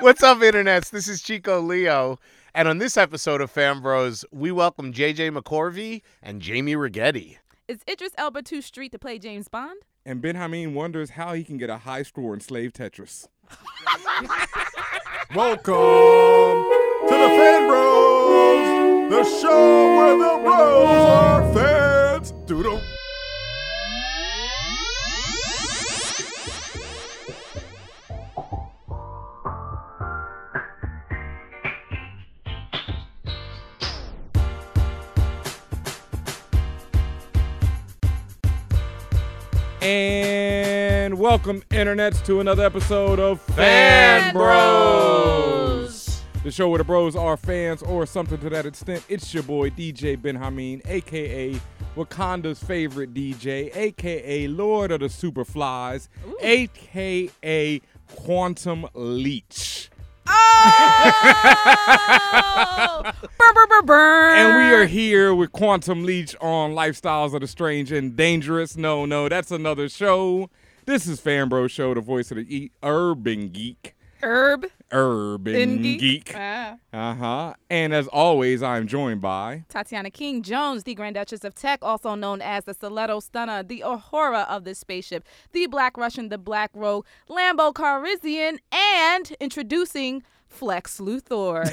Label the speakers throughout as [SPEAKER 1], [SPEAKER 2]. [SPEAKER 1] What's up, internets? This is Chico Leo. And on this episode of Fam Bros, we welcome JJ McCorvey and Jamie Rigetti.
[SPEAKER 2] Is Idris Elba too street to play James Bond?
[SPEAKER 3] And Ben Hameen wonders how he can get a high score in Slave Tetris.
[SPEAKER 4] Welcome to the Fan Bros, the show where the bros are fans. Doodle.
[SPEAKER 3] And welcome, internets, to another episode of
[SPEAKER 2] Fan Bros.
[SPEAKER 3] The show where the bros are fans or something to that extent. It's your boy DJ Ben Hameen, aka Wakanda's favorite DJ, aka Lord of the Superflies, aka Quantum Leech.
[SPEAKER 2] Oh! burr, burr, burr, burr.
[SPEAKER 3] And we are here with Quantum Leech on Lifestyles of the Strange and Dangerous. No, no, that's another show. This is Fanbro Show, the voice of the e- urban geek.
[SPEAKER 2] herb
[SPEAKER 3] Urban
[SPEAKER 2] in
[SPEAKER 3] geek.
[SPEAKER 2] geek. Ah.
[SPEAKER 3] Uh huh. And as always, I'm joined by.
[SPEAKER 2] Tatiana King Jones, the Grand Duchess of Tech, also known as the Stiletto Stunner, the Ahura of this spaceship, the Black Russian, the Black Rogue, Lambo Carizian, and introducing Flex Luthor.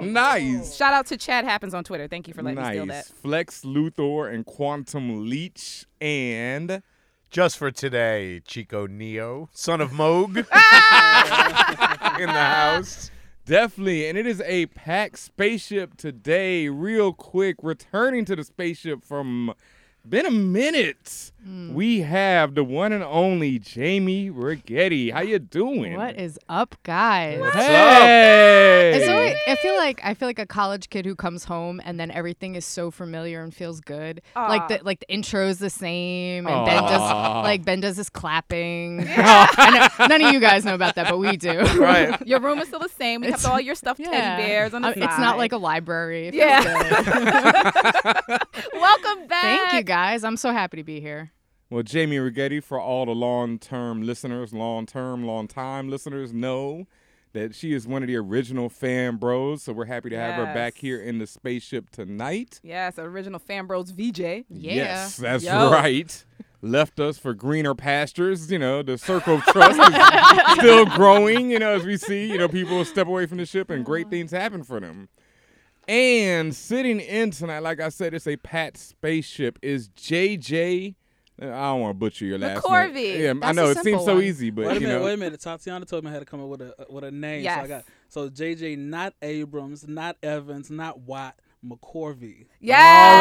[SPEAKER 3] nice.
[SPEAKER 2] Shout out to Chad Happens on Twitter. Thank you for letting Oh, me steal
[SPEAKER 3] Nice.
[SPEAKER 2] that.
[SPEAKER 3] Flex Luthor and Quantum Leech and.
[SPEAKER 1] Just for today, Chico Neo, son of Moog, in the house.
[SPEAKER 3] Definitely, and it is a packed spaceship today. Real quick, returning to the spaceship from been a minute.
[SPEAKER 5] Hmm.
[SPEAKER 3] We have the one and only Jamie Rigetti. How you doing?
[SPEAKER 5] What is up, guys?
[SPEAKER 3] Hey!
[SPEAKER 5] It's always- I feel like I feel like a college kid who comes home and then everything is so familiar and feels good.
[SPEAKER 2] Aw.
[SPEAKER 5] Like the like the intro's the same, and Ben does
[SPEAKER 3] Aw.
[SPEAKER 5] like Ben does this clapping. I know, none of you guys know about that, but we do.
[SPEAKER 1] Right.
[SPEAKER 2] Your room is still the same. We kept
[SPEAKER 5] It's-
[SPEAKER 2] all your stuffed
[SPEAKER 5] Yeah.
[SPEAKER 2] teddy bears on the
[SPEAKER 5] Um,
[SPEAKER 2] side.
[SPEAKER 5] it's not like a library. It feels
[SPEAKER 2] Yeah.
[SPEAKER 5] good.
[SPEAKER 2] Welcome back.
[SPEAKER 5] Thank you guys. I'm so happy to be here.
[SPEAKER 3] Well, Jamie Rigetti, for all the long term listeners, long term, long time listeners, know that she is one of the original fan bros. So we're happy to have her back
[SPEAKER 2] Yes.
[SPEAKER 3] here in the spaceship tonight.
[SPEAKER 2] Yes, original Fambros VJ.
[SPEAKER 5] Yeah.
[SPEAKER 3] Yes, that's
[SPEAKER 2] Yo.
[SPEAKER 3] right. Left us for greener pastures. You know, the circle of trust is still growing. You know, as we see, you know, people step away from the ship and
[SPEAKER 5] Mm-hmm.
[SPEAKER 3] great things happen for them. And sitting in tonight, like I said, it's a Pat spaceship. Is JJ? I don't want to butcher your last
[SPEAKER 2] McCorvey.
[SPEAKER 3] name. Yeah, I
[SPEAKER 5] That's a
[SPEAKER 3] know it seems
[SPEAKER 5] simple
[SPEAKER 3] so
[SPEAKER 5] one.
[SPEAKER 3] easy, but
[SPEAKER 6] Wait
[SPEAKER 3] you
[SPEAKER 6] a minute,
[SPEAKER 3] know,
[SPEAKER 6] wait a minute. Tatiana told me I had to come up with a with a name. So
[SPEAKER 2] Yes.
[SPEAKER 6] I got so JJ, not Abrams, not Evans, not Watt, McCorvey.
[SPEAKER 2] Yes.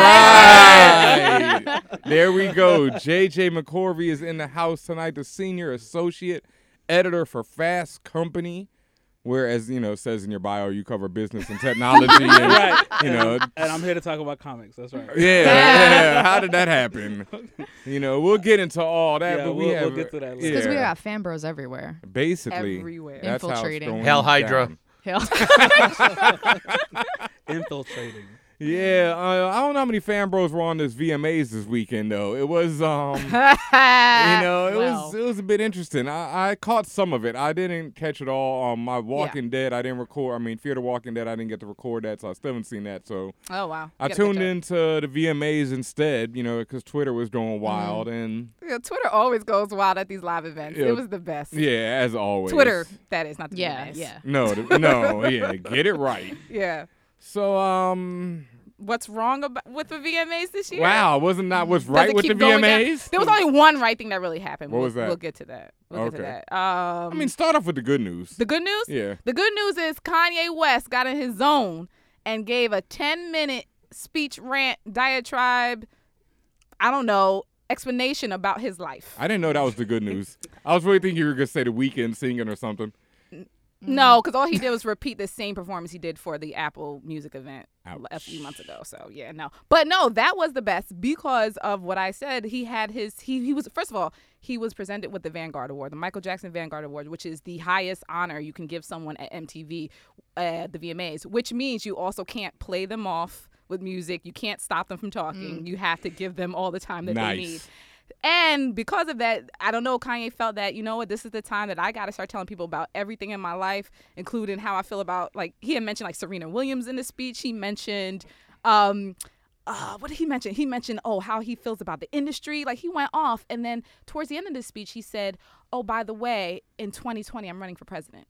[SPEAKER 3] Right. there we go. JJ McCorvey is in the house tonight, the senior associate editor for Fast Company. Whereas, you know, it says in your bio you cover business and technology and
[SPEAKER 6] Right.
[SPEAKER 3] you know
[SPEAKER 6] And I'm here to talk about comics. That's right.
[SPEAKER 3] yeah, yeah. How did that happen? You know, we'll get into all that,
[SPEAKER 6] Yeah,
[SPEAKER 3] but we
[SPEAKER 6] we'll-
[SPEAKER 3] have
[SPEAKER 6] we'll get to that later.
[SPEAKER 5] Because we
[SPEAKER 3] yeah,
[SPEAKER 5] got fan bros everywhere.
[SPEAKER 3] basically
[SPEAKER 2] Everywhere.
[SPEAKER 3] That's how it's
[SPEAKER 5] Infiltrating.
[SPEAKER 3] going
[SPEAKER 1] Hell Hydra.
[SPEAKER 3] down.
[SPEAKER 5] Hell.
[SPEAKER 6] Infiltrating.
[SPEAKER 3] Yeah, uh, I don't know how many fan bros were on this VMAs this weekend though. It was um you know, it was it was a bit interesting. I, I caught some of it. I didn't catch it all. Um, my Walking Dead, I didn't record. I mean, Fear the Walking Dead, I didn't get to record that, so I still haven't seen that. So
[SPEAKER 2] oh wow.
[SPEAKER 3] I
[SPEAKER 2] You gotta
[SPEAKER 3] tuned
[SPEAKER 2] catch
[SPEAKER 3] into the VMAs instead, you know, because Twitter was
[SPEAKER 2] Mm.
[SPEAKER 3] going wild, and
[SPEAKER 2] up. Yeah, Twitter always goes wild at these live events.
[SPEAKER 3] Yeah.
[SPEAKER 2] It was the best.
[SPEAKER 3] yeah, as always,
[SPEAKER 2] Twitter, that is not the
[SPEAKER 5] yeah.
[SPEAKER 2] VMAs.
[SPEAKER 5] Yeah.
[SPEAKER 3] No, th- no, yeah, get it right.
[SPEAKER 2] Yeah.
[SPEAKER 3] So um,
[SPEAKER 2] What's wrong about with the VMAs this year?
[SPEAKER 3] wow, wasn't that what's
[SPEAKER 2] Does
[SPEAKER 3] right
[SPEAKER 2] it
[SPEAKER 3] with the
[SPEAKER 2] keep going down?
[SPEAKER 3] VMAs?
[SPEAKER 2] There was only one right thing that really happened.
[SPEAKER 3] What
[SPEAKER 2] we'll,
[SPEAKER 3] was that?
[SPEAKER 2] We'll get to that. We'll get
[SPEAKER 3] Okay.
[SPEAKER 2] to that. Um,
[SPEAKER 3] I mean, start off with the good news.
[SPEAKER 2] the good news.
[SPEAKER 3] yeah,
[SPEAKER 2] The good news is Kanye West got in his zone and gave a 10 minute speech, rant, diatribe, I don't know, explanation about his life.
[SPEAKER 3] I didn't know that was the good news. I was really thinking you were gonna say the weekend singing or something.
[SPEAKER 2] No, because all he did was repeat the same performance he did for the Apple Music event a
[SPEAKER 3] Ouch.
[SPEAKER 2] few months ago. So yeah, no, but no, that was the best because of what I said. He had his he he was first of all he was presented with the Vanguard Award, the Michael Jackson Vanguard Award, which is the highest honor you can give someone at MTV uh, at the VMAs, which means you also can't play them off with music. You can't stop them from talking. You have to give them all the time that they
[SPEAKER 3] Nice.
[SPEAKER 2] need. And because of that, I don't know, Kanye felt that, you know what, this is the time that I got to start telling people about everything in my life, including how I feel about, like, he had mentioned, like, Serena Williams in the speech. He mentioned, um, uh, what did he mention? He mentioned, oh, how he feels about the industry. Like, he went off. And then towards the end of this speech, he said, oh, by the way, in 2020, I'm running for president.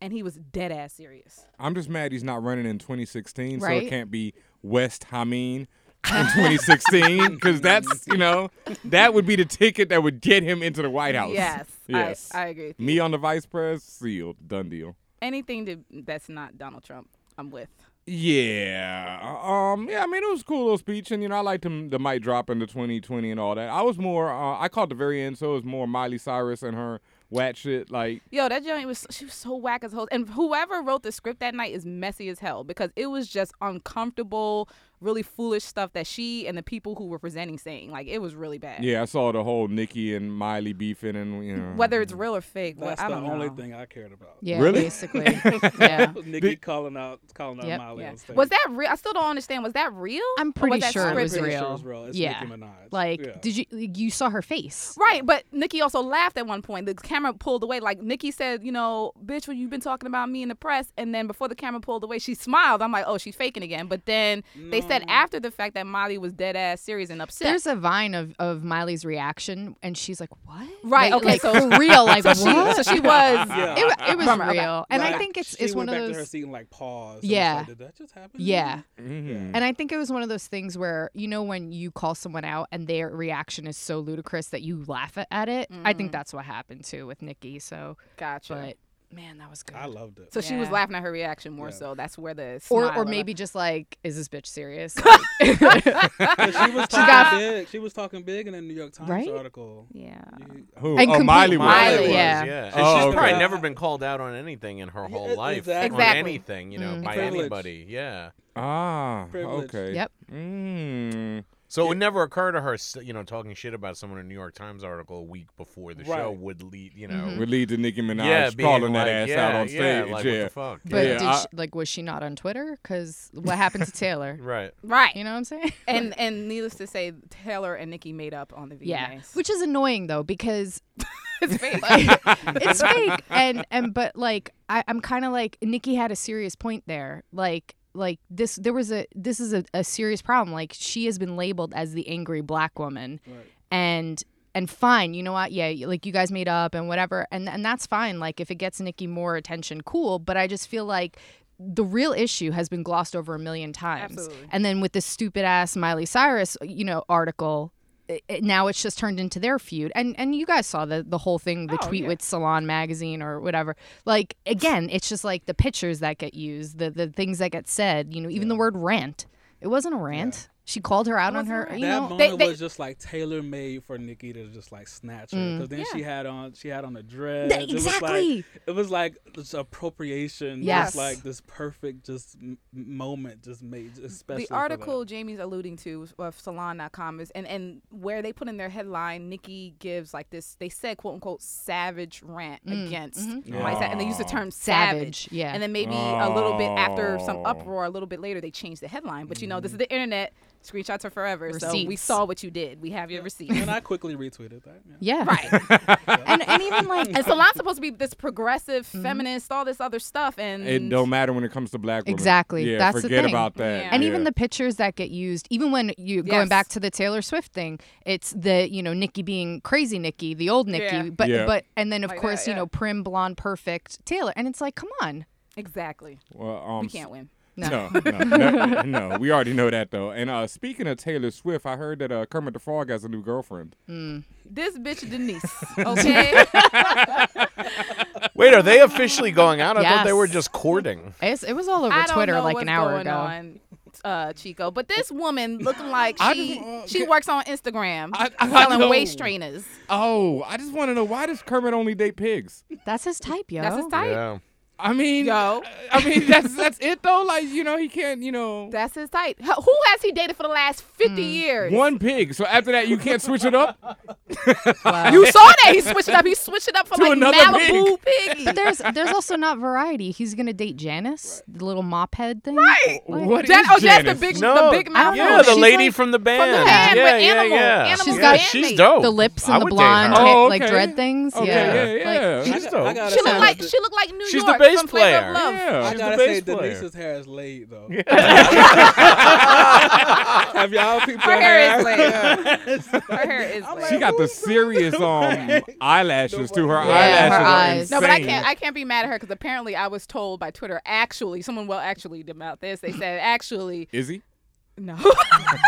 [SPEAKER 2] And he was dead ass serious.
[SPEAKER 3] I'm just mad he's not running in 2016, so it
[SPEAKER 5] Right.
[SPEAKER 3] can't be West Hameen in 2016 because that's you know that would be the ticket that would get him into the White House.
[SPEAKER 2] Yes,
[SPEAKER 3] yes.
[SPEAKER 2] I, I agree. with you.
[SPEAKER 3] Me on the vice pres, sealed, done deal.
[SPEAKER 2] Anything to, that's not Donald Trump, I'm with.
[SPEAKER 3] Yeah. Um. Yeah. I mean, it was a cool little speech, and you know, I liked the, the mic drop in the 2020 and all that. I was more. Uh, I caught the very end, so it was more Miley Cyrus and her whack shit. Like,
[SPEAKER 2] Yo, that joint was she was so whack as a whole. And whoever wrote the script that night is messy as hell because it was just uncomfortable, really foolish stuff that she and the people who were presenting saying. Like it was really bad.
[SPEAKER 3] yeah, I saw the whole Nicki and Miley beefing, and you know,
[SPEAKER 2] Whether it's real or fake, but
[SPEAKER 6] That's
[SPEAKER 2] I
[SPEAKER 6] the
[SPEAKER 2] don't
[SPEAKER 6] only
[SPEAKER 2] know.
[SPEAKER 6] thing I cared about.
[SPEAKER 5] Yeah,
[SPEAKER 3] Really?
[SPEAKER 5] basically. yeah.
[SPEAKER 6] Nikki calling out calling out
[SPEAKER 5] Yep.
[SPEAKER 6] Miley
[SPEAKER 2] Yeah.
[SPEAKER 6] on stage.
[SPEAKER 2] Was that real? I still don't understand. Was that real?
[SPEAKER 5] I'm
[SPEAKER 2] Or
[SPEAKER 5] pretty
[SPEAKER 2] was that
[SPEAKER 5] sure it
[SPEAKER 6] I'm
[SPEAKER 5] was
[SPEAKER 2] scripted?
[SPEAKER 6] pretty
[SPEAKER 5] real.
[SPEAKER 6] Sure it was real. It's
[SPEAKER 5] Yeah.
[SPEAKER 6] Nicki Minaj.
[SPEAKER 5] Like,
[SPEAKER 6] Yeah.
[SPEAKER 5] did you you saw her face?
[SPEAKER 2] Right, but Nikki also laughed at one point. The camera pulled away. Like Nikki said, you know, bitch, well, you've been talking about me in the press. And then before the camera pulled away, she smiled. I'm like, oh, she's faking again. But then they
[SPEAKER 6] Mm.
[SPEAKER 2] said after the fact that Molly was dead ass serious and upset.
[SPEAKER 5] There's a vine of, of Miley's reaction, and she's like, "What?
[SPEAKER 2] Right,
[SPEAKER 5] Like-
[SPEAKER 2] okay,
[SPEAKER 5] like,
[SPEAKER 2] so-
[SPEAKER 5] for real, like
[SPEAKER 2] so,
[SPEAKER 5] what?
[SPEAKER 2] she, so she was.
[SPEAKER 6] Yeah.
[SPEAKER 5] it, wa- it was
[SPEAKER 2] Bummer, okay.
[SPEAKER 5] real, and I
[SPEAKER 6] Like,
[SPEAKER 5] think it's
[SPEAKER 6] she
[SPEAKER 5] it's one
[SPEAKER 6] went
[SPEAKER 5] of
[SPEAKER 6] back to her
[SPEAKER 5] those.
[SPEAKER 6] seat and like paused.
[SPEAKER 5] Yeah.
[SPEAKER 6] Yeah. Like, Did that just happen? to
[SPEAKER 5] Yeah.
[SPEAKER 3] Mhm.
[SPEAKER 5] And I think it was one of those things where you know when you call someone out and their reaction is so ludicrous that you laugh a- at it. I
[SPEAKER 2] Mm.
[SPEAKER 5] think that's what happened too with Nikki. So,
[SPEAKER 2] Gotcha.
[SPEAKER 5] but man, that was good.
[SPEAKER 6] you? I loved it.
[SPEAKER 2] so she was
[SPEAKER 5] Yeah.
[SPEAKER 2] laughing at her reaction more
[SPEAKER 6] Yeah.
[SPEAKER 2] so. That's where the
[SPEAKER 5] or
[SPEAKER 2] smile
[SPEAKER 5] or
[SPEAKER 2] of-
[SPEAKER 5] maybe just like, is this bitch serious?
[SPEAKER 6] But she was talking
[SPEAKER 5] got-
[SPEAKER 6] big. She was talking big in a New York Times
[SPEAKER 5] Right?
[SPEAKER 6] article.
[SPEAKER 2] Yeah.
[SPEAKER 6] You-
[SPEAKER 3] Who?
[SPEAKER 5] And
[SPEAKER 3] oh,
[SPEAKER 5] complete
[SPEAKER 3] Miley was.
[SPEAKER 5] Miley,
[SPEAKER 1] was,
[SPEAKER 5] yeah.
[SPEAKER 1] And
[SPEAKER 3] Oh,
[SPEAKER 1] she's
[SPEAKER 3] okay.
[SPEAKER 1] probably never been called out on anything in her whole
[SPEAKER 6] Yeah,
[SPEAKER 1] life.
[SPEAKER 6] exactly.
[SPEAKER 1] On
[SPEAKER 2] Exactly.
[SPEAKER 1] anything, you know,
[SPEAKER 5] Mm.
[SPEAKER 1] by
[SPEAKER 6] Privilege.
[SPEAKER 1] anybody. Yeah.
[SPEAKER 3] Ah,
[SPEAKER 6] Privilege.
[SPEAKER 3] okay. Hmm.
[SPEAKER 5] Yep.
[SPEAKER 3] Mm.
[SPEAKER 1] So it would never occur to her, s- you know, talking shit about someone in a New York Times article a week before the show
[SPEAKER 6] Right.
[SPEAKER 1] would lead, you know.
[SPEAKER 5] Mhm.
[SPEAKER 3] Would lead to Nicki Minaj
[SPEAKER 1] Yeah, being
[SPEAKER 3] calling
[SPEAKER 1] like,
[SPEAKER 3] that ass
[SPEAKER 1] yeah,
[SPEAKER 3] out on stage.
[SPEAKER 1] Yeah, like,
[SPEAKER 3] yeah.
[SPEAKER 1] what the fuck?
[SPEAKER 5] but
[SPEAKER 1] yeah.
[SPEAKER 5] did
[SPEAKER 3] I-
[SPEAKER 5] she, like, was she not on Twitter? Because what happened to Taylor?
[SPEAKER 1] Right.
[SPEAKER 2] Right.
[SPEAKER 5] You know what I'm saying?
[SPEAKER 2] And and needless to say, Taylor and Nikki made up on the VMAs.
[SPEAKER 5] Yeah, which is annoying though because
[SPEAKER 2] is fake.
[SPEAKER 5] it's fake and and but like I, I'm kind of like Nikki had a serious point there. Like like this there was a this is a, a serious problem. Like she has been labeled as the angry black woman,
[SPEAKER 6] uh, Right.
[SPEAKER 5] and and fine, you know what? Yeah, you- like you guys made up and whatever, and and that's fine. Like if it gets Nikki more attention, cool. But I just feel like. The real issue has been glossed over a million times,
[SPEAKER 2] Absolutely.
[SPEAKER 5] and then with this stupid ass Miley Cyrus, uh, you know, article, it, it- now it's just turned into their feud. And and you guys saw the the whole thing, the
[SPEAKER 2] Oh,
[SPEAKER 5] tweet
[SPEAKER 2] yeah.
[SPEAKER 5] with Salon magazine or whatever. Like again, it's just like the pictures that get used, the the things that get said. You know, even the word rant. It wasn't a rant. She called her out on her. You
[SPEAKER 6] that
[SPEAKER 5] know,
[SPEAKER 6] moment
[SPEAKER 2] they- Mm.
[SPEAKER 6] was just like tailor made for Nikki to just like snatch her because then she had on she had on a dress.
[SPEAKER 5] That- exactly.
[SPEAKER 6] It was like, it was like this appropriation.
[SPEAKER 5] Yes.
[SPEAKER 6] Just like this perfect just m- moment just made especially
[SPEAKER 2] the article Jamie's alluding to was- of salon.com is and, and where they put in their headline, Nikki gives like this, they said, quote unquote, savage rant against Miley Cyrus, And they used the term Mm. Mm-hmm. savage.
[SPEAKER 5] Savage, yeah.
[SPEAKER 2] And then maybe a little bit after some
[SPEAKER 3] Oh.
[SPEAKER 2] uproar, a little bit later, they changed the headline. But you know, this is the internet. Screenshots are forever. So we
[SPEAKER 5] Receipts.
[SPEAKER 2] saw what you did. We have your receipts.
[SPEAKER 6] and I quickly retweeted that.
[SPEAKER 5] yeah,
[SPEAKER 6] Yeah.
[SPEAKER 2] right.
[SPEAKER 5] and and even like
[SPEAKER 2] And salon's supposed to be this progressive, feminist, all this other stuff. And
[SPEAKER 3] It don't matter when it comes to black women.
[SPEAKER 5] Exactly.
[SPEAKER 3] Yeah,
[SPEAKER 5] That's the
[SPEAKER 3] forget
[SPEAKER 5] thing.
[SPEAKER 3] about that.
[SPEAKER 2] Yeah.
[SPEAKER 5] and
[SPEAKER 3] yeah.
[SPEAKER 5] even the pictures that get used even when you going
[SPEAKER 2] Yes.
[SPEAKER 5] back to the taylor swift thing it's the you know nikki being crazy nikki the old nikki
[SPEAKER 2] Yeah.
[SPEAKER 5] but
[SPEAKER 3] Yeah.
[SPEAKER 5] but and then of
[SPEAKER 2] Like
[SPEAKER 5] course
[SPEAKER 2] that,
[SPEAKER 5] you know prim blonde perfect taylor and it's like come on
[SPEAKER 2] exactly.
[SPEAKER 3] Well, um,
[SPEAKER 2] We can't win.
[SPEAKER 3] No, no, no, no, We already know that though. And uh, speaking of Taylor Swift, I heard that uh, Kermit the Frog has a new girlfriend.
[SPEAKER 2] This bitch Denise, okay?
[SPEAKER 1] Wait, are they officially going out? I thought they were
[SPEAKER 5] Yes.
[SPEAKER 1] just courting.
[SPEAKER 5] it's, it was all over
[SPEAKER 2] I don't
[SPEAKER 5] twitter
[SPEAKER 2] know
[SPEAKER 5] like
[SPEAKER 2] what's
[SPEAKER 5] an hour
[SPEAKER 2] going
[SPEAKER 5] ago
[SPEAKER 2] on, uh, Chico, but this woman looking like
[SPEAKER 3] I
[SPEAKER 2] she
[SPEAKER 3] just, uh,
[SPEAKER 2] she
[SPEAKER 3] get-
[SPEAKER 2] works on Instagram
[SPEAKER 3] I- I
[SPEAKER 2] selling
[SPEAKER 3] know.
[SPEAKER 2] waist trainers.
[SPEAKER 3] Oh, I just want to know why does Kermit only date pigs?
[SPEAKER 5] that's his type yo
[SPEAKER 2] That's his type.
[SPEAKER 1] Yeah.
[SPEAKER 3] I mean,
[SPEAKER 2] Yo.
[SPEAKER 3] I mean that's that's it though. Like you know, he can't. You know,
[SPEAKER 2] That's his type. H- Who has he dated for the last 50
[SPEAKER 5] Mm.
[SPEAKER 2] years?
[SPEAKER 3] one pig. So after that, you can't switch it up.
[SPEAKER 5] Um, Wow.
[SPEAKER 2] You saw that he switched it up. He switched it up for
[SPEAKER 3] To
[SPEAKER 2] like
[SPEAKER 3] another
[SPEAKER 2] Malibu piggy.
[SPEAKER 5] But there's there's also not variety. He's gonna date Janice, the little mop head thing.
[SPEAKER 2] Right.
[SPEAKER 3] What
[SPEAKER 2] Jan-
[SPEAKER 3] is
[SPEAKER 2] oh, that's the
[SPEAKER 3] Janice?
[SPEAKER 2] big,
[SPEAKER 1] No,
[SPEAKER 2] the big mouth.
[SPEAKER 5] I don't
[SPEAKER 1] Yeah,
[SPEAKER 5] know.
[SPEAKER 1] the
[SPEAKER 5] She's
[SPEAKER 1] lady
[SPEAKER 5] like-
[SPEAKER 1] from the band.
[SPEAKER 2] band
[SPEAKER 1] yeah,
[SPEAKER 2] with
[SPEAKER 1] yeah,
[SPEAKER 2] Animal.
[SPEAKER 1] yeah.
[SPEAKER 2] Animal
[SPEAKER 5] She's
[SPEAKER 1] yeah,
[SPEAKER 5] got
[SPEAKER 1] she's
[SPEAKER 2] Bandit.
[SPEAKER 1] dope.
[SPEAKER 5] The lips
[SPEAKER 1] I
[SPEAKER 5] and the
[SPEAKER 1] would date her.
[SPEAKER 5] blonde,
[SPEAKER 3] Oh,
[SPEAKER 5] like
[SPEAKER 3] okay.
[SPEAKER 5] dread things.
[SPEAKER 3] Okay,
[SPEAKER 5] yeah.
[SPEAKER 3] yeah, yeah.
[SPEAKER 6] I
[SPEAKER 1] She's
[SPEAKER 6] got-
[SPEAKER 1] dope.
[SPEAKER 6] I gotta
[SPEAKER 2] She
[SPEAKER 6] say,
[SPEAKER 2] look like
[SPEAKER 6] the-
[SPEAKER 2] she look like New
[SPEAKER 1] She's the
[SPEAKER 2] York
[SPEAKER 1] bass
[SPEAKER 2] from Flavor of
[SPEAKER 1] player.
[SPEAKER 2] Love.
[SPEAKER 3] Yeah.
[SPEAKER 6] I
[SPEAKER 1] She's
[SPEAKER 6] gotta
[SPEAKER 1] the
[SPEAKER 6] say
[SPEAKER 1] bass player.
[SPEAKER 6] Denise's hair is laid though. Have y'all peeped
[SPEAKER 2] Her
[SPEAKER 6] her
[SPEAKER 2] hair is
[SPEAKER 6] hair?
[SPEAKER 2] laid. Her hair is laid.
[SPEAKER 3] She got the serious um eyelashes to her eyelashes.
[SPEAKER 5] her
[SPEAKER 3] are
[SPEAKER 5] eyes.
[SPEAKER 2] No, but I
[SPEAKER 3] insane.
[SPEAKER 2] can't. I can't be mad at her because apparently I was told by Twitter. Actually, someone well actually about this. They said actually
[SPEAKER 3] Is he?
[SPEAKER 2] no.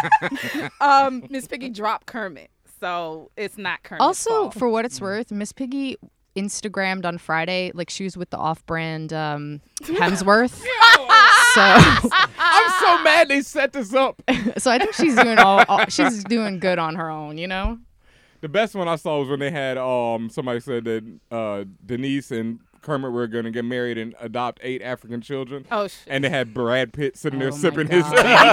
[SPEAKER 2] um, Miss Piggy dropped Kermit, so it's not Kermit.
[SPEAKER 5] Also, for what
[SPEAKER 2] Mm-hmm.
[SPEAKER 5] it's worth, Miss Piggy Instagrammed on Friday like she was with the off-brand um, Hemsworth.
[SPEAKER 2] oh,
[SPEAKER 3] I'm so mad they set this up.
[SPEAKER 5] so, so I think she's doing all, all she's doing good on her own. You know.
[SPEAKER 3] The best one I saw was when they had um somebody said that uh Denise and Kermit were gonna get married and adopt eight African children.
[SPEAKER 2] oh shit.
[SPEAKER 3] And they had Brad Pitt sitting there
[SPEAKER 5] Oh my
[SPEAKER 3] sipping his.
[SPEAKER 5] God.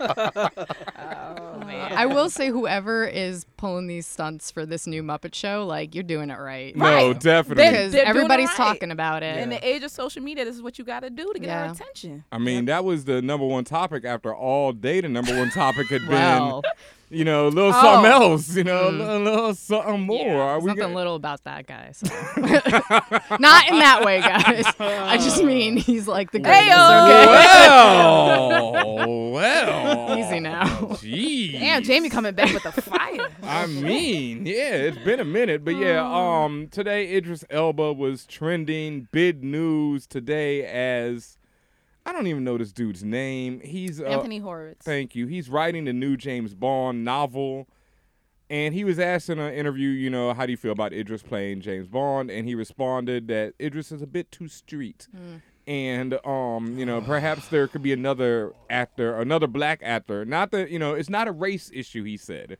[SPEAKER 2] Oh man.
[SPEAKER 5] I will say, whoever is pulling these stunts for this new Muppet show, like you're doing it right.
[SPEAKER 3] No,
[SPEAKER 2] Right.
[SPEAKER 3] definitely.
[SPEAKER 2] They-
[SPEAKER 5] because
[SPEAKER 2] they're doing it
[SPEAKER 5] everybody's
[SPEAKER 2] right.
[SPEAKER 5] talking about it.
[SPEAKER 2] In the age of social media, this is what you got to do to get our
[SPEAKER 5] Yeah.
[SPEAKER 2] attention.
[SPEAKER 3] I mean, that was the number one topic after all day. The number one topic had
[SPEAKER 5] Wow.
[SPEAKER 3] been, you know, a little
[SPEAKER 2] Oh.
[SPEAKER 3] something else, you know, a little, a little something more. Are
[SPEAKER 5] There's
[SPEAKER 3] we
[SPEAKER 5] nothing
[SPEAKER 3] gonna-
[SPEAKER 5] little about that guy. so. Not in that way, guys. I just mean he's like the greatest.
[SPEAKER 2] Ayo.
[SPEAKER 5] Okay.
[SPEAKER 3] Well, well.
[SPEAKER 5] Easy now.
[SPEAKER 3] Jeez.
[SPEAKER 2] Damn, Jamie coming back with the fire.
[SPEAKER 3] I mean, yeah, it's been a minute, but yeah, um, today Idris Elba was trending big news today as I don't even know this dude's name. He's uh,
[SPEAKER 2] Anthony Horowitz.
[SPEAKER 3] Thank you. He's writing the new James Bond novel. And he was asked in an interview, you know, how do you feel about Idris playing James Bond? And he responded that Idris is a bit too street. And um, you know, perhaps there could be another actor, another black actor. Not that, you know, it's not a race issue, he said.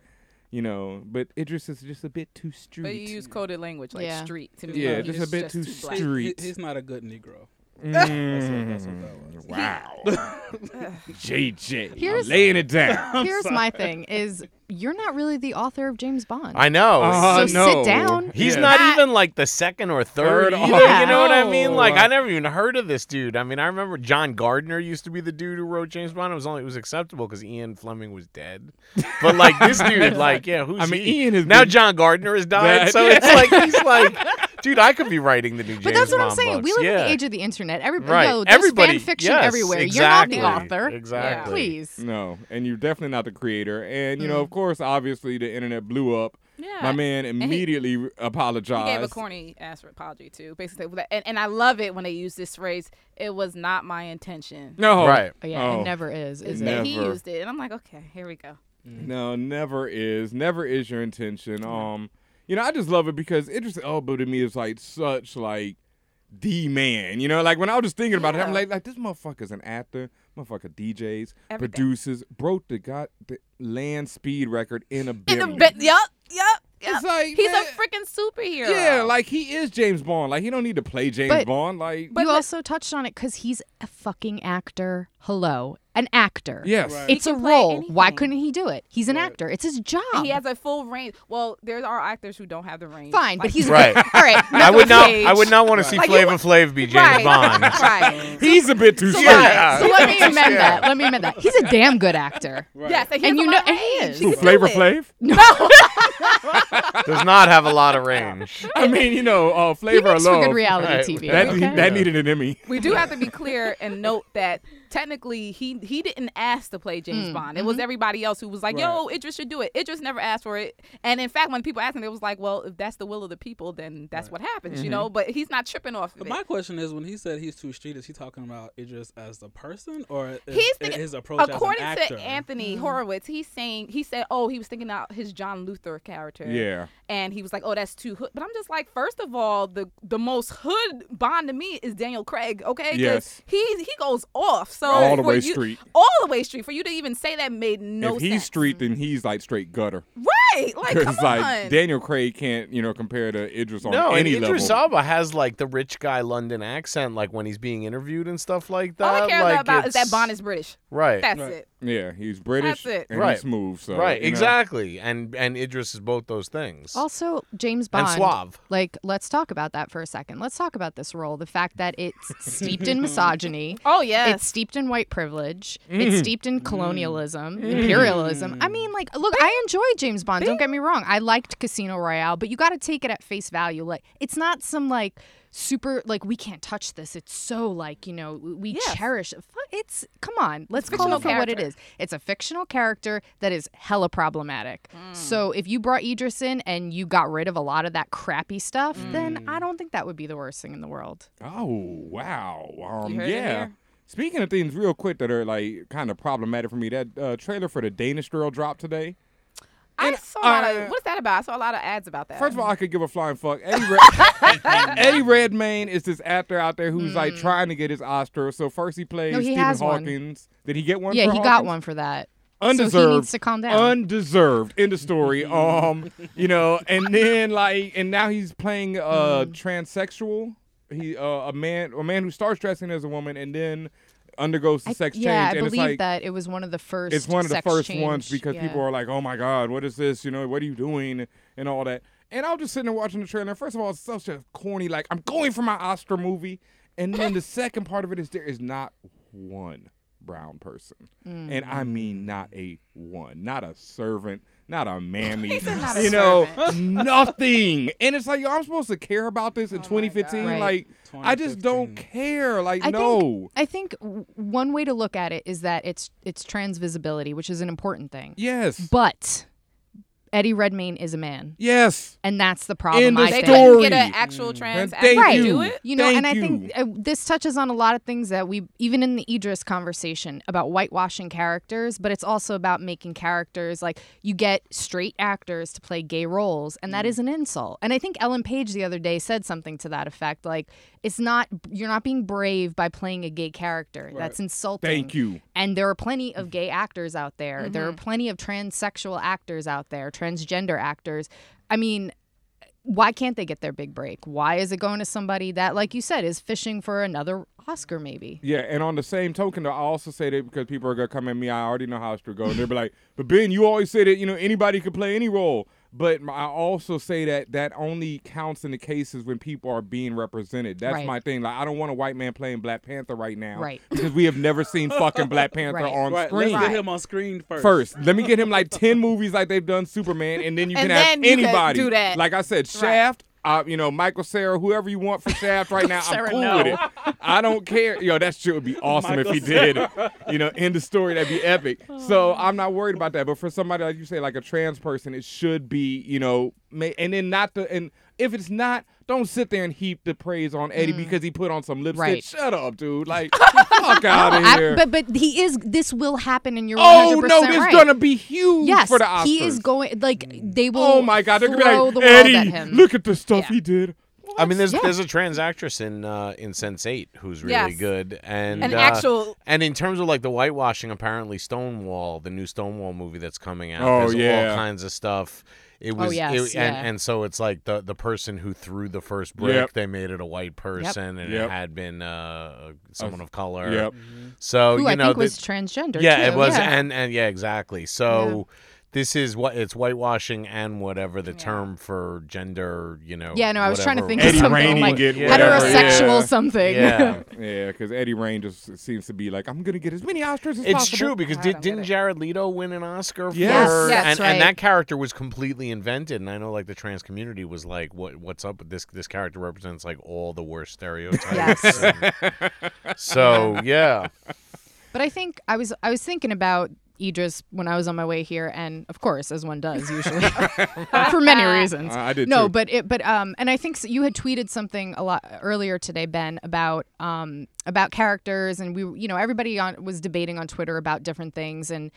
[SPEAKER 3] You know, but Idris is just a bit too street.
[SPEAKER 2] But you use coded language like
[SPEAKER 5] Yeah.
[SPEAKER 2] street to me.
[SPEAKER 3] yeah,
[SPEAKER 6] He's
[SPEAKER 3] just a bit too,
[SPEAKER 2] black.
[SPEAKER 3] street.
[SPEAKER 6] He- he's not a good Negro.
[SPEAKER 1] Mm-hmm.
[SPEAKER 3] Mm.
[SPEAKER 6] That's what that was.
[SPEAKER 3] Wow. JJ.
[SPEAKER 5] Here's-
[SPEAKER 3] laying it down.
[SPEAKER 5] Here's my thing: is you're not really the author of James Bond.
[SPEAKER 1] I know.
[SPEAKER 3] Uh,
[SPEAKER 5] So sit
[SPEAKER 3] no.
[SPEAKER 5] down.
[SPEAKER 1] He's
[SPEAKER 3] Yeah.
[SPEAKER 1] not
[SPEAKER 2] Not-
[SPEAKER 1] even like the second or third.
[SPEAKER 3] Third
[SPEAKER 1] either,
[SPEAKER 5] author.
[SPEAKER 1] You know what I mean?
[SPEAKER 3] No.
[SPEAKER 1] Like I never even heard of this dude. I mean, I remember John Gardner used to be the dude who wrote James Bond. It was only it was acceptable because Ian Fleming was dead. But like this dude, like yeah, who's
[SPEAKER 3] I mean,
[SPEAKER 1] he?
[SPEAKER 3] Ian has
[SPEAKER 1] now
[SPEAKER 3] been-
[SPEAKER 1] John Gardner has died,
[SPEAKER 3] That-
[SPEAKER 1] so it's like he's like, dude, I could be writing the new James
[SPEAKER 5] but that's what I'm
[SPEAKER 1] Bond
[SPEAKER 5] saying.
[SPEAKER 1] books.
[SPEAKER 5] We live
[SPEAKER 1] yeah.
[SPEAKER 5] in the age of the internet. Everybody,
[SPEAKER 1] right.
[SPEAKER 5] yo, there's
[SPEAKER 1] Everybody,
[SPEAKER 5] fan fiction
[SPEAKER 1] yes,
[SPEAKER 5] everywhere.
[SPEAKER 1] Exactly.
[SPEAKER 5] You're not the author.
[SPEAKER 1] Exactly.
[SPEAKER 5] Please.
[SPEAKER 3] No, and you're definitely not the creator. And you know, of course, obviously the internet blew up.
[SPEAKER 2] Yeah.
[SPEAKER 3] My man immediately re- apologized.
[SPEAKER 2] He gave a corny ass apology too. Basically, with that- and, and I love it when they use this phrase. It was not my intention.
[SPEAKER 3] No,
[SPEAKER 1] Right.
[SPEAKER 5] But yeah,
[SPEAKER 3] Oh.
[SPEAKER 5] it never is.
[SPEAKER 2] Is
[SPEAKER 5] Is
[SPEAKER 2] that
[SPEAKER 5] it?
[SPEAKER 2] he
[SPEAKER 3] Never.
[SPEAKER 2] used it, and I'm like, okay, here we go.
[SPEAKER 3] No, never is. Never is your intention. Um, you know, I just love it because Idris Elba to me is like such like the man. You know, like when I was just thinking about it, I'm
[SPEAKER 2] Yeah.
[SPEAKER 3] like, like this motherfucker's an actor, motherfucker DJs,
[SPEAKER 2] Everything.
[SPEAKER 3] produces, broke the god the land speed record in a
[SPEAKER 2] In the
[SPEAKER 3] billion.
[SPEAKER 2] bed, yup, yup, yup.
[SPEAKER 3] It's like,
[SPEAKER 2] He's
[SPEAKER 3] man-
[SPEAKER 2] a freaking superhero.
[SPEAKER 3] yeah, like he is James Bond. Like he don't need to play James
[SPEAKER 5] But-
[SPEAKER 3] Bond. Like
[SPEAKER 5] you also touched on it because he's a fucking actor. Hello, an actor.
[SPEAKER 3] yes.
[SPEAKER 6] Right.
[SPEAKER 5] It's
[SPEAKER 2] He
[SPEAKER 5] a
[SPEAKER 2] can play
[SPEAKER 5] role. Why
[SPEAKER 2] anything.
[SPEAKER 5] couldn't he do it? He's an actor. It's his job.
[SPEAKER 2] he has a full range. Well, there are actors who don't have the range.
[SPEAKER 5] Fine, but
[SPEAKER 2] Like-
[SPEAKER 5] he's
[SPEAKER 1] Right.
[SPEAKER 5] all right.
[SPEAKER 1] I would not.
[SPEAKER 2] Cage.
[SPEAKER 1] I would not want to see
[SPEAKER 2] Like, you
[SPEAKER 1] Flavor Flav be James
[SPEAKER 2] right,
[SPEAKER 1] Bond.
[SPEAKER 2] right.
[SPEAKER 3] He's a bit too
[SPEAKER 5] So,
[SPEAKER 3] serious.
[SPEAKER 1] Yeah.
[SPEAKER 5] let, so let me amend that. Let me amend that. He's a damn good actor.
[SPEAKER 2] Yes, and, he
[SPEAKER 5] And
[SPEAKER 2] has
[SPEAKER 5] you
[SPEAKER 2] a lot
[SPEAKER 5] know-
[SPEAKER 2] of
[SPEAKER 5] and he
[SPEAKER 2] range.
[SPEAKER 5] is.
[SPEAKER 2] He
[SPEAKER 5] Who,
[SPEAKER 2] can do
[SPEAKER 3] Flavor
[SPEAKER 2] it.
[SPEAKER 3] Flav?
[SPEAKER 1] Does not have a lot of range.
[SPEAKER 3] I mean, you know, uh,
[SPEAKER 5] He
[SPEAKER 3] Flavor
[SPEAKER 5] makes for good
[SPEAKER 3] alone.
[SPEAKER 5] reality
[SPEAKER 1] Right.
[SPEAKER 5] TV.
[SPEAKER 3] That,
[SPEAKER 5] okay?
[SPEAKER 3] that needed an Emmy.
[SPEAKER 2] We do have to be clear and note that technically he he didn't ask to play James Bond. It was everybody else who was like, "Yo, Idris should do it." Idris never asked for it, and in fact, when people asked him, it was like, "Well, if that's the will of the people, then that's what happens," you know. But he's not tripping off of
[SPEAKER 6] But
[SPEAKER 2] it.
[SPEAKER 6] my question is, when he said he's too street, is he talking about Idris as the person or is
[SPEAKER 2] He's
[SPEAKER 6] i-
[SPEAKER 2] thinking-
[SPEAKER 6] his approach
[SPEAKER 2] According
[SPEAKER 6] as an actor?
[SPEAKER 2] to Anthony Horowitz, he's saying he said, "Oh, he was thinking out his John Luther character."
[SPEAKER 3] Yeah.
[SPEAKER 2] and he was like, "Oh, that's too hood." But I'm just like, first of all, the the most hood Bond to me is Daniel Craig. Okay, 'Cause
[SPEAKER 3] Yes.
[SPEAKER 2] he he goes off So
[SPEAKER 3] all the
[SPEAKER 2] for
[SPEAKER 3] way
[SPEAKER 2] you-
[SPEAKER 3] street.
[SPEAKER 2] all the way street for you to even say that made no
[SPEAKER 3] if
[SPEAKER 2] sense.
[SPEAKER 3] he's street, then he's like straight gutter.
[SPEAKER 2] right? Like, come
[SPEAKER 3] Because like
[SPEAKER 2] on.
[SPEAKER 3] Daniel Craig can't you know compare to Idris on
[SPEAKER 1] No, and
[SPEAKER 3] any
[SPEAKER 1] Idris
[SPEAKER 3] level.
[SPEAKER 1] Elba has like the rich guy London accent, like when he's being interviewed and stuff like that.
[SPEAKER 2] all I care
[SPEAKER 1] like,
[SPEAKER 2] about is that
[SPEAKER 1] it's-
[SPEAKER 2] Bond is British.
[SPEAKER 1] right,
[SPEAKER 2] That's
[SPEAKER 6] Right.
[SPEAKER 2] it.
[SPEAKER 3] yeah, he's British
[SPEAKER 2] That's it.
[SPEAKER 3] and
[SPEAKER 1] Right.
[SPEAKER 3] he's smooth. So
[SPEAKER 1] right,
[SPEAKER 3] you know.
[SPEAKER 1] exactly. And and Idris is both those things.
[SPEAKER 5] Also, James
[SPEAKER 1] and
[SPEAKER 5] Bond.
[SPEAKER 1] suave.
[SPEAKER 5] Like, let's talk about that for a second. Let's talk about this role. The fact that it's steeped in misogyny.
[SPEAKER 2] Oh yeah.
[SPEAKER 5] It's steeped in white privilege. It's steeped in colonialism, imperialism. I mean, like, look, I enjoy James Bond. Don't get me wrong. I liked Casino Royale, but you got to take it at face value. Like, it's not some like super like we can't touch this. It's so like you know we
[SPEAKER 2] Yes.
[SPEAKER 5] cherish. Fu- It's come on. Let's call
[SPEAKER 2] fictional
[SPEAKER 5] it for what it
[SPEAKER 2] character.
[SPEAKER 5] is. It's a fictional character that is hella problematic. So if you brought Idris in and you got rid of a lot of that crappy stuff, then I don't think that would be the worst thing in the world.
[SPEAKER 3] Oh wow. Um,
[SPEAKER 2] heard it
[SPEAKER 3] yeah.
[SPEAKER 2] here.
[SPEAKER 3] Speaking of things real quick that are like kind of problematic for me, that uh, trailer for the Danish girl dropped today.
[SPEAKER 2] I saw a lot
[SPEAKER 3] uh,
[SPEAKER 2] of. What's that about? I saw a lot of ads about that.
[SPEAKER 3] First of all, I could give a flying fuck. Eddie, Red- Eddie Redmayne is this actor out there who's like trying to get his Oscar. So first he plays
[SPEAKER 5] Hmm. No, he
[SPEAKER 3] Stephen
[SPEAKER 5] has one.
[SPEAKER 3] Hawkins. Did he get one?
[SPEAKER 5] yeah,
[SPEAKER 3] for
[SPEAKER 5] he got
[SPEAKER 3] Hawkins?
[SPEAKER 5] one for that.
[SPEAKER 3] Undeserved.
[SPEAKER 5] So he needs to calm down.
[SPEAKER 3] Undeserved. End of story. um, you know, and then like, and now he's playing uh
[SPEAKER 5] Hmm.
[SPEAKER 3] transsexual. He uh, a man, a man who starts dressing as a woman and then undergoes the
[SPEAKER 5] I-
[SPEAKER 3] sex
[SPEAKER 5] yeah,
[SPEAKER 3] change.
[SPEAKER 5] I
[SPEAKER 3] and
[SPEAKER 5] believe
[SPEAKER 3] it's like,
[SPEAKER 5] that it was one of the first.
[SPEAKER 3] it's one of the
[SPEAKER 5] sex
[SPEAKER 3] first
[SPEAKER 5] change.
[SPEAKER 3] ones because
[SPEAKER 5] Yeah.
[SPEAKER 3] people are like, "Oh my God, what is this? You know, what are you doing?" and all that. And I was just sitting there watching the trailer. First of all, it's such a corny. Like I'm going for my Oscar movie, and then the second part of it is there is not one brown person,
[SPEAKER 5] Mm.
[SPEAKER 3] and I mean not a one, not a servant, not a mammy,
[SPEAKER 2] not a
[SPEAKER 3] you know, nothing. And it's like, yo, I'm supposed to care about this in
[SPEAKER 2] my
[SPEAKER 3] 2015.
[SPEAKER 5] God.
[SPEAKER 3] Like, I just don't
[SPEAKER 6] 2015.
[SPEAKER 3] care. Like,
[SPEAKER 5] I
[SPEAKER 3] no.
[SPEAKER 5] Think, I think w- one way to look at it is that it's it's trans visibility, which is an important thing.
[SPEAKER 3] yes.
[SPEAKER 5] But Eddie Redmayne is a man,
[SPEAKER 3] yes.
[SPEAKER 5] and that's the problem.
[SPEAKER 3] the
[SPEAKER 5] I
[SPEAKER 2] they
[SPEAKER 5] think.
[SPEAKER 3] story.
[SPEAKER 2] couldn't get an
[SPEAKER 3] Story.
[SPEAKER 2] actual trans
[SPEAKER 3] Thank
[SPEAKER 2] actor to
[SPEAKER 5] you.
[SPEAKER 2] do it.
[SPEAKER 5] You know,
[SPEAKER 3] Thank
[SPEAKER 5] and I
[SPEAKER 3] you.
[SPEAKER 5] think uh, this touches on a lot of things that we, even in the Idris conversation about whitewashing characters, but it's also about making characters like you get straight actors to play gay roles, and
[SPEAKER 2] Mm.
[SPEAKER 5] that is an insult. And I think Ellen Page the other day said something to that effect like, it's not, you're not being brave by playing a gay character. That's insulting.
[SPEAKER 3] Thank you.
[SPEAKER 5] And there are plenty
[SPEAKER 1] Mm-hmm.
[SPEAKER 5] of gay actors out there. There are plenty of transsexual actors out there, transgender actors. I mean, why can't they get their big break? Why is it going to somebody that, like you said, is fishing for another Oscar, maybe?
[SPEAKER 3] Yeah, and on the same token, though, I also say that because people are gonna come at me. I already know how it's gonna go, and they'll be like, "But Ben, you always say that you know anybody could play any role." But I also say that that only counts in the cases when people are being represented. That's
[SPEAKER 5] Right.
[SPEAKER 3] my thing. Like I don't want a white man playing Black Panther right now,
[SPEAKER 5] Right.
[SPEAKER 3] Because we have never seen fucking Black Panther
[SPEAKER 5] Right.
[SPEAKER 3] on
[SPEAKER 6] Right, let's
[SPEAKER 3] screen.
[SPEAKER 6] get him on screen first.
[SPEAKER 3] First, let me get him like ten movies like they've done Superman, and then you
[SPEAKER 2] And
[SPEAKER 3] can have
[SPEAKER 2] then you can
[SPEAKER 3] anybody.
[SPEAKER 2] do that.
[SPEAKER 3] Like I said, Shaft. Uh, you know, Michael Sarah, whoever you want for Shaft right now, I'm
[SPEAKER 5] Sarah,
[SPEAKER 3] cool
[SPEAKER 5] no.
[SPEAKER 3] with it. I don't care. Yo, that shit would be awesome if he did. You know, end the story, that'd be epic.
[SPEAKER 2] Oh.
[SPEAKER 3] So I'm not worried about that. But for somebody like you say, like a trans person, it should be, you know, ma- and then not the and if it's not, don't sit there and heap the praise on
[SPEAKER 2] Mm.
[SPEAKER 3] Eddie because he put on some lipstick.
[SPEAKER 5] Right.
[SPEAKER 3] Shut up, dude. Like, fuck out of here.
[SPEAKER 5] I- but but he is. This will happen, and you're.
[SPEAKER 3] Oh
[SPEAKER 5] 100%
[SPEAKER 3] no, this
[SPEAKER 5] right.
[SPEAKER 3] gonna be huge
[SPEAKER 5] Yes,
[SPEAKER 3] for the Oscars.
[SPEAKER 5] he is going. Like they will.
[SPEAKER 3] Oh my god, they're
[SPEAKER 5] throw
[SPEAKER 3] gonna be like,
[SPEAKER 5] the world at
[SPEAKER 3] Eddie,
[SPEAKER 5] him.
[SPEAKER 3] look at the stuff
[SPEAKER 5] Yeah.
[SPEAKER 3] he did.
[SPEAKER 1] I mean, there's
[SPEAKER 5] Yeah.
[SPEAKER 1] there's a trans actress in uh, in Sense Eight who's really
[SPEAKER 2] Yes.
[SPEAKER 1] good, and
[SPEAKER 2] An
[SPEAKER 1] uh,
[SPEAKER 2] actual-
[SPEAKER 1] And in terms of like the whitewashing, apparently Stonewall, the new Stonewall movie that's coming out,
[SPEAKER 3] Oh,
[SPEAKER 1] there's
[SPEAKER 3] yeah.
[SPEAKER 1] all kinds of stuff. It was,
[SPEAKER 5] Oh, yes,
[SPEAKER 1] it-
[SPEAKER 5] yeah.
[SPEAKER 1] and, and so it's like the the person who threw the first brick,
[SPEAKER 3] Yep.
[SPEAKER 1] they made it a white person, and
[SPEAKER 3] Yep.
[SPEAKER 1] it had been uh, someone of color.
[SPEAKER 3] Yep.
[SPEAKER 1] So Oh,
[SPEAKER 5] Who
[SPEAKER 1] you
[SPEAKER 5] I
[SPEAKER 1] know,
[SPEAKER 5] think
[SPEAKER 1] the-
[SPEAKER 5] was transgender.
[SPEAKER 1] yeah, it
[SPEAKER 5] too.
[SPEAKER 1] was,
[SPEAKER 5] Yeah.
[SPEAKER 1] and and yeah, exactly. So this is what it's whitewashing and whatever the term for gender, you know.
[SPEAKER 5] Yeah, no, I was trying to
[SPEAKER 1] whatever
[SPEAKER 5] think of
[SPEAKER 1] was.
[SPEAKER 3] Eddie
[SPEAKER 5] something
[SPEAKER 3] Rainey
[SPEAKER 5] like
[SPEAKER 3] get
[SPEAKER 1] whatever,
[SPEAKER 3] yeah.
[SPEAKER 5] heterosexual something.
[SPEAKER 1] Yeah.
[SPEAKER 3] Yeah, because Eddie Rain just seems to be like, I'm gonna get as many Oscars as
[SPEAKER 1] It's
[SPEAKER 3] possible.
[SPEAKER 1] true because
[SPEAKER 5] I
[SPEAKER 1] did,
[SPEAKER 5] don't get
[SPEAKER 1] didn't
[SPEAKER 5] it.
[SPEAKER 1] Jared Leto win an Oscar
[SPEAKER 3] Yes.
[SPEAKER 1] for
[SPEAKER 5] Yes,
[SPEAKER 1] and,
[SPEAKER 5] right.
[SPEAKER 1] and that character was completely invented and I know like the trans community was like what what's up with this this character represents like all the worst stereotypes.
[SPEAKER 5] Yes.
[SPEAKER 1] and- so yeah.
[SPEAKER 5] But I think I was I was thinking about Idris when I was on my way here, and of course, as one does usually, for many reasons.
[SPEAKER 3] I- I did
[SPEAKER 5] no,
[SPEAKER 3] too.
[SPEAKER 5] but it but um, and I think s you had tweeted something a lot earlier today, Ben, about um about characters, and we you know everybody on was debating on Twitter about different things, and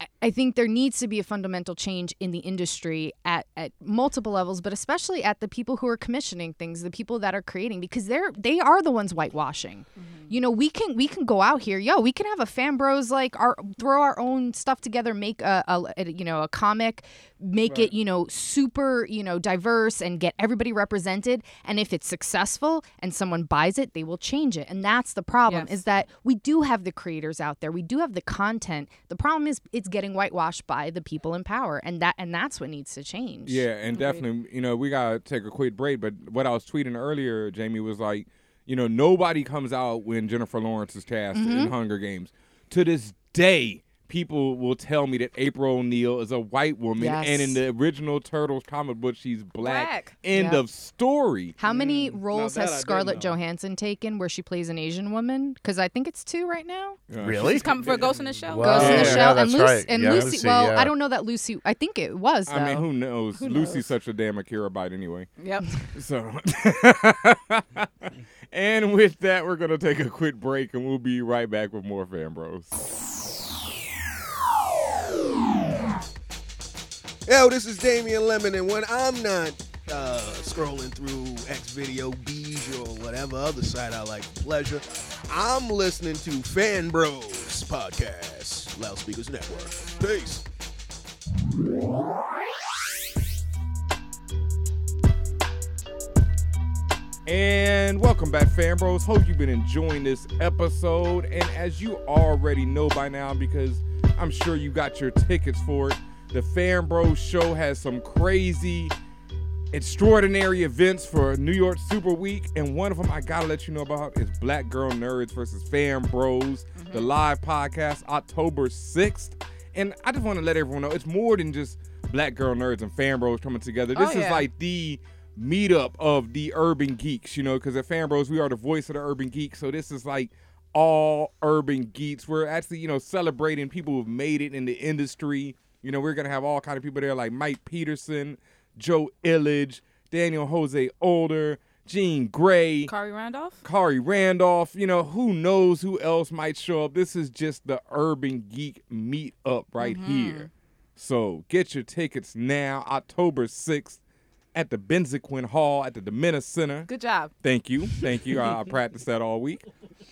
[SPEAKER 5] I- I think there needs to be a fundamental change in the industry at, at multiple levels, but especially at the people who are commissioning things, the people that are creating, because they're they are the ones whitewashing. You know, we can we can go out here, yo, we can have a fan bros like our throw our own stuff together, make a, a, a you know a comic, make it you know super you know diverse and get everybody represented. And if it's successful and someone buys it, they will change it. And that's the problem
[SPEAKER 2] Yes.
[SPEAKER 5] is that we do have the creators out there, we do have the content. The problem is it's getting whitewashed by the people in power, and that and that's what needs to change.
[SPEAKER 3] Yeah, and definitely, you know, we gotta take a quick break. But what I was tweeting earlier, Jamie, was like, you know, nobody comes out when Jennifer Lawrence is cast in Hunger Games. To this day, people will tell me that April O'Neil is a white woman, and in
[SPEAKER 5] Yes.
[SPEAKER 3] the original Turtles comic book, she's black.
[SPEAKER 2] Black.
[SPEAKER 3] End
[SPEAKER 5] Yeah.
[SPEAKER 3] of story.
[SPEAKER 5] How
[SPEAKER 3] Mm.
[SPEAKER 5] many roles
[SPEAKER 6] that I
[SPEAKER 5] has
[SPEAKER 6] didn't
[SPEAKER 5] Scarlett
[SPEAKER 6] know.
[SPEAKER 5] Johansson taken where she plays an Asian woman? Because I think it's two right now.
[SPEAKER 3] Uh,
[SPEAKER 1] Really?
[SPEAKER 2] She's coming for a Ghost in the Shell.
[SPEAKER 1] Wow.
[SPEAKER 5] Ghost in
[SPEAKER 1] Oh, Yeah,
[SPEAKER 5] the
[SPEAKER 1] yeah,
[SPEAKER 5] Shell and
[SPEAKER 7] that's
[SPEAKER 5] Lucy.
[SPEAKER 7] right.
[SPEAKER 5] And
[SPEAKER 7] Yeah,
[SPEAKER 5] Lucy.
[SPEAKER 7] Lucy,
[SPEAKER 5] Well,
[SPEAKER 7] yeah.
[SPEAKER 5] I don't know that Lucy. I think it was though.
[SPEAKER 3] I mean, who knows? Lucy's such a damn Akira bite anyway.
[SPEAKER 2] Yep.
[SPEAKER 3] So, and with that, we're going to take a quick break and we'll be right back with more Fan Bros.
[SPEAKER 7] Yo, this is Damian Lemon, and when I'm not uh, scrolling through X Video Bees or whatever other site I like for pleasure, I'm listening to Fan Bros Podcast, Loudspeakers Network. Peace.
[SPEAKER 3] And welcome back, Fan Bros. Hope you've been enjoying this episode. And as you already know by now, because I'm sure you got your tickets for it, the Fan Bros show has some crazy, extraordinary events for New York Super Week. And one of them I gotta let you know about is Black Girl Nerds versus Fan Bros, the live podcast, October 6th. And I just wanna let everyone know it's more than just Black Girl Nerds and Fan Bros coming together. This is
[SPEAKER 2] yeah.
[SPEAKER 3] like the meetup of the urban geeks, you know, because at Fan Bros, we are the voice of the urban geeks. So this is like all urban geeks. We're actually, you know, celebrating people who've made it in the industry. You know, we're gonna have all kind of people there like Mike Peterson, Joe Illich, Daniel Jose Older, Gene Gray,
[SPEAKER 2] Kari Randolph.
[SPEAKER 3] Kari Randolph, you know, who knows who else might show up. This is just the urban geek meetup right here. So get your tickets now, October 6th at the Benziquin Hall at the Domina Center.
[SPEAKER 2] Good job.
[SPEAKER 3] Thank you. Thank you. I, I practiced that all week.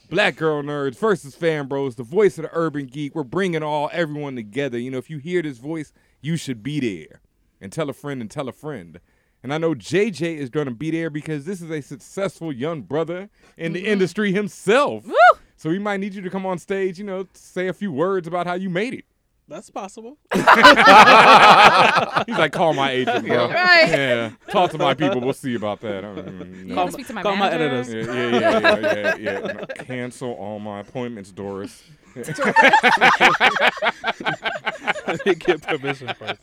[SPEAKER 3] Black Girl Nerds versus Fan Bros, the voice of the urban geek. We're bringing all everyone together. You know, if you hear this voice, you should be there. And tell a friend and tell a friend. And I know JJ is going to be there because this is a successful young brother in the industry himself. Woo! So we might need you to come on stage, you know, say a few words about how you made it.
[SPEAKER 6] That's possible.
[SPEAKER 3] He's like, call my agent, bro.
[SPEAKER 2] Right.
[SPEAKER 3] Yeah. Talk to my people. We'll see about that. Mm-hmm. I don't-
[SPEAKER 2] You
[SPEAKER 3] no.
[SPEAKER 2] want to speak to my
[SPEAKER 6] call my
[SPEAKER 2] manager?
[SPEAKER 6] editors.
[SPEAKER 3] Yeah, yeah, yeah, yeah, yeah, yeah. No, Cancel all my appointments, Doris.
[SPEAKER 6] Get permission first.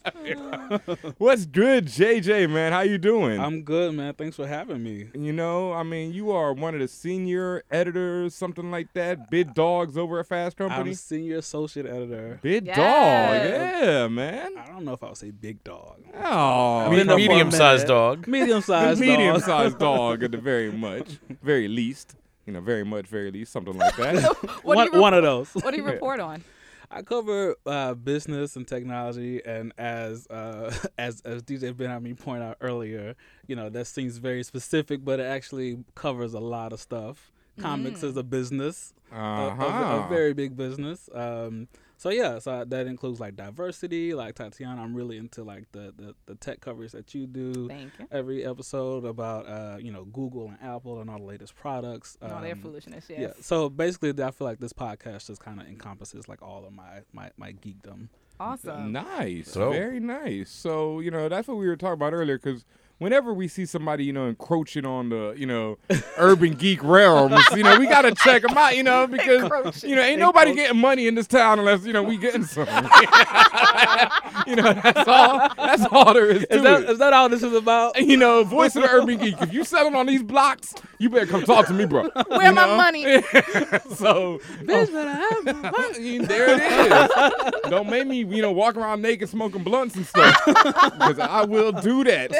[SPEAKER 3] What's good, JJ? Man, how you doing?
[SPEAKER 6] I'm good, man. Thanks for having me.
[SPEAKER 3] you know, I mean, you are one of the senior editors, something like that. Big dogs over at Fast
[SPEAKER 6] I'm
[SPEAKER 3] Company.
[SPEAKER 6] senior associate editor.
[SPEAKER 3] Big
[SPEAKER 2] Yes.
[SPEAKER 3] dog, yeah, man.
[SPEAKER 6] I don't know if I would say big dog.
[SPEAKER 3] Oh,
[SPEAKER 6] I've been up for a
[SPEAKER 1] medium-sized
[SPEAKER 6] minute.
[SPEAKER 1] dog.
[SPEAKER 6] Medium-sized dog.
[SPEAKER 3] medium-sized dog at the very much, very least. You know, very much, very least, something like that.
[SPEAKER 2] What
[SPEAKER 6] one,
[SPEAKER 2] do you
[SPEAKER 6] one of those.
[SPEAKER 2] What do you report on?
[SPEAKER 6] I cover uh, business and technology, and as uh, as as DJ Ben had me point out earlier, you know that seems very specific, but it actually covers a lot of stuff. Comics
[SPEAKER 2] Mm.
[SPEAKER 6] is a business, a- a- a,
[SPEAKER 3] Uh-huh.
[SPEAKER 6] very big business. Um, so yeah, so that includes like diversity, like Tatiana. I'm really into like the the, the tech covers that you do.
[SPEAKER 2] Thank you.
[SPEAKER 6] Every episode about uh, you know Google and Apple and all the latest products.
[SPEAKER 2] No, their
[SPEAKER 6] Um,
[SPEAKER 2] foolishness.
[SPEAKER 6] yeah.
[SPEAKER 2] Yes.
[SPEAKER 6] So basically, I feel like this podcast just kind of encompasses like all of my my my geekdom.
[SPEAKER 2] Awesome.
[SPEAKER 3] Nice,
[SPEAKER 1] So-
[SPEAKER 3] very nice. So you know that's what we were talking about earlier because whenever we see somebody you know encroaching on the you know urban geek realms, you know we gotta check them out, you know because you know ain't nobody getting money in this town unless you know we getting some. you know that's all. That's all there is to
[SPEAKER 6] Is that
[SPEAKER 3] it.
[SPEAKER 6] is that all this is about?
[SPEAKER 3] you know, voice of the urban geek. If you selling on these blocks, you better come talk to me, bro.
[SPEAKER 2] Where my money?
[SPEAKER 3] So there it is. Don't make me, you know, walk around naked smoking blunts and stuff. Because I will do that.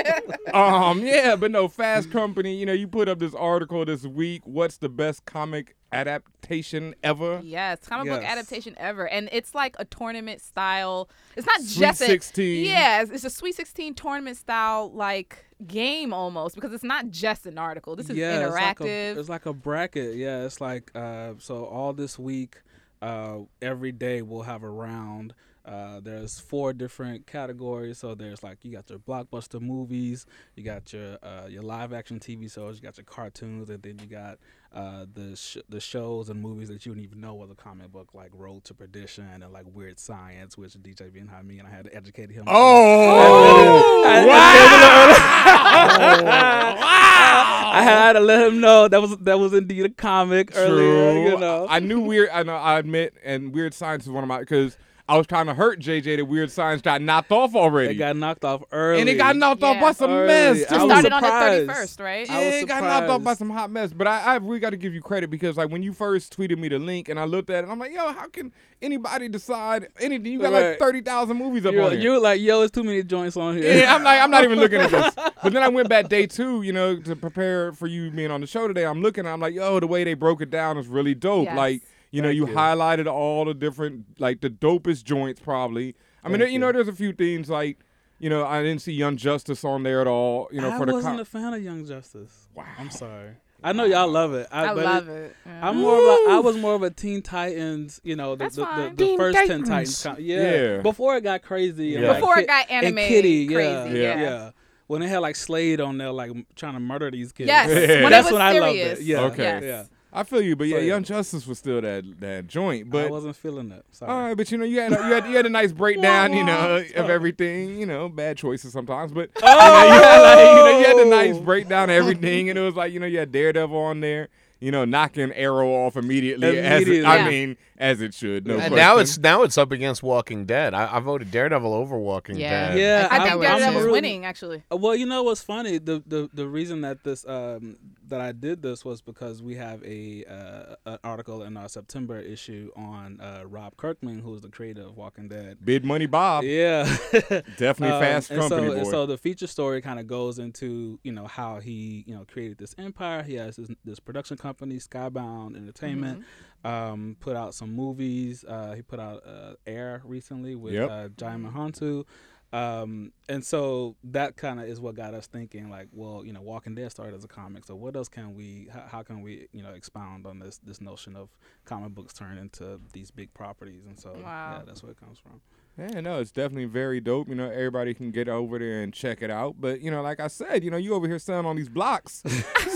[SPEAKER 3] um, yeah, but no, Fast Company. You know, you put up this article this week. What's the best comic adaptation ever?
[SPEAKER 2] Yes, comic book
[SPEAKER 6] Yes.
[SPEAKER 2] adaptation ever, and it's like a tournament style. It's not
[SPEAKER 3] Sweet
[SPEAKER 2] just a-
[SPEAKER 3] 16.
[SPEAKER 2] Yeah, it's, it's a Sweet Sixteen tournament style like game almost because it's not just an article. This is
[SPEAKER 6] It's like,
[SPEAKER 2] interactive.
[SPEAKER 6] a, it's like a bracket. Yeah, it's like uh, so all this week, uh, every day we'll have a round. Uh, there's four different categories. So there's like you got your blockbuster movies, you got your uh, your live action TV shows, you got your cartoons, and then you got uh, the sh- the shows and movies that you didn't even know was a comic book, like Road to Perdition and like Weird Science, which DJ Benham me and I had to educate him. on.
[SPEAKER 3] Oh,
[SPEAKER 6] Oh,
[SPEAKER 3] Oh.
[SPEAKER 6] I had to let him know that was that was indeed a comic earlier. You know,
[SPEAKER 3] I knew weird. I know. I admit, and Weird Science is one of my because I was kind of hurt. JJ, that Weird Science got knocked off
[SPEAKER 6] it
[SPEAKER 3] already,
[SPEAKER 6] got knocked off early,
[SPEAKER 3] and it got knocked off
[SPEAKER 2] Yeah.
[SPEAKER 3] by some
[SPEAKER 6] Early.
[SPEAKER 3] mess.
[SPEAKER 6] I
[SPEAKER 2] It
[SPEAKER 3] too.
[SPEAKER 6] was
[SPEAKER 2] started on the thirty
[SPEAKER 6] surprised.
[SPEAKER 2] first, right?
[SPEAKER 6] I was
[SPEAKER 3] yeah, it got knocked off by
[SPEAKER 6] surprised.
[SPEAKER 3] some hot mess. But I, I we got to give you credit because like when you first tweeted me the link and I looked at it, I'm like, yo, how can anybody decide anything? You got like
[SPEAKER 6] Right.
[SPEAKER 3] thirty thousand movies up
[SPEAKER 6] You were,
[SPEAKER 3] on here.
[SPEAKER 6] you were like, yo, it's too many joints on here.
[SPEAKER 3] yeah, I'm like, I'm not even looking at this. But then I went back day two, you know, to prepare for you being on the show today. I'm looking, I'm like, yo, the way they broke it down is really dope.
[SPEAKER 2] Yes.
[SPEAKER 3] Like, you know,
[SPEAKER 6] Thank
[SPEAKER 3] you,
[SPEAKER 6] you.
[SPEAKER 3] highlighted all the different, like, the dopest joints probably. I mean,
[SPEAKER 6] Thank
[SPEAKER 3] you. know, there's a few things like, you know, I didn't see Young Justice on there at all. You know,
[SPEAKER 6] I
[SPEAKER 3] for the
[SPEAKER 6] wasn't
[SPEAKER 3] com-
[SPEAKER 6] a fan of Young Justice. Wow, I'm sorry. I know y'all love it. I,
[SPEAKER 2] I
[SPEAKER 6] but
[SPEAKER 2] love it. Yeah.
[SPEAKER 6] I'm more of a, I was more of a Teen Titans, you know, the,
[SPEAKER 2] That's
[SPEAKER 6] the, the,
[SPEAKER 2] fine.
[SPEAKER 6] the
[SPEAKER 2] Teen
[SPEAKER 6] first Teen Titans. com- yeah.
[SPEAKER 3] Yeah.
[SPEAKER 6] Before it got crazy. and
[SPEAKER 3] Yeah.
[SPEAKER 6] like
[SPEAKER 2] Before
[SPEAKER 6] Kid-
[SPEAKER 2] it got
[SPEAKER 6] and
[SPEAKER 2] anime
[SPEAKER 6] Kitty,
[SPEAKER 2] crazy,
[SPEAKER 3] yeah,
[SPEAKER 2] yeah.
[SPEAKER 6] yeah. When they had like Slade on there, like m- trying to murder these kids.
[SPEAKER 2] Yes,
[SPEAKER 3] Yeah.
[SPEAKER 2] when
[SPEAKER 6] That's
[SPEAKER 2] it was
[SPEAKER 6] when I loved
[SPEAKER 2] serious.
[SPEAKER 6] it. Yeah.
[SPEAKER 3] Okay.
[SPEAKER 2] Yes.
[SPEAKER 6] Yeah.
[SPEAKER 3] I feel you, but yeah,
[SPEAKER 6] So, yeah.
[SPEAKER 3] Young Justice was still that that joint.
[SPEAKER 6] But I
[SPEAKER 3] But all
[SPEAKER 6] wasn't feeling it. Sorry.
[SPEAKER 3] right, but you know, you had a, you had you had a nice breakdown, you know, of everything. You know, bad choices sometimes, but you, know, you had like, you know, you had a
[SPEAKER 6] Oh.
[SPEAKER 3] nice breakdown of everything, and it was like you know, you had Daredevil on there. You know, knocking Arrow off immediately. As it,
[SPEAKER 6] Immediately.
[SPEAKER 3] I
[SPEAKER 2] Yeah.
[SPEAKER 3] mean, as it should. No
[SPEAKER 1] And
[SPEAKER 3] question.
[SPEAKER 1] now it's now it's up against Walking Dead. I, I voted Daredevil over Walking
[SPEAKER 5] Yeah.
[SPEAKER 1] Dead.
[SPEAKER 6] yeah,
[SPEAKER 5] I
[SPEAKER 2] I think
[SPEAKER 5] think I'm-
[SPEAKER 2] Daredevil
[SPEAKER 5] I'm
[SPEAKER 2] was
[SPEAKER 6] really-
[SPEAKER 2] winning actually.
[SPEAKER 6] Uh, Well, you know what's funny? The the, the reason that this um, that I did this was because we have a uh, an article in our September issue on uh, Rob Kirkman, who is the creator of Walking Dead.
[SPEAKER 3] Big Money Bob,
[SPEAKER 6] Yeah.
[SPEAKER 3] definitely
[SPEAKER 6] Um,
[SPEAKER 3] fast
[SPEAKER 6] and
[SPEAKER 3] company
[SPEAKER 6] so, and
[SPEAKER 3] boy.
[SPEAKER 6] so the feature story kind of goes into you know how he you know created this empire. He has this, this production company, Skybound Entertainment. Um, put out some movies. Uh, he put out uh, Air recently with
[SPEAKER 3] Yep.
[SPEAKER 6] uh, Jai Mahantu. Um, and so that kind of is what got us thinking, like, well, you know, Walking Dead started as a comic, so what else can we, how, how can we, you know, expound on this this notion of comic books turn into these big properties? And so,
[SPEAKER 2] Wow.
[SPEAKER 6] yeah, that's where it comes from.
[SPEAKER 3] Yeah, no, it's definitely very dope. You know, everybody can get over there and check it out. But you know, like I said, you know, you over here selling on these blocks,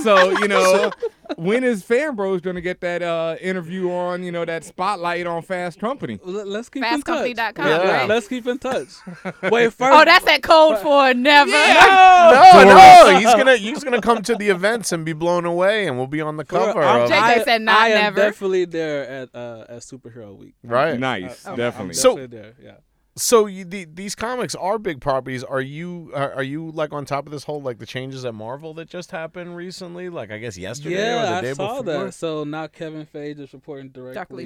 [SPEAKER 3] so you know, when is Fan Bros gonna get that uh, interview on? You know, that spotlight on Fast Company.
[SPEAKER 6] Well, let- Let's keep in touch.
[SPEAKER 2] Fastcompany.com,
[SPEAKER 1] Yeah.
[SPEAKER 2] right?
[SPEAKER 6] Let's keep in touch. Wait, first.
[SPEAKER 2] Oh, that's that code for never.
[SPEAKER 1] No, no, he's gonna he's gonna come to the events and be blown away, and we'll be on the cover.
[SPEAKER 6] I'm-
[SPEAKER 1] Of,
[SPEAKER 2] JJ
[SPEAKER 6] I-
[SPEAKER 2] said not
[SPEAKER 6] I am
[SPEAKER 2] never.
[SPEAKER 6] definitely there at uh, at Superhero Week. Uh,
[SPEAKER 1] right.
[SPEAKER 3] Nice,
[SPEAKER 6] I'm- I'm
[SPEAKER 3] definitely.
[SPEAKER 1] So-
[SPEAKER 6] definitely there. Yeah.
[SPEAKER 1] So you, the, these comics are big properties. Are you are, are you like on top of this whole like the changes at Marvel that just happened recently? Like I guess yesterday or the
[SPEAKER 6] yeah,
[SPEAKER 1] day
[SPEAKER 6] I saw
[SPEAKER 1] before.
[SPEAKER 6] that. So now Kevin Feige is reporting directly.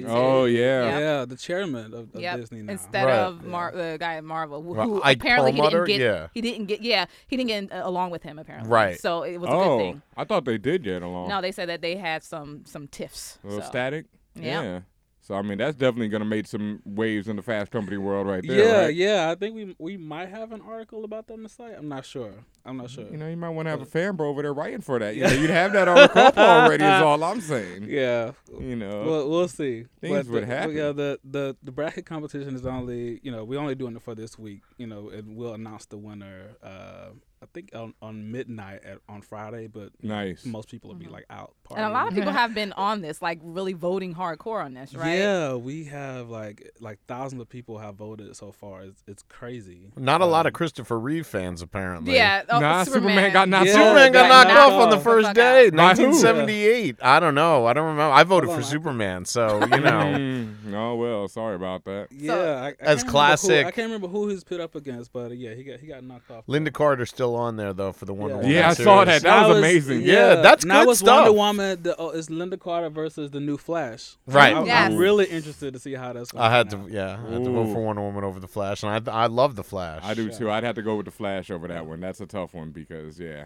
[SPEAKER 2] Directly
[SPEAKER 6] to-
[SPEAKER 2] to-
[SPEAKER 3] oh yeah.
[SPEAKER 2] Yeah.
[SPEAKER 6] Yeah, the chairman of, of
[SPEAKER 2] Yep.
[SPEAKER 6] Disney now.
[SPEAKER 2] Instead
[SPEAKER 1] Right.
[SPEAKER 2] of Mar- the guy at Marvel, who,
[SPEAKER 1] Well,
[SPEAKER 2] who
[SPEAKER 1] Ike
[SPEAKER 2] apparently he
[SPEAKER 1] Perlmutter?
[SPEAKER 2] didn't get,
[SPEAKER 1] Yeah.
[SPEAKER 2] he didn't get, yeah, he didn't get uh, along with him apparently.
[SPEAKER 1] Right.
[SPEAKER 2] So it was a good
[SPEAKER 3] Oh,
[SPEAKER 2] thing.
[SPEAKER 3] I thought they did get along.
[SPEAKER 2] No, they said that they had some some tiffs.
[SPEAKER 3] A little
[SPEAKER 2] so.
[SPEAKER 3] static.
[SPEAKER 2] Yeah.
[SPEAKER 3] So I mean, that's definitely gonna make some waves in the Fast Company world right there.
[SPEAKER 6] yeah,
[SPEAKER 3] right?
[SPEAKER 6] yeah. I think we we might have an article about them on the site. I'm not sure. I'm not sure.
[SPEAKER 3] You know, you might want to have a fan bro over there writing for that. You know, you'd have that on the cover already. Is all I'm saying.
[SPEAKER 6] yeah.
[SPEAKER 3] You know,
[SPEAKER 6] We'll, we'll see.
[SPEAKER 3] Things
[SPEAKER 6] But
[SPEAKER 3] would
[SPEAKER 6] the-
[SPEAKER 3] happen.
[SPEAKER 6] Yeah, the, the the bracket competition is only you know we're only doing it for this week. You know, and we'll announce the winner. Uh, I think on, on midnight at, on Friday, but
[SPEAKER 3] nice.
[SPEAKER 6] most people will be like out. Partying.
[SPEAKER 2] Mm-hmm. And a lot of people have been on this, like really voting hardcore on this, right?
[SPEAKER 6] Yeah, we have like like thousands of people have voted so far. It's, it's crazy.
[SPEAKER 1] Not a
[SPEAKER 3] Uh,
[SPEAKER 1] lot of Christopher Reeve fans apparently.
[SPEAKER 2] Yeah. Oh,
[SPEAKER 3] nah, Superman,
[SPEAKER 2] Superman.
[SPEAKER 3] got knocked
[SPEAKER 6] Yeah.
[SPEAKER 3] out.
[SPEAKER 1] Superman got
[SPEAKER 6] Got
[SPEAKER 1] knocked
[SPEAKER 6] knocked
[SPEAKER 1] off on the
[SPEAKER 6] off.
[SPEAKER 1] first
[SPEAKER 2] Fuck
[SPEAKER 1] day,
[SPEAKER 2] out.
[SPEAKER 3] By who?
[SPEAKER 1] 1978. I don't know. I don't remember. I voted
[SPEAKER 6] Hold
[SPEAKER 1] for
[SPEAKER 6] on.
[SPEAKER 1] Superman, so you know.
[SPEAKER 3] Mm, oh well, sorry about that.
[SPEAKER 6] Yeah, I, I
[SPEAKER 1] As
[SPEAKER 6] can't remember who-
[SPEAKER 1] classic-
[SPEAKER 6] I can't remember who he's put up against, but uh, yeah, he got he got knocked off.
[SPEAKER 1] Linda Carter's still still on there though for the Wonder
[SPEAKER 6] Yeah.
[SPEAKER 1] Woman.
[SPEAKER 3] Yeah, I saw that.
[SPEAKER 1] series.
[SPEAKER 3] That was amazing.
[SPEAKER 1] Yeah, that's
[SPEAKER 6] now
[SPEAKER 1] good
[SPEAKER 6] it's
[SPEAKER 1] stuff.
[SPEAKER 6] Wonder Woman. The, oh, it's Linda Carter versus the new Flash.
[SPEAKER 1] Right.
[SPEAKER 6] I'm,
[SPEAKER 2] Yes.
[SPEAKER 6] I'm really interested to see how that's. Gonna
[SPEAKER 1] I had
[SPEAKER 6] turn
[SPEAKER 1] to,
[SPEAKER 6] out.
[SPEAKER 1] yeah, I had to vote
[SPEAKER 3] Ooh.
[SPEAKER 1] for Wonder Woman over the Flash, and I, th- I love the Flash.
[SPEAKER 3] I do too. I'd have to go with the Flash over that one. That's a tough one because yeah.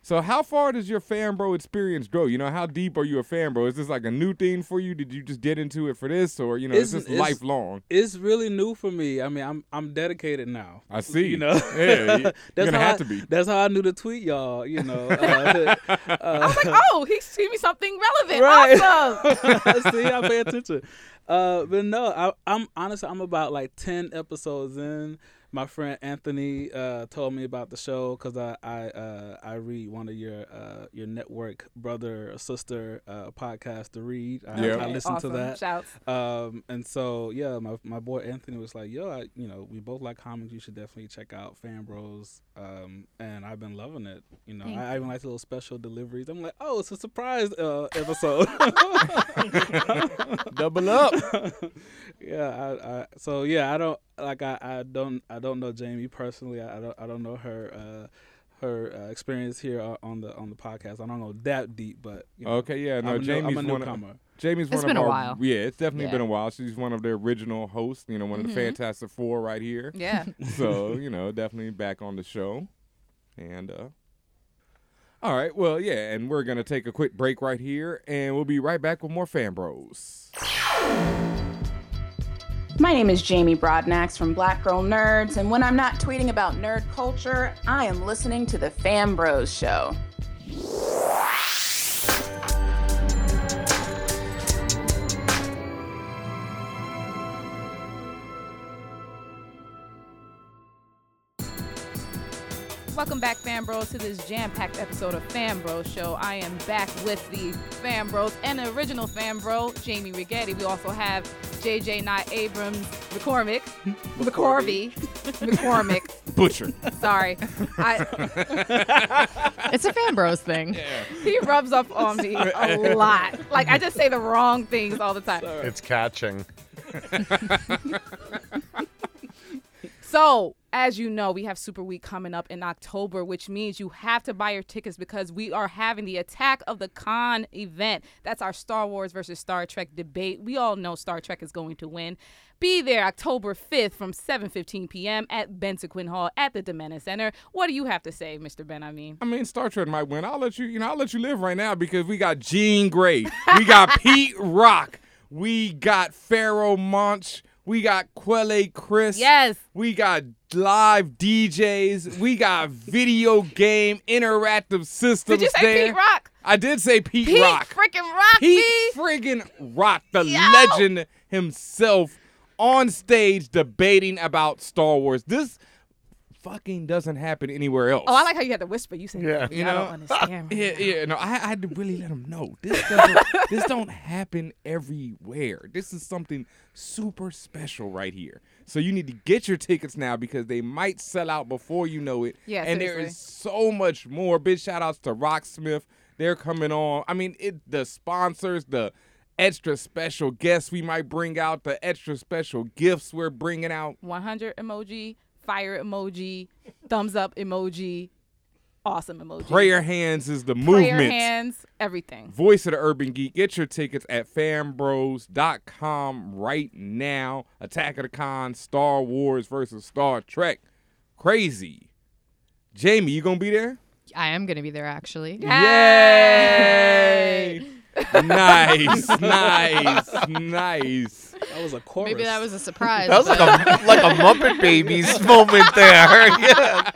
[SPEAKER 3] So how far does your fan bro experience grow? You know, how deep are you a fan bro? Is this like a new thing for you? Did you just get into it for this, or you know, is
[SPEAKER 6] Isn't-
[SPEAKER 3] this
[SPEAKER 6] is-
[SPEAKER 3] lifelong?
[SPEAKER 6] It's really new for me. I mean, I'm I'm dedicated now.
[SPEAKER 3] I see.
[SPEAKER 6] You know,
[SPEAKER 3] yeah, you- you're gonna
[SPEAKER 6] how
[SPEAKER 3] have
[SPEAKER 6] I-
[SPEAKER 3] to be.
[SPEAKER 6] That's how I knew to tweet y'all. You know, uh,
[SPEAKER 2] I was like, oh, he's giving me something relevant.
[SPEAKER 6] Right.
[SPEAKER 2] Awesome.
[SPEAKER 6] See, I pay attention. Uh, but no, I, I'm honestly, I'm about like ten episodes in. My friend Anthony uh, told me about the show because I I, uh, I read one of your uh, your network brother or sister uh, podcast to read. I,
[SPEAKER 3] Yeah.
[SPEAKER 6] I listen
[SPEAKER 2] Awesome.
[SPEAKER 6] to that.
[SPEAKER 2] Shouts.
[SPEAKER 6] Um, and so yeah, my my boy Anthony was like, "Yo, I, you know, we both like comics. You should definitely check out Fan Bros." Um, and I've been loving it. You know, I, I even like the little special deliveries. I'm like, "Oh, it's a surprise uh, episode."
[SPEAKER 1] Double up.
[SPEAKER 6] yeah, I, I, so yeah, I don't like I, I don't I don't know Jamie personally. I, I don't I don't know her uh, her uh, experience here o- on the on the podcast. I don't go that deep, but you know,
[SPEAKER 3] Okay, yeah, no,
[SPEAKER 6] I'm, a new- I'm
[SPEAKER 3] Jamie's
[SPEAKER 6] a
[SPEAKER 3] one of,
[SPEAKER 6] newcomer.
[SPEAKER 3] Jamie's
[SPEAKER 5] It's
[SPEAKER 3] one
[SPEAKER 5] been
[SPEAKER 3] of
[SPEAKER 5] a
[SPEAKER 3] our
[SPEAKER 5] while.
[SPEAKER 3] yeah, it's definitely
[SPEAKER 5] Yeah. Mm-hmm.
[SPEAKER 3] been a while. She's one of the original hosts, you know, one of the Fantastic Four right here.
[SPEAKER 2] Yeah.
[SPEAKER 3] so you know definitely back on the show and uh all right well yeah and we're gonna take a quick break right here and we'll be right back with more fan bros
[SPEAKER 8] My name is Jamie Broadnax from Black Girl Nerds, and when I'm not tweeting about nerd culture, I am listening to the Fam Bros Show.
[SPEAKER 2] Welcome back, Fan Bros, to this jam-packed episode of Fan Bros Show. I am back with the Fan Bros and the original Fan Bro, Jamie Rigetti. We also have JJ Not Abrams McCormick, McCorvey, McCormick.
[SPEAKER 3] butcher
[SPEAKER 2] Sorry, I,
[SPEAKER 5] It's a fan bros thing.
[SPEAKER 2] he rubs up on me a lot. Like I just say the wrong things all the time.
[SPEAKER 1] It's catching.
[SPEAKER 2] So, as you know, we have Super Week coming up in October, which means you have to buy your tickets because we are having the Attack of the Con event. That's our Star Wars versus Star Trek debate. We all know Star Trek is going to win. Be there October 5th from 7:15 p.m. at Bensequin Hall at the Domena Center. What do you have to say, Mr. Ben? I mean,
[SPEAKER 3] i mean star trek might win i'll let you you know i'll let you live right now because we got gene gray we got pete rock we got pharaoh monch we got Quelle Chris.
[SPEAKER 2] Yes.
[SPEAKER 3] We got live DJs. We got video game interactive systems.
[SPEAKER 2] did you say
[SPEAKER 3] there.
[SPEAKER 2] Pete Rock?
[SPEAKER 3] I did say Pete,
[SPEAKER 2] Pete
[SPEAKER 3] Rock.
[SPEAKER 2] freaking Rock.
[SPEAKER 3] He
[SPEAKER 2] me.
[SPEAKER 3] friggin' rocked the
[SPEAKER 2] Yo!
[SPEAKER 3] legend himself on stage debating about Star Wars. This fucking doesn't happen anywhere else.
[SPEAKER 2] Oh, I like how you had to whisper. You said, yeah,
[SPEAKER 3] You
[SPEAKER 2] I
[SPEAKER 3] know?
[SPEAKER 2] don't understand.
[SPEAKER 3] Yeah, yeah, no, I, I had to really let him know this doesn't, this don't happen everywhere. This is something super special right here. So you need to get your tickets now because they might sell out before you know it.
[SPEAKER 2] Yeah,
[SPEAKER 3] and there
[SPEAKER 2] seriously.
[SPEAKER 3] is so much more. Big shout outs to Rocksmith. They're coming on. I mean, it the sponsors, the extra special guests we might bring out, the extra special gifts we're bringing out.
[SPEAKER 2] 100 emoji, fire emoji, thumbs up emoji, awesome emoji.
[SPEAKER 3] Prayer hands is the
[SPEAKER 2] Prayer
[SPEAKER 3] movement.
[SPEAKER 2] hands, everything.
[SPEAKER 3] Voice of the Urban Geek. Get your tickets at fanbros.com right now. Attack of the Con, Star Wars versus Star Trek. Crazy. Jamie, you gonna be there?
[SPEAKER 5] I am gonna be there actually.
[SPEAKER 3] Yay! nice, nice, nice.
[SPEAKER 6] That was a chorus.
[SPEAKER 5] Maybe that was a surprise.
[SPEAKER 1] That was like
[SPEAKER 5] but-
[SPEAKER 1] a like a Muppet Babies moment there. Yeah.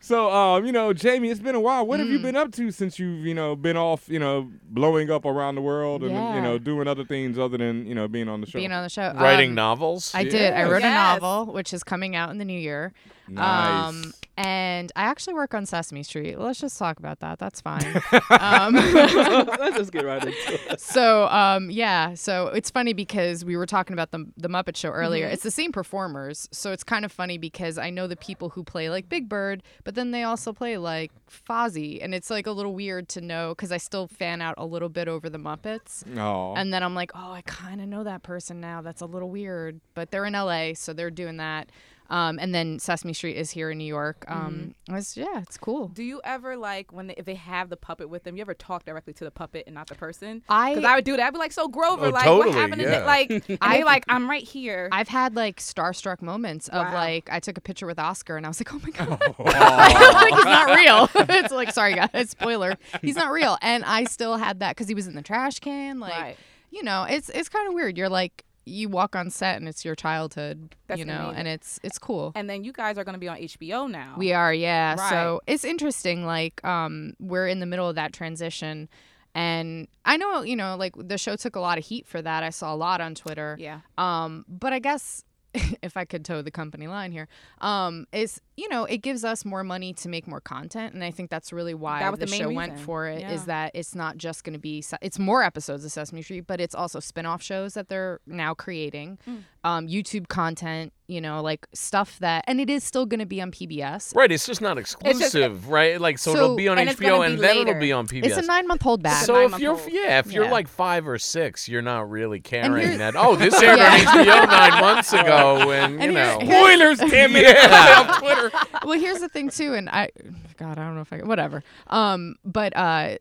[SPEAKER 3] So, um, you know, Jamie, it's been a while. What have
[SPEAKER 5] Mm.
[SPEAKER 3] you been up to since you've, you know, been off, you know, blowing up around the world and,
[SPEAKER 5] Yeah.
[SPEAKER 3] you know, doing other things other than, you know, being on the show?
[SPEAKER 5] being on the show.
[SPEAKER 1] Writing
[SPEAKER 5] Um,
[SPEAKER 1] novels.
[SPEAKER 5] I did. I wrote
[SPEAKER 2] Yes.
[SPEAKER 5] a novel, which is coming out in the new year.
[SPEAKER 3] Nice.
[SPEAKER 5] Um, and I actually work on Sesame Street. Let's just talk about that. That's fine. um,
[SPEAKER 6] Let's just get right into it.
[SPEAKER 5] so um, yeah, so it's funny because we were talking about the the Muppet Show earlier. It's the same performers, so it's kind of funny because I know the people who play like Big Bird, but then they also play like Fozzie, and it's like a little weird to know because I still fan out a little bit over the Muppets.
[SPEAKER 3] Aw.
[SPEAKER 5] And then I'm "Oh, like, oh, I kind of know that person now. That's a little weird, but they're in LA, so they're doing that. Um, and then Sesame Street is here in New York. Um, it's- yeah, it's cool.
[SPEAKER 2] Do you ever like when they, if they have the puppet with them? You ever talk directly to the puppet and not the person?
[SPEAKER 5] I-
[SPEAKER 2] because I would do that. I'd be like, "So Grover,
[SPEAKER 1] Oh,
[SPEAKER 2] like
[SPEAKER 1] totally,
[SPEAKER 2] what happened? to
[SPEAKER 1] yeah.
[SPEAKER 2] To, like and I like I'm right here."
[SPEAKER 5] I've had like starstruck moments of
[SPEAKER 2] Wow.
[SPEAKER 5] like I took a picture with Oscar and I was like, oh my god, like he's not real. it's like sorry guys, spoiler, he's not real. And I still had that because he was in the trash can. Like
[SPEAKER 2] Right.
[SPEAKER 5] you know, it's it's kind of weird. You're like you walk on set and it's your childhood,
[SPEAKER 2] That's
[SPEAKER 5] you know,
[SPEAKER 2] amazing.
[SPEAKER 5] and it's it's cool.
[SPEAKER 2] and then you guys are going to be on HBO now.
[SPEAKER 5] We are, yeah.
[SPEAKER 2] Right.
[SPEAKER 5] So it's interesting. Like, um, we're in the middle of that transition, and I know, you know, like the show took a lot of heat for that. I saw a lot on Twitter.
[SPEAKER 2] Yeah.
[SPEAKER 5] Um, but I guess if I could toe the company line here, um, is you know, it gives us more money to make more content, and I think that's really why
[SPEAKER 2] That was
[SPEAKER 5] the,
[SPEAKER 2] the
[SPEAKER 5] show
[SPEAKER 2] main
[SPEAKER 5] went
[SPEAKER 2] reason.
[SPEAKER 5] for it. Is
[SPEAKER 2] Yeah.
[SPEAKER 5] that it's not just going to be se- it's more episodes of Sesame Street, but it's also spin-off shows that they're now creating,
[SPEAKER 2] Mm.
[SPEAKER 5] um, YouTube content, you know, like stuff that, and it is still going to be on PBS.
[SPEAKER 1] Right, it's just not exclusive, right? Like, so, it'll
[SPEAKER 5] So-
[SPEAKER 1] be on
[SPEAKER 2] and it's
[SPEAKER 1] HBO
[SPEAKER 2] gonna
[SPEAKER 1] and
[SPEAKER 2] be
[SPEAKER 1] then it'll
[SPEAKER 2] later.
[SPEAKER 1] be on PBS.
[SPEAKER 5] It's a nine-month hold back.
[SPEAKER 1] so
[SPEAKER 2] nine
[SPEAKER 1] if
[SPEAKER 2] month
[SPEAKER 1] you're,
[SPEAKER 2] old.
[SPEAKER 1] yeah, if you're
[SPEAKER 5] Yeah.
[SPEAKER 1] like five or six, you're not really
[SPEAKER 5] here's-
[SPEAKER 1] carrying that. Oh, this aired on
[SPEAKER 5] Yeah.
[SPEAKER 1] HBO nine months ago, and, you
[SPEAKER 5] And here's-
[SPEAKER 1] know,
[SPEAKER 5] here's-
[SPEAKER 1] damn it, yeah.
[SPEAKER 5] well, here's the thing too, and I, God, I don't know if I, whatever. Um, but uh,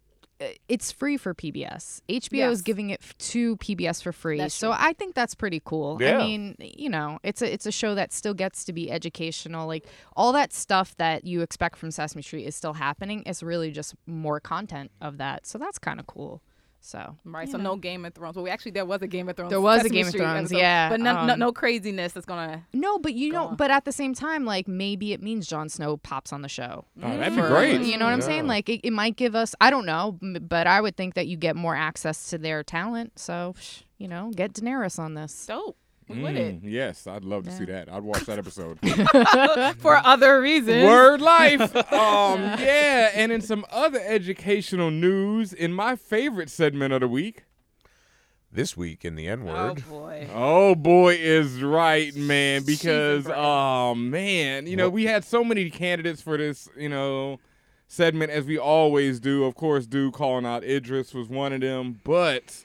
[SPEAKER 5] it's free for PBS. HBO
[SPEAKER 2] Yes.
[SPEAKER 5] is giving it f- to PBS for free,
[SPEAKER 2] That's
[SPEAKER 5] so I think that's pretty cool.
[SPEAKER 1] Yeah.
[SPEAKER 5] I mean, you know, it's a it's a show that still gets to be educational, like all that stuff that you expect from Sesame Street is still happening. It's really just more content of that, so that's kind of cool. So
[SPEAKER 2] Right, so no Game of Thrones. Well, we actually there was a Game of Thrones.
[SPEAKER 5] There was a
[SPEAKER 2] Sesame
[SPEAKER 5] Game of
[SPEAKER 2] Street
[SPEAKER 5] Thrones,
[SPEAKER 2] episode,
[SPEAKER 5] yeah,
[SPEAKER 2] but no, no,
[SPEAKER 5] um,
[SPEAKER 2] no craziness that's gonna.
[SPEAKER 5] no, but you know,
[SPEAKER 2] on.
[SPEAKER 5] but at the same time, like maybe it means Jon Snow pops on the show.
[SPEAKER 3] Oh, that'd be
[SPEAKER 5] for-
[SPEAKER 3] great.
[SPEAKER 5] You know what I'm saying? Like it, it might give us. I don't know, m- but I would think that you get more access to their talent. So psh, you know, get Daenerys on this.
[SPEAKER 2] Dope. We would it
[SPEAKER 3] Mm, yes, I'd love to see that. I'd watch that episode.
[SPEAKER 2] for other reasons.
[SPEAKER 3] Word life. Um, yeah, and in some other educational news, in my favorite segment of the week.
[SPEAKER 1] this week in the N
[SPEAKER 2] Oh
[SPEAKER 1] word.
[SPEAKER 2] boy.
[SPEAKER 3] Oh boy, is right, man. Because
[SPEAKER 2] right.
[SPEAKER 3] oh man, you know we had so many candidates for this, you know, segment as we always do. Of course, dude calling out Idris was one of them, but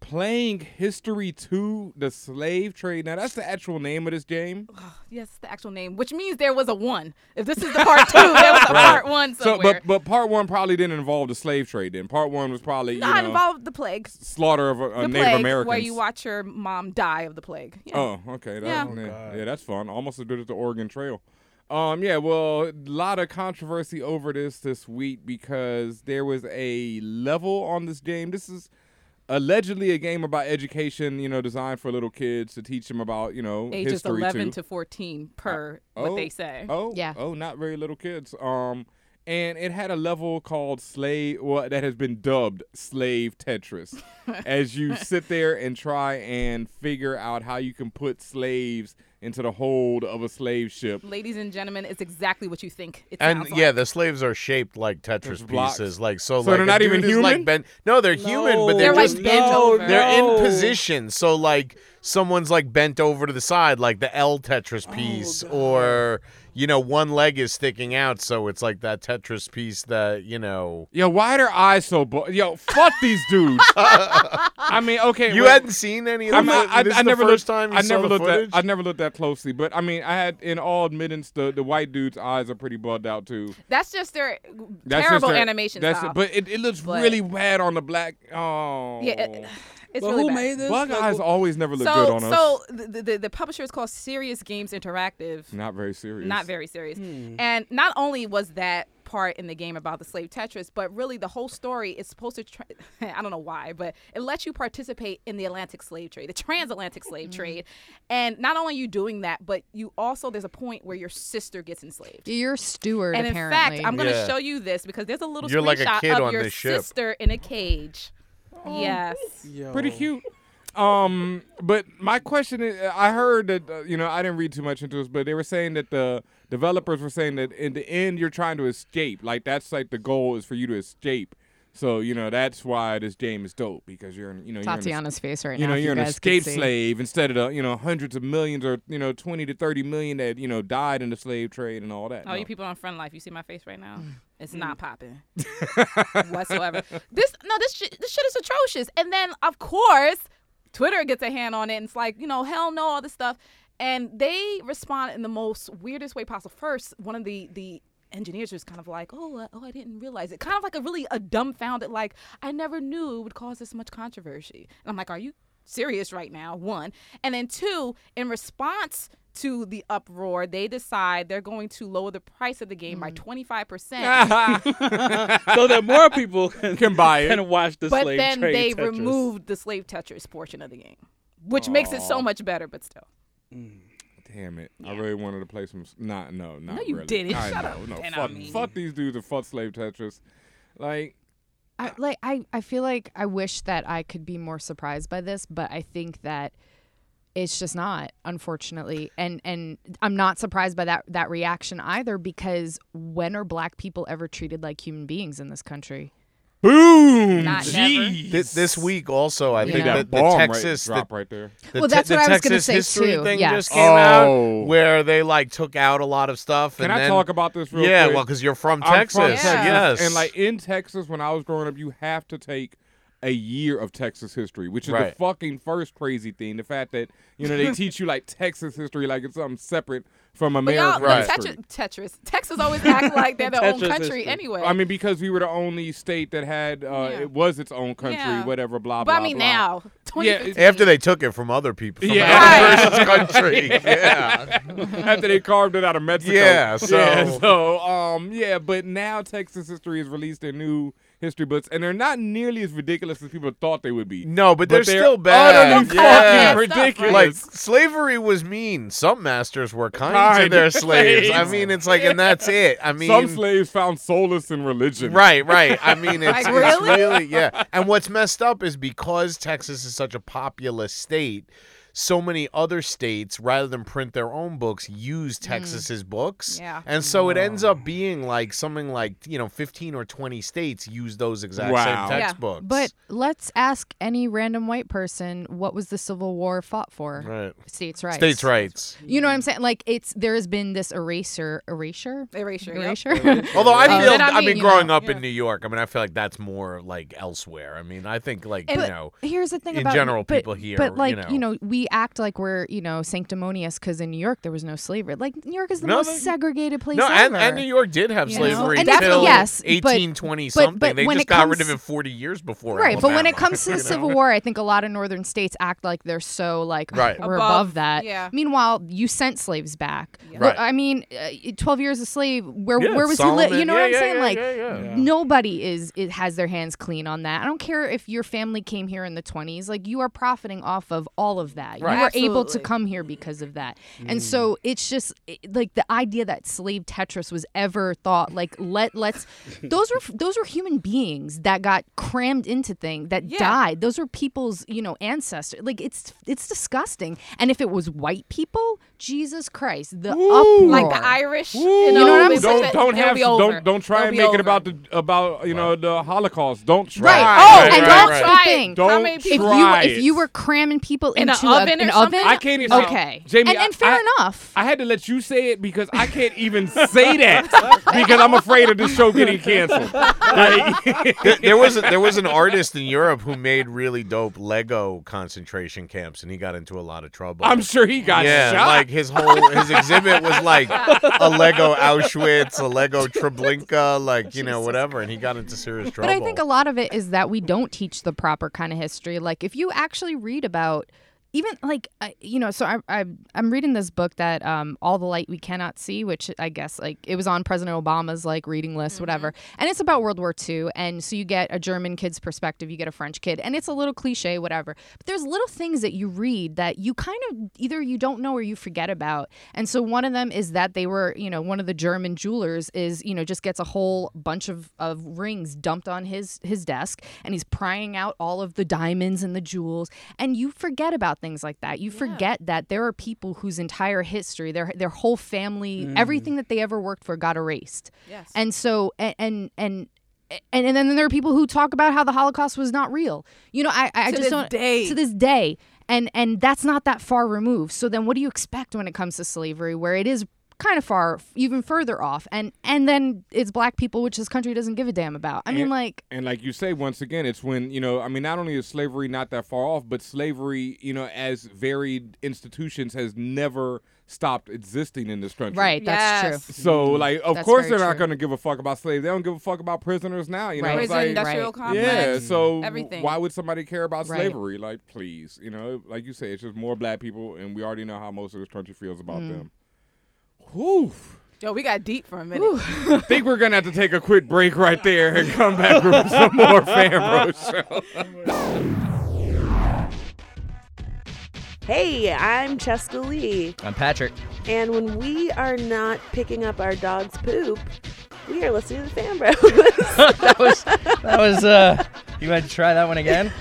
[SPEAKER 3] playing History Two: The Slave Trade. Now that's the actual name of this game.
[SPEAKER 2] Yes, the actual name, which means there was a one. If this is the part two, there was a part one
[SPEAKER 3] So,
[SPEAKER 2] somewhere.
[SPEAKER 3] but but part one probably didn't involve the slave trade. Then part one was probably you
[SPEAKER 2] not
[SPEAKER 3] know,
[SPEAKER 2] involved the plague.
[SPEAKER 3] slaughter of uh,
[SPEAKER 2] The
[SPEAKER 3] Native
[SPEAKER 2] plague
[SPEAKER 3] Americans.
[SPEAKER 2] where you watch your mom die of the plague. Yeah.
[SPEAKER 3] Oh, okay. That,
[SPEAKER 2] Yeah.
[SPEAKER 3] yeah. yeah, that's fun. Almost as good as the Oregon Trail. Um, yeah, well, a lot of controversy over this this week because there was a level on this game. This is allegedly a game about education, you know, designed for little kids to teach them about, you know,
[SPEAKER 2] Ages
[SPEAKER 3] history
[SPEAKER 2] 11
[SPEAKER 3] too. Uh,
[SPEAKER 2] to 14 per what they say.
[SPEAKER 3] Oh,
[SPEAKER 5] Yeah.
[SPEAKER 3] Oh, not very little kids. Um, and it had a level called slave, well, that has been dubbed slave Tetris, as you sit there and try and figure out how you can put slaves into the hold of a slave ship.
[SPEAKER 2] Ladies and gentlemen, it's exactly what you think. It
[SPEAKER 1] And
[SPEAKER 2] sounds
[SPEAKER 1] yeah,
[SPEAKER 2] like.
[SPEAKER 1] the slaves are shaped like Tetris
[SPEAKER 3] There's blocks.
[SPEAKER 1] pieces, like so.
[SPEAKER 3] So
[SPEAKER 1] like,
[SPEAKER 3] they're
[SPEAKER 1] a
[SPEAKER 3] not
[SPEAKER 1] dude
[SPEAKER 3] even
[SPEAKER 1] is, Like
[SPEAKER 3] human?
[SPEAKER 1] bent. No, they're human, but they're,
[SPEAKER 2] They're, like,
[SPEAKER 1] just
[SPEAKER 2] bent
[SPEAKER 6] Oh, no,
[SPEAKER 2] over.
[SPEAKER 1] They're
[SPEAKER 6] no.
[SPEAKER 1] in position, so like someone's like bent over to the side, like the L Tetris
[SPEAKER 3] Oh,
[SPEAKER 1] piece, or you know, one leg is sticking out, so it's like that Tetris piece that you know.
[SPEAKER 3] Yo, why are their eyes so bo- Yo, fuck these dudes. I mean, okay.
[SPEAKER 1] You
[SPEAKER 3] well-
[SPEAKER 1] hadn't seen any of
[SPEAKER 3] I'm
[SPEAKER 1] that.
[SPEAKER 3] not, I,
[SPEAKER 1] this
[SPEAKER 3] I
[SPEAKER 1] is the
[SPEAKER 3] never
[SPEAKER 1] first
[SPEAKER 3] looked,
[SPEAKER 1] time you
[SPEAKER 3] I
[SPEAKER 1] saw
[SPEAKER 3] never
[SPEAKER 1] the
[SPEAKER 3] looked
[SPEAKER 1] footage?
[SPEAKER 3] that. I never looked that closely, but I mean, I had in all admittance the the white dude's eyes are pretty bugged out too.
[SPEAKER 2] that's just their
[SPEAKER 3] That's
[SPEAKER 2] terrible
[SPEAKER 3] just a-
[SPEAKER 2] animation
[SPEAKER 3] that's
[SPEAKER 2] style.
[SPEAKER 3] but it, it looks
[SPEAKER 2] But-
[SPEAKER 3] really bad on the black. Oh,
[SPEAKER 2] yeah, it- it's
[SPEAKER 6] But
[SPEAKER 2] really
[SPEAKER 6] who
[SPEAKER 2] bad.
[SPEAKER 6] made this?
[SPEAKER 3] Bug
[SPEAKER 6] Like,
[SPEAKER 3] eyes
[SPEAKER 6] wh-
[SPEAKER 3] always never look good
[SPEAKER 2] so
[SPEAKER 3] on us.
[SPEAKER 2] so the, the the publisher is called Serious Games Interactive.
[SPEAKER 3] Not very serious.
[SPEAKER 2] Not very serious. Hmm. And not only was that part in the game about the slave Tetris, but really the whole story is supposed to, tra- I don't know why, but it lets you participate in the Atlantic slave trade, the transatlantic slave trade. And not only are you doing that, but you also, there's a point where your sister gets enslaved.
[SPEAKER 5] You're a steward,
[SPEAKER 2] And in
[SPEAKER 5] apparently.
[SPEAKER 2] fact, I'm going to
[SPEAKER 1] Yeah.
[SPEAKER 2] show you this because there's a little
[SPEAKER 1] You're
[SPEAKER 2] screenshot
[SPEAKER 1] like a kid
[SPEAKER 2] of
[SPEAKER 1] on
[SPEAKER 2] your
[SPEAKER 1] this ship.
[SPEAKER 2] sister in a cage. Oh. Yes.
[SPEAKER 6] Yo.
[SPEAKER 3] pretty cute. Um, but my question is, I heard that uh, you know I didn't read too much into this, but they were saying that the developers were saying that in the end you're trying to escape. Like that's like the goal is for you to escape. So you know that's why this game is dope because you're in, you know you're in this-
[SPEAKER 5] Tatiana's face right
[SPEAKER 3] you
[SPEAKER 5] now.
[SPEAKER 3] know
[SPEAKER 5] if
[SPEAKER 3] you're an
[SPEAKER 5] guys could
[SPEAKER 3] escape
[SPEAKER 5] see.
[SPEAKER 3] slave instead of the you know hundreds of millions or you know twenty to thirty million that you know died in the slave trade and all that.
[SPEAKER 2] All
[SPEAKER 3] No.
[SPEAKER 2] Oh, you people on Friend Life, you see my face right now? It's not popping whatsoever. This no, this shit, this shit is atrocious. And then of course, Twitter gets a hand on it, and it's like you know, hell no, all this stuff. and they respond in the most weirdest way possible. First, one of the the engineers was kind of like, "Oh, uh, oh, I didn't realize it." Kind of like a really a dumbfounded, like, "I never knew it would cause this much controversy." And I'm like, "Are you serious right now?" One, and then two, in response to the uproar, they decide they're going to lower the price of the game by 25 percent.
[SPEAKER 6] so that more people can,
[SPEAKER 3] Can buy it.
[SPEAKER 6] can watch the
[SPEAKER 2] But
[SPEAKER 6] slave
[SPEAKER 2] then
[SPEAKER 6] trade.
[SPEAKER 2] they
[SPEAKER 6] Tetris.
[SPEAKER 2] removed the slave Tetris portion of the game, which makes it so much better. But still,
[SPEAKER 3] Damn it! I really wanted to play some. Not no, not
[SPEAKER 2] you
[SPEAKER 3] really.
[SPEAKER 2] didn't.
[SPEAKER 3] I
[SPEAKER 2] Shut
[SPEAKER 3] know,
[SPEAKER 2] up,
[SPEAKER 3] no.
[SPEAKER 2] then, I
[SPEAKER 3] fuck,
[SPEAKER 2] mean.
[SPEAKER 3] fuck these dudes and fuck slave Tetris. Like
[SPEAKER 5] I, like I, I feel like I wish that I could be more surprised by this, but I think that it's just not, unfortunately. And and I'm not surprised by that that reaction either because when are black people ever treated like human beings in this country?
[SPEAKER 3] boom.
[SPEAKER 2] Not
[SPEAKER 3] Jeez.
[SPEAKER 1] Thi- this week also, I
[SPEAKER 5] Yeah.
[SPEAKER 1] think
[SPEAKER 5] That
[SPEAKER 1] that the
[SPEAKER 3] bomb
[SPEAKER 1] Texas
[SPEAKER 3] right, drop
[SPEAKER 1] the,
[SPEAKER 3] right there.
[SPEAKER 1] the
[SPEAKER 5] Well,
[SPEAKER 1] te-
[SPEAKER 5] that's
[SPEAKER 1] the
[SPEAKER 5] what I was gonna
[SPEAKER 1] Texas
[SPEAKER 5] say,
[SPEAKER 1] history
[SPEAKER 5] too.
[SPEAKER 1] thing
[SPEAKER 5] Yeah.
[SPEAKER 1] just came
[SPEAKER 3] Oh.
[SPEAKER 1] out where they like took out a lot of stuff.
[SPEAKER 3] Can
[SPEAKER 1] and
[SPEAKER 3] I
[SPEAKER 1] then-
[SPEAKER 3] talk about this real
[SPEAKER 1] yeah,
[SPEAKER 3] quick?
[SPEAKER 1] well, because you're from
[SPEAKER 3] I'm
[SPEAKER 1] Texas.
[SPEAKER 3] from
[SPEAKER 2] Yeah.
[SPEAKER 1] Yes,
[SPEAKER 3] And like in Texas, when I was growing up, you have to take a year of Texas history, which is
[SPEAKER 1] Right.
[SPEAKER 3] the fucking first crazy thing. The fact that you know they teach you like Texas history like it's something separate from
[SPEAKER 2] but y'all,
[SPEAKER 3] American
[SPEAKER 2] the
[SPEAKER 1] Right.
[SPEAKER 3] history.
[SPEAKER 2] Tetris, Tetris, Texas always act like they're their own
[SPEAKER 6] Tetris
[SPEAKER 2] country
[SPEAKER 6] history.
[SPEAKER 2] anyway.
[SPEAKER 3] I mean, because we were the only state that had uh,
[SPEAKER 2] Yeah.
[SPEAKER 3] it was its own country,
[SPEAKER 2] Yeah.
[SPEAKER 3] whatever. Blah
[SPEAKER 2] But
[SPEAKER 3] blah.
[SPEAKER 2] I mean
[SPEAKER 3] blah.
[SPEAKER 2] now,
[SPEAKER 3] Yeah,
[SPEAKER 2] 2015.
[SPEAKER 1] after they took it from other people, from
[SPEAKER 3] Yeah.
[SPEAKER 1] another person's country. Yeah,
[SPEAKER 3] after they carved it out of Mexico.
[SPEAKER 1] Yeah,
[SPEAKER 3] yeah,
[SPEAKER 1] so-
[SPEAKER 3] so um, yeah, but now Texas history has released their new history books, and they're not nearly as ridiculous as people thought they would be.
[SPEAKER 1] no, but,
[SPEAKER 3] But
[SPEAKER 1] they're,
[SPEAKER 3] they're
[SPEAKER 1] still bad.
[SPEAKER 3] utterly
[SPEAKER 1] yeah.
[SPEAKER 3] fucking ridiculous.
[SPEAKER 1] Like slavery was mean. Some masters were kind, to
[SPEAKER 3] Kind
[SPEAKER 1] their
[SPEAKER 3] to
[SPEAKER 1] slaves. I
[SPEAKER 3] slaves.
[SPEAKER 1] mean, it's like, and that's it. I mean,
[SPEAKER 3] Some slaves found solace in religion.
[SPEAKER 1] Right, right. I mean, it's,
[SPEAKER 2] Like,
[SPEAKER 1] it's
[SPEAKER 2] really?
[SPEAKER 1] really, yeah. And what's messed up is because Texas is such a populous state, so many other states, rather than print their own books, use Texas's books.
[SPEAKER 2] Yeah.
[SPEAKER 1] And so it ends up being like something like, you know, 15 or 20 states use those exact
[SPEAKER 3] Wow.
[SPEAKER 1] same
[SPEAKER 2] Yeah.
[SPEAKER 1] textbooks.
[SPEAKER 5] But let's ask any random white person what was the Civil War fought for?
[SPEAKER 1] right.
[SPEAKER 5] States' rights.
[SPEAKER 1] States' rights.
[SPEAKER 5] You know what I'm saying? Like it's there has been this eraser erasure
[SPEAKER 2] Erasure. yep.
[SPEAKER 5] erasure.
[SPEAKER 1] Although I
[SPEAKER 5] Oh,
[SPEAKER 1] feel,
[SPEAKER 5] then I
[SPEAKER 1] I mean,
[SPEAKER 5] mean, you
[SPEAKER 1] growing
[SPEAKER 5] know,
[SPEAKER 1] up
[SPEAKER 2] yeah.
[SPEAKER 1] in New York, I mean, I feel like that's more like elsewhere. I mean, I think like,
[SPEAKER 5] And-
[SPEAKER 1] you
[SPEAKER 5] But
[SPEAKER 1] know,
[SPEAKER 5] here's the thing
[SPEAKER 1] in
[SPEAKER 5] about
[SPEAKER 1] general,
[SPEAKER 5] but,
[SPEAKER 1] people here,
[SPEAKER 5] but
[SPEAKER 1] you
[SPEAKER 5] like
[SPEAKER 1] know.
[SPEAKER 5] we act like we're you know sanctimonious because in New York there was no slavery. Like New York is the
[SPEAKER 1] No,
[SPEAKER 5] most
[SPEAKER 1] they-
[SPEAKER 5] segregated place
[SPEAKER 1] No, and,
[SPEAKER 5] ever.
[SPEAKER 1] and New York did have
[SPEAKER 5] You know?
[SPEAKER 1] slavery
[SPEAKER 5] And that's-
[SPEAKER 1] until
[SPEAKER 5] yes, but-
[SPEAKER 1] 1820
[SPEAKER 5] but-
[SPEAKER 1] something.
[SPEAKER 5] but
[SPEAKER 1] they
[SPEAKER 5] when
[SPEAKER 1] just
[SPEAKER 5] it
[SPEAKER 1] got rid of
[SPEAKER 5] comes-
[SPEAKER 1] it 40 years before.
[SPEAKER 5] Right, but when it
[SPEAKER 1] Alabama,
[SPEAKER 5] comes to the
[SPEAKER 1] you know?
[SPEAKER 5] Civil War, I think a lot of northern states act like they're so like "Ugh,
[SPEAKER 1] Right.
[SPEAKER 5] we're above,
[SPEAKER 2] Above,
[SPEAKER 5] that.
[SPEAKER 2] yeah.
[SPEAKER 5] Meanwhile, you sent slaves back.
[SPEAKER 1] Right.
[SPEAKER 5] I mean, uh, twelve years a slave. Where
[SPEAKER 1] Yeah,
[SPEAKER 5] where was you
[SPEAKER 1] Solomon,
[SPEAKER 5] li- You know
[SPEAKER 1] yeah,
[SPEAKER 5] what I'm
[SPEAKER 1] yeah,
[SPEAKER 5] saying?
[SPEAKER 1] yeah,
[SPEAKER 5] like
[SPEAKER 1] yeah, yeah.
[SPEAKER 5] nobody is it has their hands clean on that. I don't care if your family came here in the 20s. Like you are profiting off of all of that.
[SPEAKER 1] Right. Mm.
[SPEAKER 5] You were able to
[SPEAKER 2] Absolutely.
[SPEAKER 5] come here because of that. And so it's just it- like the idea that slave Tetris was ever thought like let let's those were those were human beings that got crammed into thing that
[SPEAKER 2] Yeah.
[SPEAKER 5] died. Those were people's, you know, ancestors. Like it's it's disgusting. And if it was white people, Jesus Christ, the uproar.
[SPEAKER 2] Like the Irish.
[SPEAKER 5] You
[SPEAKER 2] You know,
[SPEAKER 5] know what I'm
[SPEAKER 2] they
[SPEAKER 5] saying?
[SPEAKER 2] said
[SPEAKER 3] Don't don't
[SPEAKER 2] it'll
[SPEAKER 3] have
[SPEAKER 2] be over.
[SPEAKER 3] don't don't try
[SPEAKER 2] It'll
[SPEAKER 3] and
[SPEAKER 2] be
[SPEAKER 3] make it
[SPEAKER 2] over.
[SPEAKER 3] about the about you know the Holocaust. Don't try.
[SPEAKER 5] Right.
[SPEAKER 1] Right,
[SPEAKER 5] Oh,
[SPEAKER 1] right,
[SPEAKER 5] and
[SPEAKER 1] right,
[SPEAKER 5] that's
[SPEAKER 1] right.
[SPEAKER 5] the thing.
[SPEAKER 3] Don't
[SPEAKER 2] How many
[SPEAKER 5] if
[SPEAKER 2] people?
[SPEAKER 5] you
[SPEAKER 3] Try
[SPEAKER 5] if
[SPEAKER 3] it.
[SPEAKER 5] you were cramming people
[SPEAKER 2] In a
[SPEAKER 5] into
[SPEAKER 2] oven
[SPEAKER 5] a,
[SPEAKER 2] or
[SPEAKER 5] an
[SPEAKER 2] something?
[SPEAKER 5] oven,
[SPEAKER 3] I can't even.
[SPEAKER 5] Okay,
[SPEAKER 3] Jamie,
[SPEAKER 5] and, and
[SPEAKER 3] I-
[SPEAKER 5] fair
[SPEAKER 3] I-
[SPEAKER 5] enough.
[SPEAKER 3] I had to let you say it because I can't even say that because I'm afraid of this show getting canceled. Like,
[SPEAKER 1] there, there was a, there was an artist in Europe who made really dope Lego concentration camps, and he got into a lot of trouble.
[SPEAKER 3] I'm sure he got
[SPEAKER 1] yeah,
[SPEAKER 3] shot.
[SPEAKER 1] like his whole his exhibit was like a Lego Auschwitz, a Lego Treblinka, like you know whatever, and he got into serious
[SPEAKER 5] but
[SPEAKER 1] trouble.
[SPEAKER 5] I think a lot of it is that we don't teach the proper kind of history. Like if you actually read about even like I you know, so I, I I'm reading this book that um, all the light we cannot see, which I guess like it was on President Obama's like reading list,
[SPEAKER 2] Mm-hmm.
[SPEAKER 5] whatever, and it's about World War II, and so you get a German kid's perspective, you get a French kid, and it's a little cliche, whatever. But there's little things that you read that you kind of either you don't know or you forget about, and so one of them is that they were you know one of the German jewelers is you know just gets a whole bunch of of rings dumped on his his desk, and he's prying out all of the diamonds and the jewels, and you forget about things like that. You forget that there are people whose entire history, their their whole family, everything that they ever worked for got erased.
[SPEAKER 2] Yes.
[SPEAKER 5] And so and and and and, and then there are people who talk about how the Holocaust was not real. You know, I I I
[SPEAKER 2] To
[SPEAKER 5] just
[SPEAKER 2] this
[SPEAKER 5] don't
[SPEAKER 2] day.
[SPEAKER 5] to this day. And and that's not that far removed. So then what do you expect when it comes to slavery where it is kind of far, even further off, and and then it's black people, which this country doesn't give a damn about. I mean,
[SPEAKER 3] And-
[SPEAKER 5] like,
[SPEAKER 3] And like you say, once again, it's when you know. I mean, not only is slavery not that far off, but slavery, you know, as varied institutions, has never stopped existing in this country.
[SPEAKER 5] right? That's
[SPEAKER 2] Yes.
[SPEAKER 5] true.
[SPEAKER 3] So, like, of
[SPEAKER 5] That's
[SPEAKER 3] course,
[SPEAKER 5] very
[SPEAKER 3] they're not
[SPEAKER 5] true.
[SPEAKER 3] going to give a fuck about slaves. They don't give a fuck about prisoners now. You know,
[SPEAKER 5] Right.
[SPEAKER 3] it's
[SPEAKER 2] Prison
[SPEAKER 3] like,
[SPEAKER 2] industrial
[SPEAKER 5] right.
[SPEAKER 2] complex.
[SPEAKER 3] yeah. So,
[SPEAKER 2] everything.
[SPEAKER 3] why would somebody care about
[SPEAKER 5] Right.
[SPEAKER 3] slavery? Like, please, you know, like you say, it's just more black people, and we already know how most of this country feels
[SPEAKER 5] Mm.
[SPEAKER 3] about them. Whew.
[SPEAKER 2] Yo, we got deep for a minute.
[SPEAKER 3] I think we're gonna have to take a quick break right there and come back with some more fan bro show.
[SPEAKER 9] Hey, I'm Jessica Lee,
[SPEAKER 10] I'm Patrick.
[SPEAKER 9] and when we are not picking up our dog's poop, we are listening to the Fan Bros.
[SPEAKER 10] That was that was uh you want to try that one again?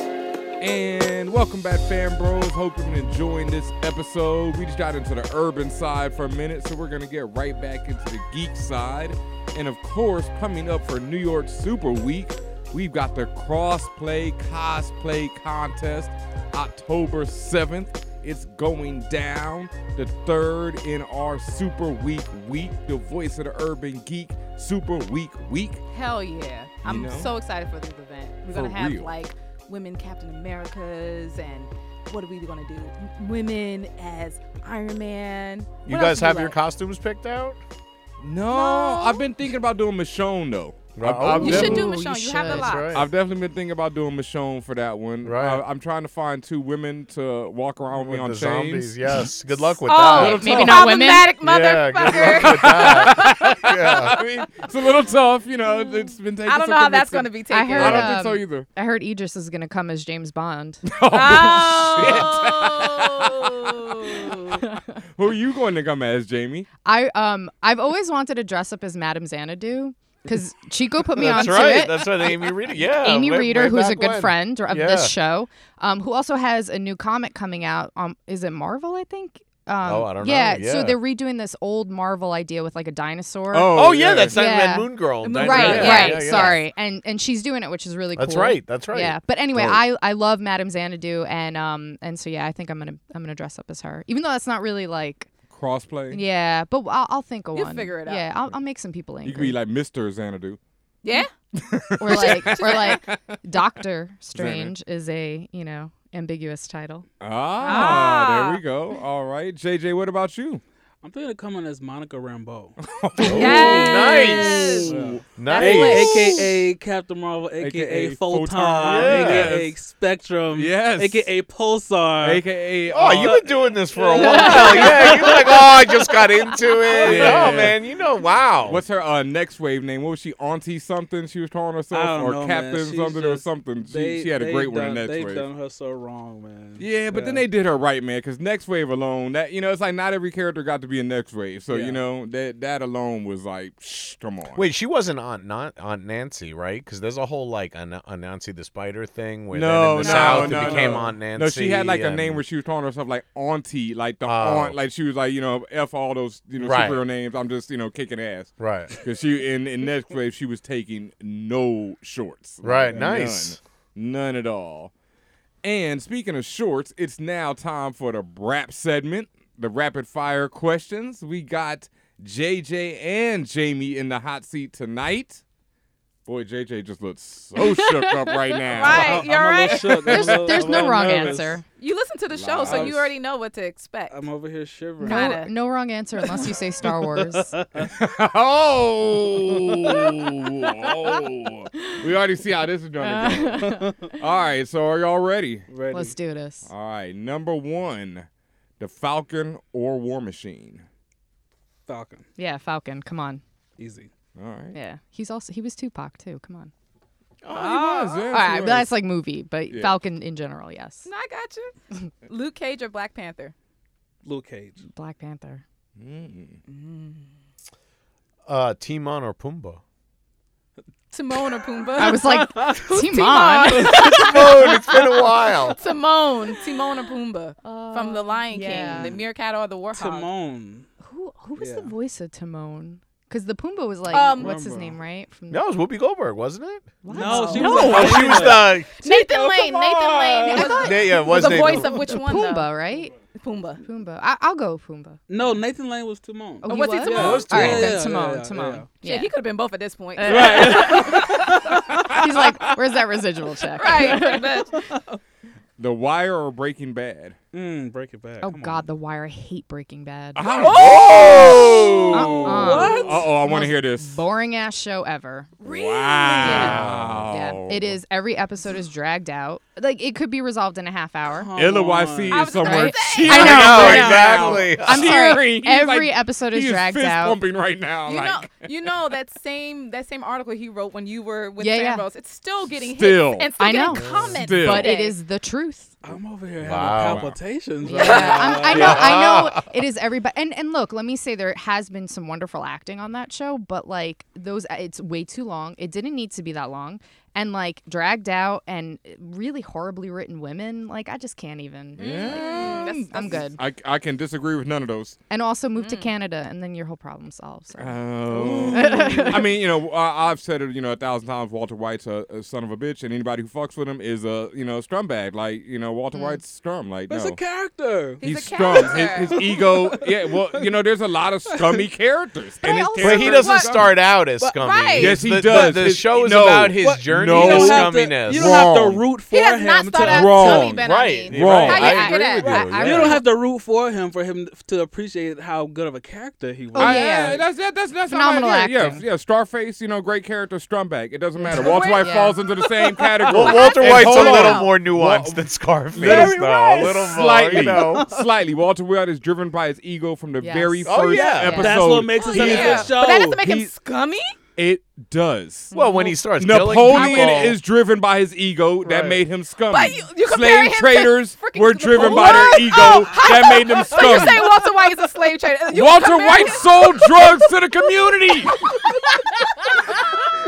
[SPEAKER 3] And welcome back, fan bros. Hope you've been enjoying this episode. We just got into the urban side for a minute, so we're gonna get right back into the geek side. And of course, coming up for New York Super Week, we've got the crossplay cosplay contest October 7th. It's going down the third in our Super Week week, the voice of the urban geek Super Week week.
[SPEAKER 2] Hell yeah. I'm
[SPEAKER 3] know?
[SPEAKER 2] so excited for this event. We're
[SPEAKER 3] For
[SPEAKER 2] going to have
[SPEAKER 3] real.
[SPEAKER 2] like women Captain Americas and what are we going to do? M- Women as Iron Man.
[SPEAKER 1] You
[SPEAKER 2] What
[SPEAKER 1] guys
[SPEAKER 2] else do we
[SPEAKER 1] have your
[SPEAKER 2] like?
[SPEAKER 1] costumes picked out?
[SPEAKER 3] No, I've been thinking about doing Michonne though. I've-
[SPEAKER 1] Oh.
[SPEAKER 3] I've
[SPEAKER 2] You should do
[SPEAKER 5] Ooh, you
[SPEAKER 2] Michonne. You, have a
[SPEAKER 5] should.
[SPEAKER 2] lot.
[SPEAKER 1] That's
[SPEAKER 3] I've definitely been thinking about doing Michonne for that one.
[SPEAKER 1] Right.
[SPEAKER 3] I, am trying to find two women to walk around with me
[SPEAKER 1] With
[SPEAKER 3] on
[SPEAKER 1] the
[SPEAKER 3] chains.
[SPEAKER 1] zombies, yes. Good luck with
[SPEAKER 2] Oh,
[SPEAKER 1] that.
[SPEAKER 5] maybe not women.
[SPEAKER 2] Problematic
[SPEAKER 1] Yeah, good
[SPEAKER 2] motherfucker.
[SPEAKER 1] luck with that. yeah.
[SPEAKER 3] I mean, it's a little tough, you know. It's been taking.
[SPEAKER 2] I don't know how that's going to be taken.
[SPEAKER 5] I
[SPEAKER 3] I
[SPEAKER 5] heard,
[SPEAKER 3] don't
[SPEAKER 5] um,
[SPEAKER 3] think so either.
[SPEAKER 5] I heard Idris is gonna come as James Bond.
[SPEAKER 2] Oh.
[SPEAKER 3] Who are you going to come as, Jamie?
[SPEAKER 5] I um, I've always wanted to dress up as Madame Xanadu because Chico put me
[SPEAKER 1] That's
[SPEAKER 5] onto
[SPEAKER 1] right.
[SPEAKER 5] it.
[SPEAKER 1] That's right. Amy Reader. Yeah.
[SPEAKER 5] Amy
[SPEAKER 1] way-
[SPEAKER 5] Reeder,
[SPEAKER 1] way
[SPEAKER 5] who's a
[SPEAKER 1] back
[SPEAKER 5] good
[SPEAKER 1] when.
[SPEAKER 5] friend of
[SPEAKER 1] Yeah.
[SPEAKER 5] this show, um, who also has a new comic coming out. Um, is it Marvel? I think. Um,
[SPEAKER 1] Oh, I don't know.
[SPEAKER 5] yeah,
[SPEAKER 1] Yeah.
[SPEAKER 5] so they're redoing this old Marvel idea with like a dinosaur.
[SPEAKER 1] Oh, yeah, that's
[SPEAKER 5] Yeah.
[SPEAKER 1] Red Moon Girl.
[SPEAKER 2] Moon
[SPEAKER 1] Diana-
[SPEAKER 2] Girl,
[SPEAKER 5] right,
[SPEAKER 1] yeah,
[SPEAKER 5] right.
[SPEAKER 1] yeah, yeah.
[SPEAKER 5] Sorry, and and she's doing it, which is really
[SPEAKER 1] That's
[SPEAKER 5] cool.
[SPEAKER 1] right. That's right.
[SPEAKER 5] Yeah, but anyway,
[SPEAKER 1] Right.
[SPEAKER 5] I I love Madame Xanadu, and um and so yeah, I think I'm gonna I'm gonna dress up as her, even though that's not really like
[SPEAKER 3] Crossplay.
[SPEAKER 5] yeah, but I'll, I'll think of
[SPEAKER 2] You'll
[SPEAKER 5] one.
[SPEAKER 2] figure it out.
[SPEAKER 5] Yeah, I'll, I'll make some people angry.
[SPEAKER 3] You could be like Mister Xanadu.
[SPEAKER 2] yeah.
[SPEAKER 5] or like or like Doctor Strange is a you know ambiguous title.
[SPEAKER 3] Ah,
[SPEAKER 2] Ah.
[SPEAKER 3] there we go. All right, JJ. What about you?
[SPEAKER 6] I'm thinking of coming as Monica Rambeau,
[SPEAKER 2] Yes.
[SPEAKER 1] Nice.
[SPEAKER 2] Hey.
[SPEAKER 1] Nice.
[SPEAKER 6] aka Captain Marvel, aka,
[SPEAKER 3] AKA
[SPEAKER 6] Photon,
[SPEAKER 3] Photon.
[SPEAKER 6] aka
[SPEAKER 3] Yes.
[SPEAKER 6] Spectrum,
[SPEAKER 3] Yes.
[SPEAKER 6] aka Pulsar,
[SPEAKER 3] AKA.
[SPEAKER 1] Oh,
[SPEAKER 3] uh,
[SPEAKER 1] you've been doing this for a while. yeah, you're like, oh, I just got into it.
[SPEAKER 3] Yeah.
[SPEAKER 1] Oh man, you know, wow.
[SPEAKER 3] What's her uh, next wave name? What was she? Auntie something? She was calling herself,
[SPEAKER 6] I don't
[SPEAKER 3] or
[SPEAKER 6] know, man.
[SPEAKER 3] Captain
[SPEAKER 6] She's
[SPEAKER 3] something, or
[SPEAKER 6] just-
[SPEAKER 3] something. She,
[SPEAKER 6] They-
[SPEAKER 3] she had a
[SPEAKER 6] they
[SPEAKER 3] great one
[SPEAKER 6] done-
[SPEAKER 3] in next
[SPEAKER 6] They
[SPEAKER 3] wave.
[SPEAKER 6] done her so wrong, man.
[SPEAKER 3] Yeah, but then they did her right, man. Because next wave alone, that you know, it's like not every character got to be in next wave. So
[SPEAKER 6] Yeah.
[SPEAKER 3] you know that that alone was like, Shh, come on.
[SPEAKER 1] Wait, she wasn't Aunt Nan- Aunt Nancy, right? Because there's a whole like Aunt Aunt Nancy the Spider thing where then in
[SPEAKER 3] no,
[SPEAKER 1] the
[SPEAKER 3] no,
[SPEAKER 1] South
[SPEAKER 3] no,
[SPEAKER 1] it became
[SPEAKER 3] no.
[SPEAKER 1] Aunt Nancy.
[SPEAKER 3] No, she had like a
[SPEAKER 1] and-
[SPEAKER 3] name where she was calling herself like Auntie, like the
[SPEAKER 1] Oh.
[SPEAKER 3] aunt, like she was like you know f all those you know
[SPEAKER 1] Right.
[SPEAKER 3] superhero names. I'm just you know kicking ass.
[SPEAKER 1] Right.
[SPEAKER 3] Because she in in next wave she was taking no shorts.
[SPEAKER 1] Right,
[SPEAKER 3] Like,
[SPEAKER 1] nice.
[SPEAKER 3] None, none at all. And speaking of shorts, it's now time for the rap segment, the rapid fire questions. We got JJ and Jamie in the hot seat tonight. Boy, JJ just looks so shook up right now.
[SPEAKER 2] Right. You all
[SPEAKER 6] I'm a little
[SPEAKER 2] right?
[SPEAKER 6] shook. I'm a
[SPEAKER 5] There's
[SPEAKER 6] little-
[SPEAKER 5] there's
[SPEAKER 6] I'm a
[SPEAKER 5] no
[SPEAKER 6] little
[SPEAKER 5] wrong
[SPEAKER 6] nervous.
[SPEAKER 5] answer.
[SPEAKER 2] You listen to the show, so you already know what to expect.
[SPEAKER 6] I'm over here shivering.
[SPEAKER 5] No,
[SPEAKER 2] Kinda.
[SPEAKER 5] no wrong answer unless you say Star Wars.
[SPEAKER 3] oh, oh. we already see how this is going to go. All right, so are y'all ready?
[SPEAKER 6] Ready.
[SPEAKER 5] Let's do this.
[SPEAKER 3] All right, number one, the Falcon or War Machine.
[SPEAKER 6] Falcon.
[SPEAKER 5] Yeah, Falcon. Come on.
[SPEAKER 6] Easy.
[SPEAKER 3] All right.
[SPEAKER 5] Yeah, he's also he was Tupac too. Come on.
[SPEAKER 3] Oh, he was. Yeah,
[SPEAKER 5] All right,
[SPEAKER 3] he
[SPEAKER 5] but
[SPEAKER 3] was.
[SPEAKER 5] that's like movie, but Falcon in general, yes.
[SPEAKER 2] I got you. Luke Cage or Black Panther?
[SPEAKER 6] Luke Cage.
[SPEAKER 5] Black Panther.
[SPEAKER 1] Uh, Timon or Pumbaa?
[SPEAKER 2] Timon or Pumbaa?
[SPEAKER 5] I was like, Timon.
[SPEAKER 2] Timon.
[SPEAKER 1] Timon. It's been a while.
[SPEAKER 2] Timon. Timon or Pumbaa from The Lion
[SPEAKER 5] Oh, yeah.
[SPEAKER 2] King, the meerkat or the warthog.
[SPEAKER 6] Timon.
[SPEAKER 5] Who who was the
[SPEAKER 6] Yeah.
[SPEAKER 5] voice of Timon? Because the Pumbaa was like,
[SPEAKER 2] Um,
[SPEAKER 5] what's his
[SPEAKER 3] Pumbaa.
[SPEAKER 5] name, right? From
[SPEAKER 1] No, it was Whoopi Goldberg, wasn't it?
[SPEAKER 6] No, she
[SPEAKER 2] No.
[SPEAKER 6] was.
[SPEAKER 1] Oh, she was the.
[SPEAKER 2] Nathan Lane. Nathan Lane. It was,
[SPEAKER 1] Yeah, yeah, it was
[SPEAKER 2] the
[SPEAKER 1] Nathan.
[SPEAKER 2] voice of which one?
[SPEAKER 5] Pumbaa,
[SPEAKER 2] though?
[SPEAKER 5] right?
[SPEAKER 2] Pumbaa.
[SPEAKER 5] Pumbaa. I- I'll go with Pumbaa.
[SPEAKER 6] No, Nathan Lane was Timon.
[SPEAKER 5] Oh,
[SPEAKER 2] Oh, was he Timon?
[SPEAKER 6] Yeah, it was
[SPEAKER 5] All right,
[SPEAKER 6] Timon.
[SPEAKER 5] then
[SPEAKER 6] Yeah,
[SPEAKER 5] Timon.
[SPEAKER 6] yeah, yeah,
[SPEAKER 5] Timon.
[SPEAKER 6] yeah.
[SPEAKER 2] Yeah, he could have been both at this point.
[SPEAKER 5] Uh, He's like, where's that residual check?
[SPEAKER 2] right. pretty much.
[SPEAKER 3] The Wire or Breaking Bad?
[SPEAKER 6] Mm, break it back.
[SPEAKER 5] Oh
[SPEAKER 6] Come on.
[SPEAKER 5] God, The Wire. I hate Breaking Bad.
[SPEAKER 3] Oh!
[SPEAKER 5] Uh-uh.
[SPEAKER 3] oh, I want to hear this.
[SPEAKER 5] Boring ass show ever.
[SPEAKER 3] Wow.
[SPEAKER 5] Yeah,
[SPEAKER 3] Oh.
[SPEAKER 5] it is. Every episode is dragged out. Like it could be resolved in a half hour.
[SPEAKER 3] Uh-huh.
[SPEAKER 6] Come on.
[SPEAKER 3] LYC is
[SPEAKER 2] was gonna
[SPEAKER 3] somewhere
[SPEAKER 2] say.
[SPEAKER 3] cheering
[SPEAKER 5] I know, I
[SPEAKER 3] right
[SPEAKER 5] know.
[SPEAKER 3] now.
[SPEAKER 1] Exactly.
[SPEAKER 5] I'm sorry.
[SPEAKER 3] Cheering. He's
[SPEAKER 5] Every
[SPEAKER 3] like-
[SPEAKER 5] episode is
[SPEAKER 3] he
[SPEAKER 5] dragged
[SPEAKER 3] fist
[SPEAKER 5] out.
[SPEAKER 3] pumping right now.
[SPEAKER 2] You know,
[SPEAKER 3] like,
[SPEAKER 2] you know that same that same article he wrote when you were with
[SPEAKER 5] Yeah,
[SPEAKER 2] yeah,
[SPEAKER 5] yeah.
[SPEAKER 2] It's still getting
[SPEAKER 3] Still.
[SPEAKER 2] hits and still
[SPEAKER 5] I
[SPEAKER 2] getting
[SPEAKER 5] know.
[SPEAKER 2] comments.
[SPEAKER 3] Still.
[SPEAKER 5] But it
[SPEAKER 2] today.
[SPEAKER 5] is the truth.
[SPEAKER 6] I'm over here
[SPEAKER 1] Wow.
[SPEAKER 6] having palpitations.
[SPEAKER 5] Yeah,
[SPEAKER 6] Right now.
[SPEAKER 5] I'm- I know. I know. It is everybody. And and look, let me say there has been some wonderful acting on that show, but like those, uh, it's way too long. It didn't need to be that long, and like dragged out and uh, really horribly written women. Like I just can't even.
[SPEAKER 2] Mm, that's- that's-
[SPEAKER 5] I'm good.
[SPEAKER 3] I, I can disagree with none of those.
[SPEAKER 5] And also move to Canada, and then your whole problem solved. So.
[SPEAKER 3] Oh. I mean, you know, I, I've said it, you know, a thousand times. Walter White's a, a son of a bitch, and anybody who fucks with him is a, you know, scumbag. Like, you know,
[SPEAKER 2] Mm.
[SPEAKER 3] Walter White's scum. Like,
[SPEAKER 6] That's
[SPEAKER 3] no.
[SPEAKER 6] a character.
[SPEAKER 2] He's a
[SPEAKER 3] scum. His,
[SPEAKER 2] character.
[SPEAKER 3] his ego. Yeah. Well, you know, there's a lot of scummy characters. and his
[SPEAKER 5] also-
[SPEAKER 1] But he
[SPEAKER 3] character
[SPEAKER 1] doesn't
[SPEAKER 3] is scummy.
[SPEAKER 1] start out as scummy.
[SPEAKER 2] right.
[SPEAKER 3] Yes, he
[SPEAKER 1] The- the-
[SPEAKER 3] does.
[SPEAKER 1] The,
[SPEAKER 3] His-
[SPEAKER 1] show is
[SPEAKER 3] no.
[SPEAKER 1] about his
[SPEAKER 3] What?
[SPEAKER 1] journey
[SPEAKER 3] No.
[SPEAKER 6] You
[SPEAKER 1] to
[SPEAKER 6] don't, have to,
[SPEAKER 1] scumminess.
[SPEAKER 6] you don't have to
[SPEAKER 3] Wrong.
[SPEAKER 6] root for
[SPEAKER 2] He does
[SPEAKER 6] him.
[SPEAKER 2] not start
[SPEAKER 6] to-
[SPEAKER 2] out
[SPEAKER 3] Wrong.
[SPEAKER 2] Tully Ben
[SPEAKER 1] Right,
[SPEAKER 2] Ami.
[SPEAKER 1] wrong.
[SPEAKER 2] How you
[SPEAKER 1] I
[SPEAKER 2] get
[SPEAKER 1] agree
[SPEAKER 2] at-
[SPEAKER 1] with you.
[SPEAKER 2] I-
[SPEAKER 1] yeah.
[SPEAKER 5] I
[SPEAKER 6] You don't have to root for him for him to appreciate how good of a character he was.
[SPEAKER 5] Oh,
[SPEAKER 3] I-
[SPEAKER 5] yeah.
[SPEAKER 3] I- that's that, that's that's
[SPEAKER 5] Phenomenal
[SPEAKER 3] not my idea.
[SPEAKER 5] acting.
[SPEAKER 3] Yeah, yeah. Starface, you know, great character. Strumback. It doesn't matter. Walter White
[SPEAKER 5] Yeah.
[SPEAKER 3] falls into the same category.
[SPEAKER 1] Well, Walter
[SPEAKER 3] And
[SPEAKER 1] White's a
[SPEAKER 3] hold on.
[SPEAKER 1] little more nuanced than Scarface, though. A little more,
[SPEAKER 3] slightly,
[SPEAKER 1] you know.
[SPEAKER 3] slightly. Walter White is driven by his ego from the
[SPEAKER 5] Yes.
[SPEAKER 3] very first
[SPEAKER 1] Oh, yeah.
[SPEAKER 3] episode.
[SPEAKER 6] That's what makes it such
[SPEAKER 3] He-
[SPEAKER 6] a good show.
[SPEAKER 2] But that doesn't make him
[SPEAKER 3] He-
[SPEAKER 2] scummy.
[SPEAKER 3] It does.
[SPEAKER 1] Well, when he starts killing
[SPEAKER 3] Napoleon
[SPEAKER 1] people,
[SPEAKER 3] is driven by his ego that
[SPEAKER 6] Right.
[SPEAKER 3] made him scummy.
[SPEAKER 2] But you- you compare
[SPEAKER 3] Slave
[SPEAKER 2] him to
[SPEAKER 3] traders
[SPEAKER 2] freaking
[SPEAKER 3] were
[SPEAKER 2] Napoleon?
[SPEAKER 3] driven by their ego that made them
[SPEAKER 2] So you're saying
[SPEAKER 3] scummy.
[SPEAKER 2] Walter White is a slave trader? You
[SPEAKER 3] Walter
[SPEAKER 2] compare
[SPEAKER 3] White
[SPEAKER 2] him-
[SPEAKER 3] sold drugs to the community.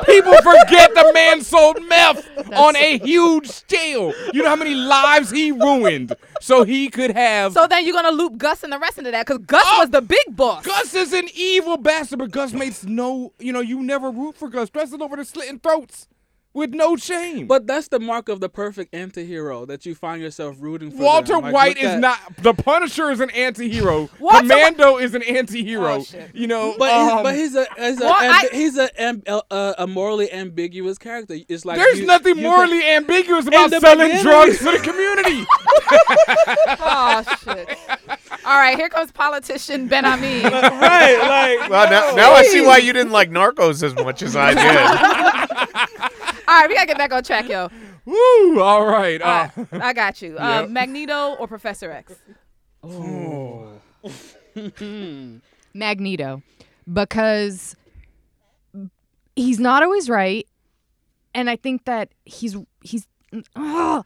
[SPEAKER 3] People forget the man sold meth on a huge scale. You know how many lives he ruined so he could have
[SPEAKER 2] So then you're gonna loop Gus and the rest into that because Gus was the big boss.
[SPEAKER 3] Gus is an evil bastard, but Gus makes no, you know, you never root for Gus. Dressing over the slitting throats with no shame.
[SPEAKER 6] But that's the mark of the perfect anti-hero that you find yourself rooting for.
[SPEAKER 3] Walter
[SPEAKER 6] them. Like,
[SPEAKER 3] White
[SPEAKER 6] look
[SPEAKER 3] is
[SPEAKER 6] at-
[SPEAKER 3] not. The Punisher is an anti-hero.
[SPEAKER 2] Walter
[SPEAKER 3] Commando is an anti-hero.
[SPEAKER 2] Oh, shit.
[SPEAKER 3] you know,
[SPEAKER 6] But
[SPEAKER 3] um,
[SPEAKER 6] he's, but he's a he's a,
[SPEAKER 2] Well,
[SPEAKER 6] ambi-
[SPEAKER 2] I-
[SPEAKER 6] he's a, am, a, a, a morally ambiguous character. It's like
[SPEAKER 3] there's
[SPEAKER 6] you-
[SPEAKER 3] nothing
[SPEAKER 6] you
[SPEAKER 3] morally ambiguous about
[SPEAKER 6] the
[SPEAKER 3] selling
[SPEAKER 6] beginning-
[SPEAKER 3] drugs to the community.
[SPEAKER 2] Oh shit! All right, here comes politician Ben Ami.
[SPEAKER 6] Can, right, like
[SPEAKER 1] well, now, now I see why you didn't like Narcos as much as I did.
[SPEAKER 2] All right, we gotta get back on track, yo.
[SPEAKER 3] Woo! All right.
[SPEAKER 2] All
[SPEAKER 3] Uh,
[SPEAKER 6] Ah.
[SPEAKER 2] right, I got you. Uh, Magneto or Professor X?
[SPEAKER 5] Magneto because he's not always right and I think that he's he's oh,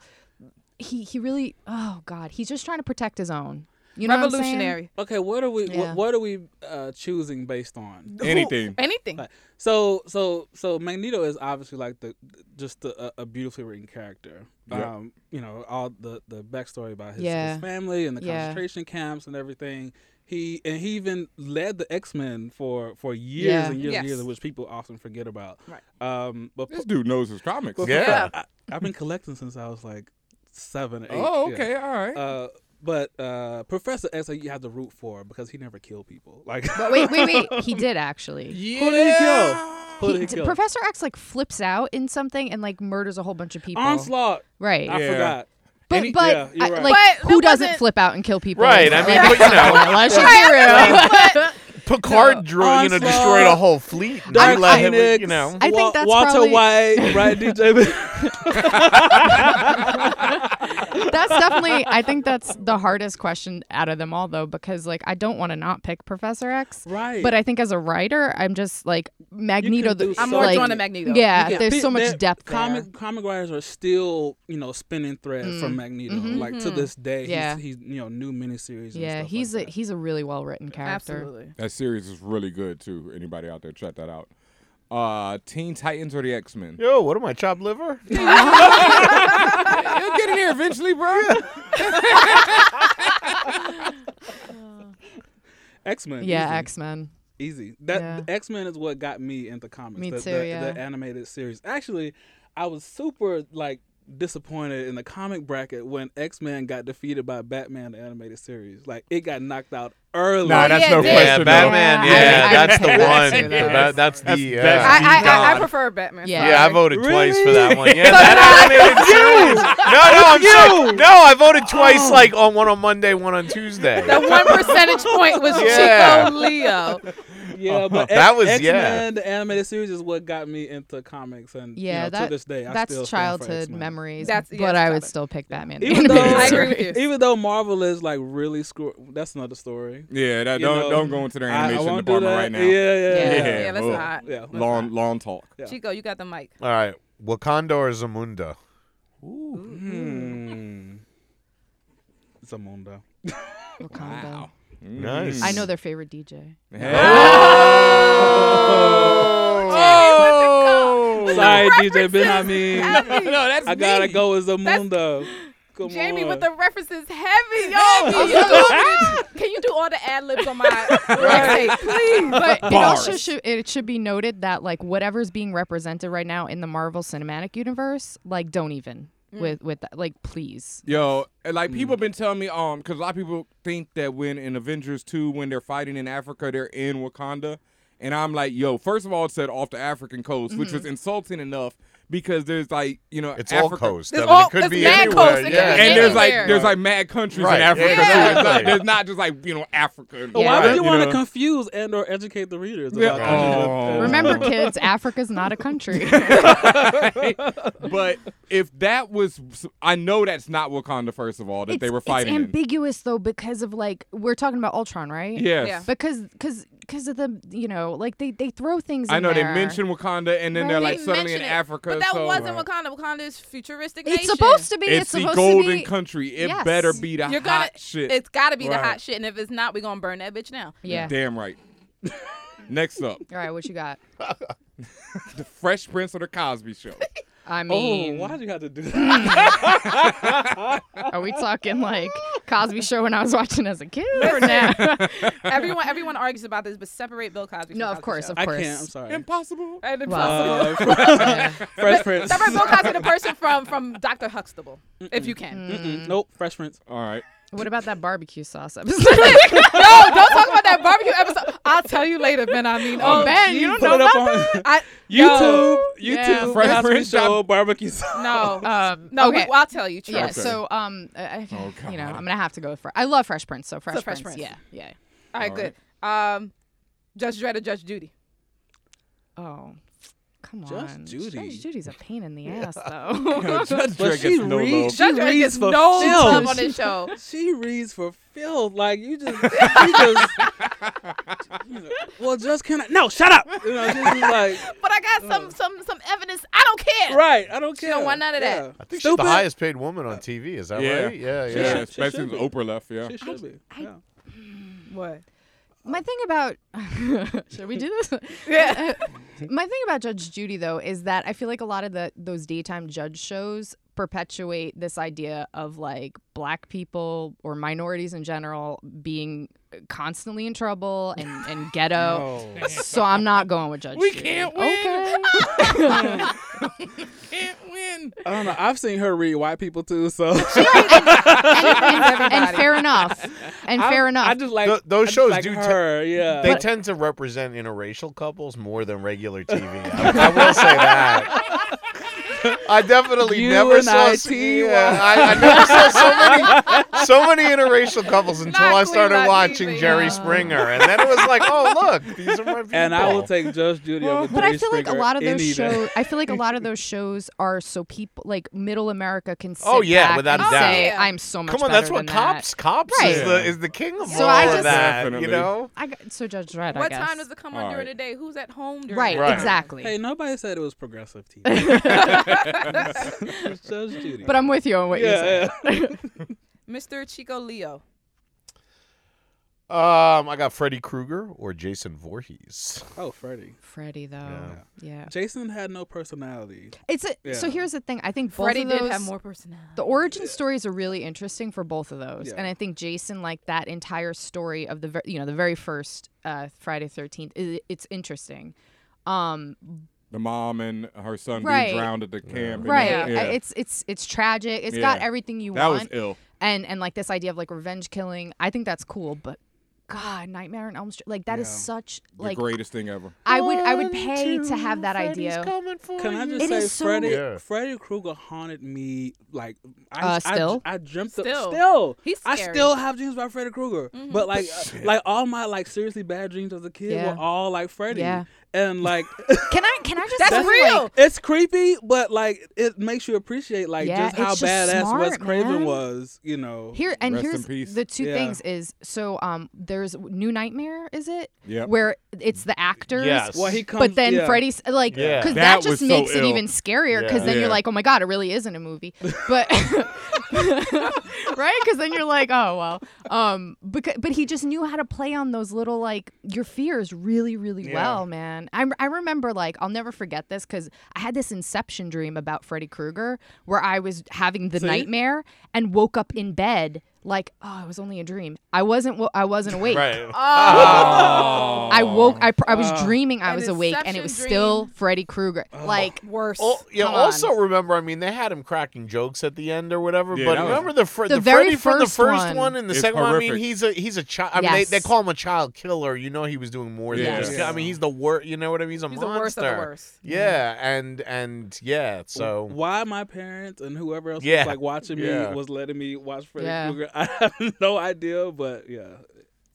[SPEAKER 5] he he really oh god he's just trying to protect his own you know what I'm saying?
[SPEAKER 2] Revolutionary.
[SPEAKER 6] okay, what are we wh-
[SPEAKER 5] Yeah.
[SPEAKER 6] what, are we uh, choosing based on?
[SPEAKER 3] anything.
[SPEAKER 2] Anything.
[SPEAKER 6] Like, so so so Magneto is obviously like the just the, a, a beautifully written character.
[SPEAKER 3] Yep.
[SPEAKER 6] Um, you know all the the backstory about his,
[SPEAKER 5] Yeah.
[SPEAKER 6] his family and the
[SPEAKER 5] Yeah.
[SPEAKER 6] concentration camps and everything. He and he even led the X Men for for years
[SPEAKER 5] Yeah.
[SPEAKER 6] and years and
[SPEAKER 2] Yes.
[SPEAKER 6] years, which people often forget about.
[SPEAKER 2] Right.
[SPEAKER 6] Um, but
[SPEAKER 3] This dude knows his comics.
[SPEAKER 1] Yeah.
[SPEAKER 6] I, I've been collecting since I was like seven or eight.
[SPEAKER 3] Oh,
[SPEAKER 6] yeah.
[SPEAKER 3] okay. All right.
[SPEAKER 6] Uh, but uh, Professor X, like, you have to root for because he never killed people. Like,
[SPEAKER 5] But wait wait wait he did actually
[SPEAKER 3] yeah.
[SPEAKER 6] who did he kill? Who
[SPEAKER 5] He-
[SPEAKER 6] did he
[SPEAKER 5] d-
[SPEAKER 6] kill?
[SPEAKER 5] Professor X like flips out in something and like murders a whole bunch of people
[SPEAKER 6] Onslaught.
[SPEAKER 5] right
[SPEAKER 6] I
[SPEAKER 3] Yeah.
[SPEAKER 6] forgot.
[SPEAKER 5] but
[SPEAKER 3] Any-
[SPEAKER 5] but
[SPEAKER 6] Yeah, you're
[SPEAKER 5] I-
[SPEAKER 6] right.
[SPEAKER 5] like
[SPEAKER 2] But
[SPEAKER 5] who
[SPEAKER 2] that
[SPEAKER 5] doesn't
[SPEAKER 2] wasn't-
[SPEAKER 5] flip out and kill people
[SPEAKER 1] Right, I mean, but you know.
[SPEAKER 5] let's just be real
[SPEAKER 1] Picard drew, you know,
[SPEAKER 6] Onslaught.
[SPEAKER 1] destroyed a whole fleet. And
[SPEAKER 6] Dark
[SPEAKER 1] we let him,
[SPEAKER 6] Phoenix.
[SPEAKER 1] you know.
[SPEAKER 5] I think
[SPEAKER 6] Wa-
[SPEAKER 5] that's
[SPEAKER 6] Walter
[SPEAKER 5] probably-
[SPEAKER 6] White, right, DJ?
[SPEAKER 5] that's definitely i think that's the hardest question out of them all though because like i don't want to not pick professor x
[SPEAKER 6] Right.
[SPEAKER 5] but uh, i think as a writer i'm just like magneto
[SPEAKER 6] do
[SPEAKER 5] the,
[SPEAKER 2] I'm
[SPEAKER 6] so
[SPEAKER 2] more
[SPEAKER 5] like,
[SPEAKER 2] drawn to Magneto.
[SPEAKER 5] yeah
[SPEAKER 6] You can't-
[SPEAKER 5] there's so
[SPEAKER 6] pe-
[SPEAKER 5] much
[SPEAKER 6] there-
[SPEAKER 5] depth there. Mm,
[SPEAKER 6] Comic comic writers are still, you know, spinning threads from Magneto. Like to this day,
[SPEAKER 5] mm-hmm, Yeah.
[SPEAKER 6] he's, he's you know new miniseries.
[SPEAKER 5] yeah
[SPEAKER 6] and stuff
[SPEAKER 5] he's
[SPEAKER 6] like
[SPEAKER 5] a
[SPEAKER 6] that.
[SPEAKER 5] he's a really well written character
[SPEAKER 2] Absolutely.
[SPEAKER 3] That series is really good too. Anybody out there, check that out. Uh, Teen Titans or the X Men?
[SPEAKER 1] Yo, what am I, chopped liver?
[SPEAKER 3] You'll get in here eventually, bro.
[SPEAKER 6] X Men.
[SPEAKER 5] yeah x-men
[SPEAKER 6] Easy. That
[SPEAKER 5] Yeah.
[SPEAKER 6] X Men is what got me into comics.
[SPEAKER 5] Me
[SPEAKER 6] the,
[SPEAKER 5] too,
[SPEAKER 6] the,
[SPEAKER 5] yeah.
[SPEAKER 6] the animated series. Actually, I was super like disappointed in the comic bracket when X Men got defeated by Batman the animated series. Like it got knocked out early.
[SPEAKER 3] Nah, that's
[SPEAKER 2] yeah,
[SPEAKER 3] no
[SPEAKER 2] it did.
[SPEAKER 1] Yeah,
[SPEAKER 3] question.
[SPEAKER 1] Batman.
[SPEAKER 5] I-
[SPEAKER 1] Yeah,
[SPEAKER 5] I-
[SPEAKER 1] that's the
[SPEAKER 5] I-
[SPEAKER 1] one.
[SPEAKER 5] Yes.
[SPEAKER 1] That- that's the.
[SPEAKER 3] That's-
[SPEAKER 1] yeah.
[SPEAKER 3] that's-
[SPEAKER 2] I, I, I, I
[SPEAKER 3] God.
[SPEAKER 2] prefer Batman.
[SPEAKER 5] Yeah.
[SPEAKER 1] yeah, I voted twice for that one. Yeah,
[SPEAKER 2] So
[SPEAKER 1] that animated series. No, no, I'm saying, no, I voted twice. Like on one on Monday, one on Tuesday.
[SPEAKER 2] That one percentage point was
[SPEAKER 1] Yeah.
[SPEAKER 2] Chico Leo.
[SPEAKER 3] Oh,
[SPEAKER 6] Yeah, but X,
[SPEAKER 1] That was-
[SPEAKER 6] X-Men,
[SPEAKER 1] yeah.
[SPEAKER 6] The animated series is what got me into comics, and you
[SPEAKER 5] Yeah,
[SPEAKER 6] know,
[SPEAKER 5] that-
[SPEAKER 6] to this day, I still
[SPEAKER 5] That's
[SPEAKER 6] stand for
[SPEAKER 5] childhood
[SPEAKER 6] X-Men.
[SPEAKER 5] memories.
[SPEAKER 2] That's- yeah,
[SPEAKER 5] but I would
[SPEAKER 2] childhood.
[SPEAKER 5] still pick Batman.
[SPEAKER 6] Even though,
[SPEAKER 5] animated
[SPEAKER 2] I agree
[SPEAKER 5] series.
[SPEAKER 2] with you.
[SPEAKER 6] even though Marvel is like really screw, that's another story.
[SPEAKER 3] Yeah, that,
[SPEAKER 6] You
[SPEAKER 3] don't
[SPEAKER 6] know,
[SPEAKER 3] don't go into their
[SPEAKER 6] I- I
[SPEAKER 3] animation
[SPEAKER 6] won't do
[SPEAKER 3] department
[SPEAKER 6] that.
[SPEAKER 3] right now.
[SPEAKER 6] Yeah, yeah,
[SPEAKER 5] Yeah.
[SPEAKER 6] yeah.
[SPEAKER 2] Yeah, let's
[SPEAKER 3] oh.
[SPEAKER 2] not.
[SPEAKER 6] Yeah.
[SPEAKER 2] Let's
[SPEAKER 3] Long
[SPEAKER 2] not.
[SPEAKER 3] long talk.
[SPEAKER 6] Yeah.
[SPEAKER 2] Chico, you got the mic.
[SPEAKER 1] All right, Wakanda or Zamunda?
[SPEAKER 6] Hmm. Zamunda.
[SPEAKER 5] Wakanda.
[SPEAKER 1] Nice.
[SPEAKER 5] I know their favorite DJ.
[SPEAKER 1] Oh.
[SPEAKER 5] Oh.
[SPEAKER 6] Sorry, DJ Ben. I mean,
[SPEAKER 3] no, that's
[SPEAKER 6] I gotta go with Zamunda. Come
[SPEAKER 2] Jamie
[SPEAKER 6] on.
[SPEAKER 2] with the references heavy. Yo, can, you do, can you do all the ad libs on my right. please?
[SPEAKER 5] But it
[SPEAKER 3] Bars.
[SPEAKER 5] also should it should be noted that like whatever's being represented right now in the Marvel Cinematic Universe, like don't even with with that. Like please.
[SPEAKER 3] Yo, and, like people been telling me, um, because a lot of people think that when in Avengers two, when they're fighting in Africa, they're in Wakanda, and I'm like, yo, first of all, it said off the African coast, which was insulting enough because there's like, you know,
[SPEAKER 1] It's all
[SPEAKER 3] Africa.
[SPEAKER 1] coast.
[SPEAKER 2] It's
[SPEAKER 1] I mean,
[SPEAKER 2] all-
[SPEAKER 1] it could
[SPEAKER 2] it's
[SPEAKER 1] be
[SPEAKER 2] mad
[SPEAKER 1] anywhere.
[SPEAKER 2] coast. It could
[SPEAKER 1] yeah.
[SPEAKER 2] be
[SPEAKER 3] And there's like
[SPEAKER 2] Anywhere.
[SPEAKER 3] there's like mad countries
[SPEAKER 1] Right,
[SPEAKER 3] in Africa
[SPEAKER 2] yeah.
[SPEAKER 3] too. It's not,
[SPEAKER 1] exactly.
[SPEAKER 3] there's not just like you know Africa. and-
[SPEAKER 6] But Why
[SPEAKER 5] Yeah.
[SPEAKER 6] would you, want
[SPEAKER 3] know?
[SPEAKER 6] to confuse and or educate the readers?
[SPEAKER 3] Yeah.
[SPEAKER 6] About
[SPEAKER 3] Oh.
[SPEAKER 5] Remember, kids, Africa's not a country.
[SPEAKER 3] but if that was, I know that's not Wakanda. First of all, that they
[SPEAKER 5] It's-
[SPEAKER 3] were fighting.
[SPEAKER 5] It's
[SPEAKER 3] in.
[SPEAKER 5] ambiguous though because of like we're talking about Ultron, right?
[SPEAKER 3] Yes.
[SPEAKER 2] Yeah.
[SPEAKER 5] Because because because of the you know like they they throw things.
[SPEAKER 3] I
[SPEAKER 5] in
[SPEAKER 3] know
[SPEAKER 5] there.
[SPEAKER 3] they mentioned Wakanda, and then
[SPEAKER 5] Right.
[SPEAKER 3] they're
[SPEAKER 5] They
[SPEAKER 3] like suddenly in
[SPEAKER 2] mention it,
[SPEAKER 3] Africa.
[SPEAKER 2] But that
[SPEAKER 3] so-
[SPEAKER 2] wasn't Wakanda. Wakanda is futuristic.
[SPEAKER 5] It's supposed to be. It's,
[SPEAKER 3] It's, the
[SPEAKER 5] supposed
[SPEAKER 3] golden
[SPEAKER 5] to be.
[SPEAKER 3] country. It
[SPEAKER 5] Yes.
[SPEAKER 3] better be the
[SPEAKER 2] You're
[SPEAKER 3] hot
[SPEAKER 2] gonna.
[SPEAKER 3] shit.
[SPEAKER 2] It's got to be the
[SPEAKER 3] Right.
[SPEAKER 2] hot shit. And if it's not, we're gonna burn that bitch now.
[SPEAKER 5] yeah.
[SPEAKER 3] Damn right. Next up,
[SPEAKER 5] All right, what you got?
[SPEAKER 3] the Fresh Prince of the Cosby Show.
[SPEAKER 5] I
[SPEAKER 6] Oh,
[SPEAKER 5] mean,
[SPEAKER 6] why do you have to do that?
[SPEAKER 5] are we talking like Cosby Show when I was watching as a kid or now?
[SPEAKER 2] Everyone, everyone argues about this, but separate Bill Cosby. from
[SPEAKER 5] no, of
[SPEAKER 2] Cosby
[SPEAKER 5] course,
[SPEAKER 2] Show.
[SPEAKER 5] of
[SPEAKER 6] I
[SPEAKER 5] course.
[SPEAKER 6] can't. I'm sorry.
[SPEAKER 3] Impossible.
[SPEAKER 2] And impossible.
[SPEAKER 5] Wow.
[SPEAKER 6] Uh,
[SPEAKER 5] Yeah.
[SPEAKER 6] Fresh Prince.
[SPEAKER 2] Separate Bill Cosby, the person from from Doctor Huxtable, if you can.
[SPEAKER 5] Mm.
[SPEAKER 6] Mm-mm. Nope, Fresh Prince.
[SPEAKER 3] All right.
[SPEAKER 5] What about that barbecue sauce episode?
[SPEAKER 2] No, don't talk about that barbecue episode. I'll tell you later, Ben. I mean,
[SPEAKER 5] Oh, Ben, you don't
[SPEAKER 6] Pull
[SPEAKER 5] know
[SPEAKER 6] it up
[SPEAKER 5] about
[SPEAKER 6] on
[SPEAKER 5] that?
[SPEAKER 2] I
[SPEAKER 6] YouTube. YouTube.
[SPEAKER 5] Yeah.
[SPEAKER 3] Fresh
[SPEAKER 6] Cosby
[SPEAKER 3] Prince
[SPEAKER 6] Show
[SPEAKER 3] job-
[SPEAKER 6] barbecue sauce.
[SPEAKER 2] no, Uh,
[SPEAKER 5] Um,
[SPEAKER 2] no.
[SPEAKER 5] okay.
[SPEAKER 2] We, I'll tell you. True.
[SPEAKER 5] yeah.
[SPEAKER 3] Okay.
[SPEAKER 5] So, um, I, I-
[SPEAKER 3] Oh,
[SPEAKER 5] you know,
[SPEAKER 3] God.
[SPEAKER 5] I'm gonna have to go for. I love Fresh Prince, so Fresh,
[SPEAKER 2] Fresh Prince.
[SPEAKER 5] Prince. Yeah, yeah.
[SPEAKER 2] All right,
[SPEAKER 3] All
[SPEAKER 2] good. Um, Judge Dredd or Judge Judy?
[SPEAKER 5] Oh, come
[SPEAKER 6] Judge
[SPEAKER 5] on.
[SPEAKER 6] Judy.
[SPEAKER 5] Judge Judy's a pain in the ass, though.
[SPEAKER 3] Judge
[SPEAKER 6] But
[SPEAKER 3] Dredd
[SPEAKER 6] she,
[SPEAKER 3] gets no
[SPEAKER 6] reads,
[SPEAKER 3] love.
[SPEAKER 6] she
[SPEAKER 2] Judge Dredd
[SPEAKER 6] reads
[SPEAKER 2] gets
[SPEAKER 6] for
[SPEAKER 2] no
[SPEAKER 6] filth.
[SPEAKER 2] love on this show.
[SPEAKER 6] She reads for filth. Like you just, you just. you know, well, just can I? No, shut up. You know, she's just like,
[SPEAKER 2] But I got some
[SPEAKER 5] Mm.
[SPEAKER 2] some some evidence. I don't care.
[SPEAKER 6] right? I don't
[SPEAKER 2] She
[SPEAKER 6] care.
[SPEAKER 2] don't want none of that.
[SPEAKER 1] I think
[SPEAKER 6] Stupid.
[SPEAKER 1] she's the highest paid woman on TV. Is that
[SPEAKER 3] Yeah.
[SPEAKER 1] right? Uh, Yeah, yeah.
[SPEAKER 3] Yeah,
[SPEAKER 6] should- she
[SPEAKER 3] especially
[SPEAKER 6] should
[SPEAKER 3] since
[SPEAKER 6] be.
[SPEAKER 3] Oprah left. Yeah.
[SPEAKER 6] She should be.
[SPEAKER 5] I-
[SPEAKER 6] yeah.
[SPEAKER 2] What?
[SPEAKER 5] My thing about should we do this?
[SPEAKER 2] Yeah.
[SPEAKER 5] My thing about Judge Judy though is that I feel like a lot of the those daytime judge shows perpetuate this idea of like black people or minorities in general being constantly in trouble and, and ghetto. So I'm not going with Judge
[SPEAKER 3] We
[SPEAKER 5] Judy.
[SPEAKER 3] can't win.
[SPEAKER 5] Okay.
[SPEAKER 3] Can't win.
[SPEAKER 6] I don't know. I've seen her read white people too, so
[SPEAKER 5] and, and fair enough. And fair
[SPEAKER 6] I,
[SPEAKER 5] enough.
[SPEAKER 6] I just like
[SPEAKER 1] Th- those
[SPEAKER 6] I just
[SPEAKER 1] shows
[SPEAKER 6] like
[SPEAKER 1] do ta-
[SPEAKER 6] her. yeah,
[SPEAKER 1] They tend to represent interracial couples more than regular TV. I, I will say that. I definitely
[SPEAKER 6] You
[SPEAKER 1] never
[SPEAKER 6] and
[SPEAKER 1] saw.
[SPEAKER 6] I,
[SPEAKER 1] s-
[SPEAKER 6] T-Y.
[SPEAKER 1] yeah, I, I never saw so many, so many interracial couples until
[SPEAKER 2] Not
[SPEAKER 1] I
[SPEAKER 2] Queen
[SPEAKER 1] started
[SPEAKER 2] Latifah,
[SPEAKER 1] watching Jerry
[SPEAKER 5] yeah.
[SPEAKER 1] Springer, and then it was like, oh look, these are my people.
[SPEAKER 6] and I will take Judge Judy over
[SPEAKER 5] but I
[SPEAKER 6] Jerry
[SPEAKER 5] feel like a
[SPEAKER 6] Springer
[SPEAKER 5] lot of those
[SPEAKER 6] any day.
[SPEAKER 5] shows. I feel like a lot of those shows are so people like middle America can. Sit
[SPEAKER 1] Oh, yeah,
[SPEAKER 5] back
[SPEAKER 1] without a
[SPEAKER 5] and
[SPEAKER 1] doubt.
[SPEAKER 5] Say,
[SPEAKER 2] Yeah.
[SPEAKER 5] I'm so much.
[SPEAKER 1] Come on,
[SPEAKER 5] better
[SPEAKER 1] that's what
[SPEAKER 5] than
[SPEAKER 1] cops.
[SPEAKER 5] That.
[SPEAKER 1] Cops is
[SPEAKER 5] Right.
[SPEAKER 1] the is the king of
[SPEAKER 5] So
[SPEAKER 1] all
[SPEAKER 5] I
[SPEAKER 1] of
[SPEAKER 5] just-
[SPEAKER 1] that.
[SPEAKER 3] Definitely.
[SPEAKER 1] You know.
[SPEAKER 5] I got, so Judge Dredd.
[SPEAKER 2] What
[SPEAKER 5] I guess.
[SPEAKER 2] time does it come on
[SPEAKER 3] All
[SPEAKER 2] during
[SPEAKER 3] right.
[SPEAKER 2] the day? Who's at home during
[SPEAKER 5] Right,
[SPEAKER 2] the day?
[SPEAKER 1] Right.
[SPEAKER 5] Exactly.
[SPEAKER 6] Hey, nobody said it was progressive TV. It's Judge Judy.
[SPEAKER 5] But I'm with you on what you said.
[SPEAKER 6] yeah, yeah.
[SPEAKER 2] Mr. Chico Leo.
[SPEAKER 1] Um, I got Freddy Krueger or Jason Voorhees.
[SPEAKER 6] Oh, Freddie.
[SPEAKER 5] Freddy though.
[SPEAKER 1] Yeah.
[SPEAKER 5] Yeah.
[SPEAKER 6] Jason had no personality.
[SPEAKER 5] It's a, so
[SPEAKER 6] Yeah.
[SPEAKER 5] here's the thing. I think both
[SPEAKER 2] Freddie
[SPEAKER 5] of
[SPEAKER 2] did
[SPEAKER 5] those
[SPEAKER 2] have more personality.
[SPEAKER 5] the origin stories are really interesting for both of those.
[SPEAKER 6] Yeah.
[SPEAKER 5] And I think Jason like that entire story of the ver- you know the very first uh, Friday 13th i- it's interesting. Um,
[SPEAKER 3] The mom and her son
[SPEAKER 5] Right.
[SPEAKER 3] being drowned at the camp. and
[SPEAKER 5] right.
[SPEAKER 3] that-
[SPEAKER 5] I-
[SPEAKER 3] yeah.
[SPEAKER 5] It's it's it's tragic. It's got
[SPEAKER 3] Yeah.
[SPEAKER 5] everything you
[SPEAKER 3] that was
[SPEAKER 5] want.
[SPEAKER 3] ill.
[SPEAKER 5] and and like this idea of like revenge killing. I think that's cool, but God, Nightmare on Elm Street like that is
[SPEAKER 6] Yeah.
[SPEAKER 5] such
[SPEAKER 3] The
[SPEAKER 5] like
[SPEAKER 3] greatest thing ever.
[SPEAKER 5] I would I would pay to have that idea.
[SPEAKER 6] Can I just
[SPEAKER 5] It
[SPEAKER 6] say
[SPEAKER 5] is so-
[SPEAKER 6] Freddy
[SPEAKER 1] Yeah.
[SPEAKER 6] Freddy Krueger haunted me like I,
[SPEAKER 5] Uh,
[SPEAKER 6] I-
[SPEAKER 5] still?
[SPEAKER 6] I, dreamt of,
[SPEAKER 2] Still.
[SPEAKER 6] still
[SPEAKER 2] He's
[SPEAKER 6] I
[SPEAKER 2] scary.
[SPEAKER 6] still have dreams about Freddy Krueger
[SPEAKER 5] Mm-hmm.
[SPEAKER 6] but like uh, like all my like seriously bad dreams as a kid
[SPEAKER 5] Yeah.
[SPEAKER 6] were all like Freddy
[SPEAKER 5] Yeah.
[SPEAKER 6] and like
[SPEAKER 5] Can I can I just
[SPEAKER 2] That's
[SPEAKER 5] say,
[SPEAKER 2] real.
[SPEAKER 5] like,
[SPEAKER 6] it's creepy but like it makes you appreciate like
[SPEAKER 5] Yeah,
[SPEAKER 6] just how
[SPEAKER 5] it's just
[SPEAKER 6] badass Wes
[SPEAKER 5] smart,
[SPEAKER 6] Craven
[SPEAKER 5] man.
[SPEAKER 6] was you know
[SPEAKER 5] Here and
[SPEAKER 3] Rest in
[SPEAKER 5] here's
[SPEAKER 3] peace.
[SPEAKER 5] the two
[SPEAKER 6] Yeah.
[SPEAKER 5] things is so um there's New Nightmare is it
[SPEAKER 3] Yep.
[SPEAKER 5] where it's the actors
[SPEAKER 1] Yes.
[SPEAKER 6] well he comes
[SPEAKER 5] but then
[SPEAKER 6] yeah.
[SPEAKER 5] Freddy's like because
[SPEAKER 1] Yeah.
[SPEAKER 5] that,
[SPEAKER 3] That was
[SPEAKER 5] just
[SPEAKER 3] so
[SPEAKER 5] makes it
[SPEAKER 3] ill.
[SPEAKER 5] even scarier because
[SPEAKER 1] Yeah.
[SPEAKER 5] then
[SPEAKER 3] Yeah.
[SPEAKER 5] you're like oh my god it really isn't a movie but right because then you're like oh well um because, but he just knew how to play on those little like your fears really really well man I, I remember like I'll never forget this because I had this inception dream about Freddy Krueger where I was having the nightmare and woke up in bed like oh it was only a dream I wasn't wo- I wasn't awake Oh.
[SPEAKER 3] Oh.
[SPEAKER 5] I woke. I, pr- I was dreaming. I
[SPEAKER 2] An
[SPEAKER 5] was awake, and it was
[SPEAKER 2] Inception
[SPEAKER 5] still Freddy Krueger. Like,
[SPEAKER 2] Worse.
[SPEAKER 1] Oh, yeah.
[SPEAKER 5] Come on.
[SPEAKER 1] also remember, I mean, they had him cracking jokes at the end or whatever.
[SPEAKER 3] Yeah,
[SPEAKER 1] but
[SPEAKER 3] that was-
[SPEAKER 1] remember the fr-
[SPEAKER 5] The
[SPEAKER 1] the, Freddy
[SPEAKER 5] very
[SPEAKER 1] from the
[SPEAKER 5] first
[SPEAKER 1] first
[SPEAKER 5] one.
[SPEAKER 1] one, and the
[SPEAKER 3] It's
[SPEAKER 1] second one. I
[SPEAKER 3] horrific.
[SPEAKER 1] mean, he's a he's a child. I mean,
[SPEAKER 5] Yes.
[SPEAKER 1] they, they call him a child killer. You know, he was doing more than
[SPEAKER 3] Yeah.
[SPEAKER 1] just.
[SPEAKER 6] Yeah.
[SPEAKER 1] I mean, he's the worst. You know what I mean? He's a
[SPEAKER 2] He's the
[SPEAKER 1] monster.
[SPEAKER 2] worst of the worst.
[SPEAKER 1] Yeah, and and yeah. So
[SPEAKER 6] why my parents and whoever else
[SPEAKER 1] Yeah.
[SPEAKER 6] was like watching me
[SPEAKER 3] Yeah.
[SPEAKER 6] was letting me watch Freddy
[SPEAKER 5] Yeah.
[SPEAKER 6] Krueger. I have no idea, but yeah,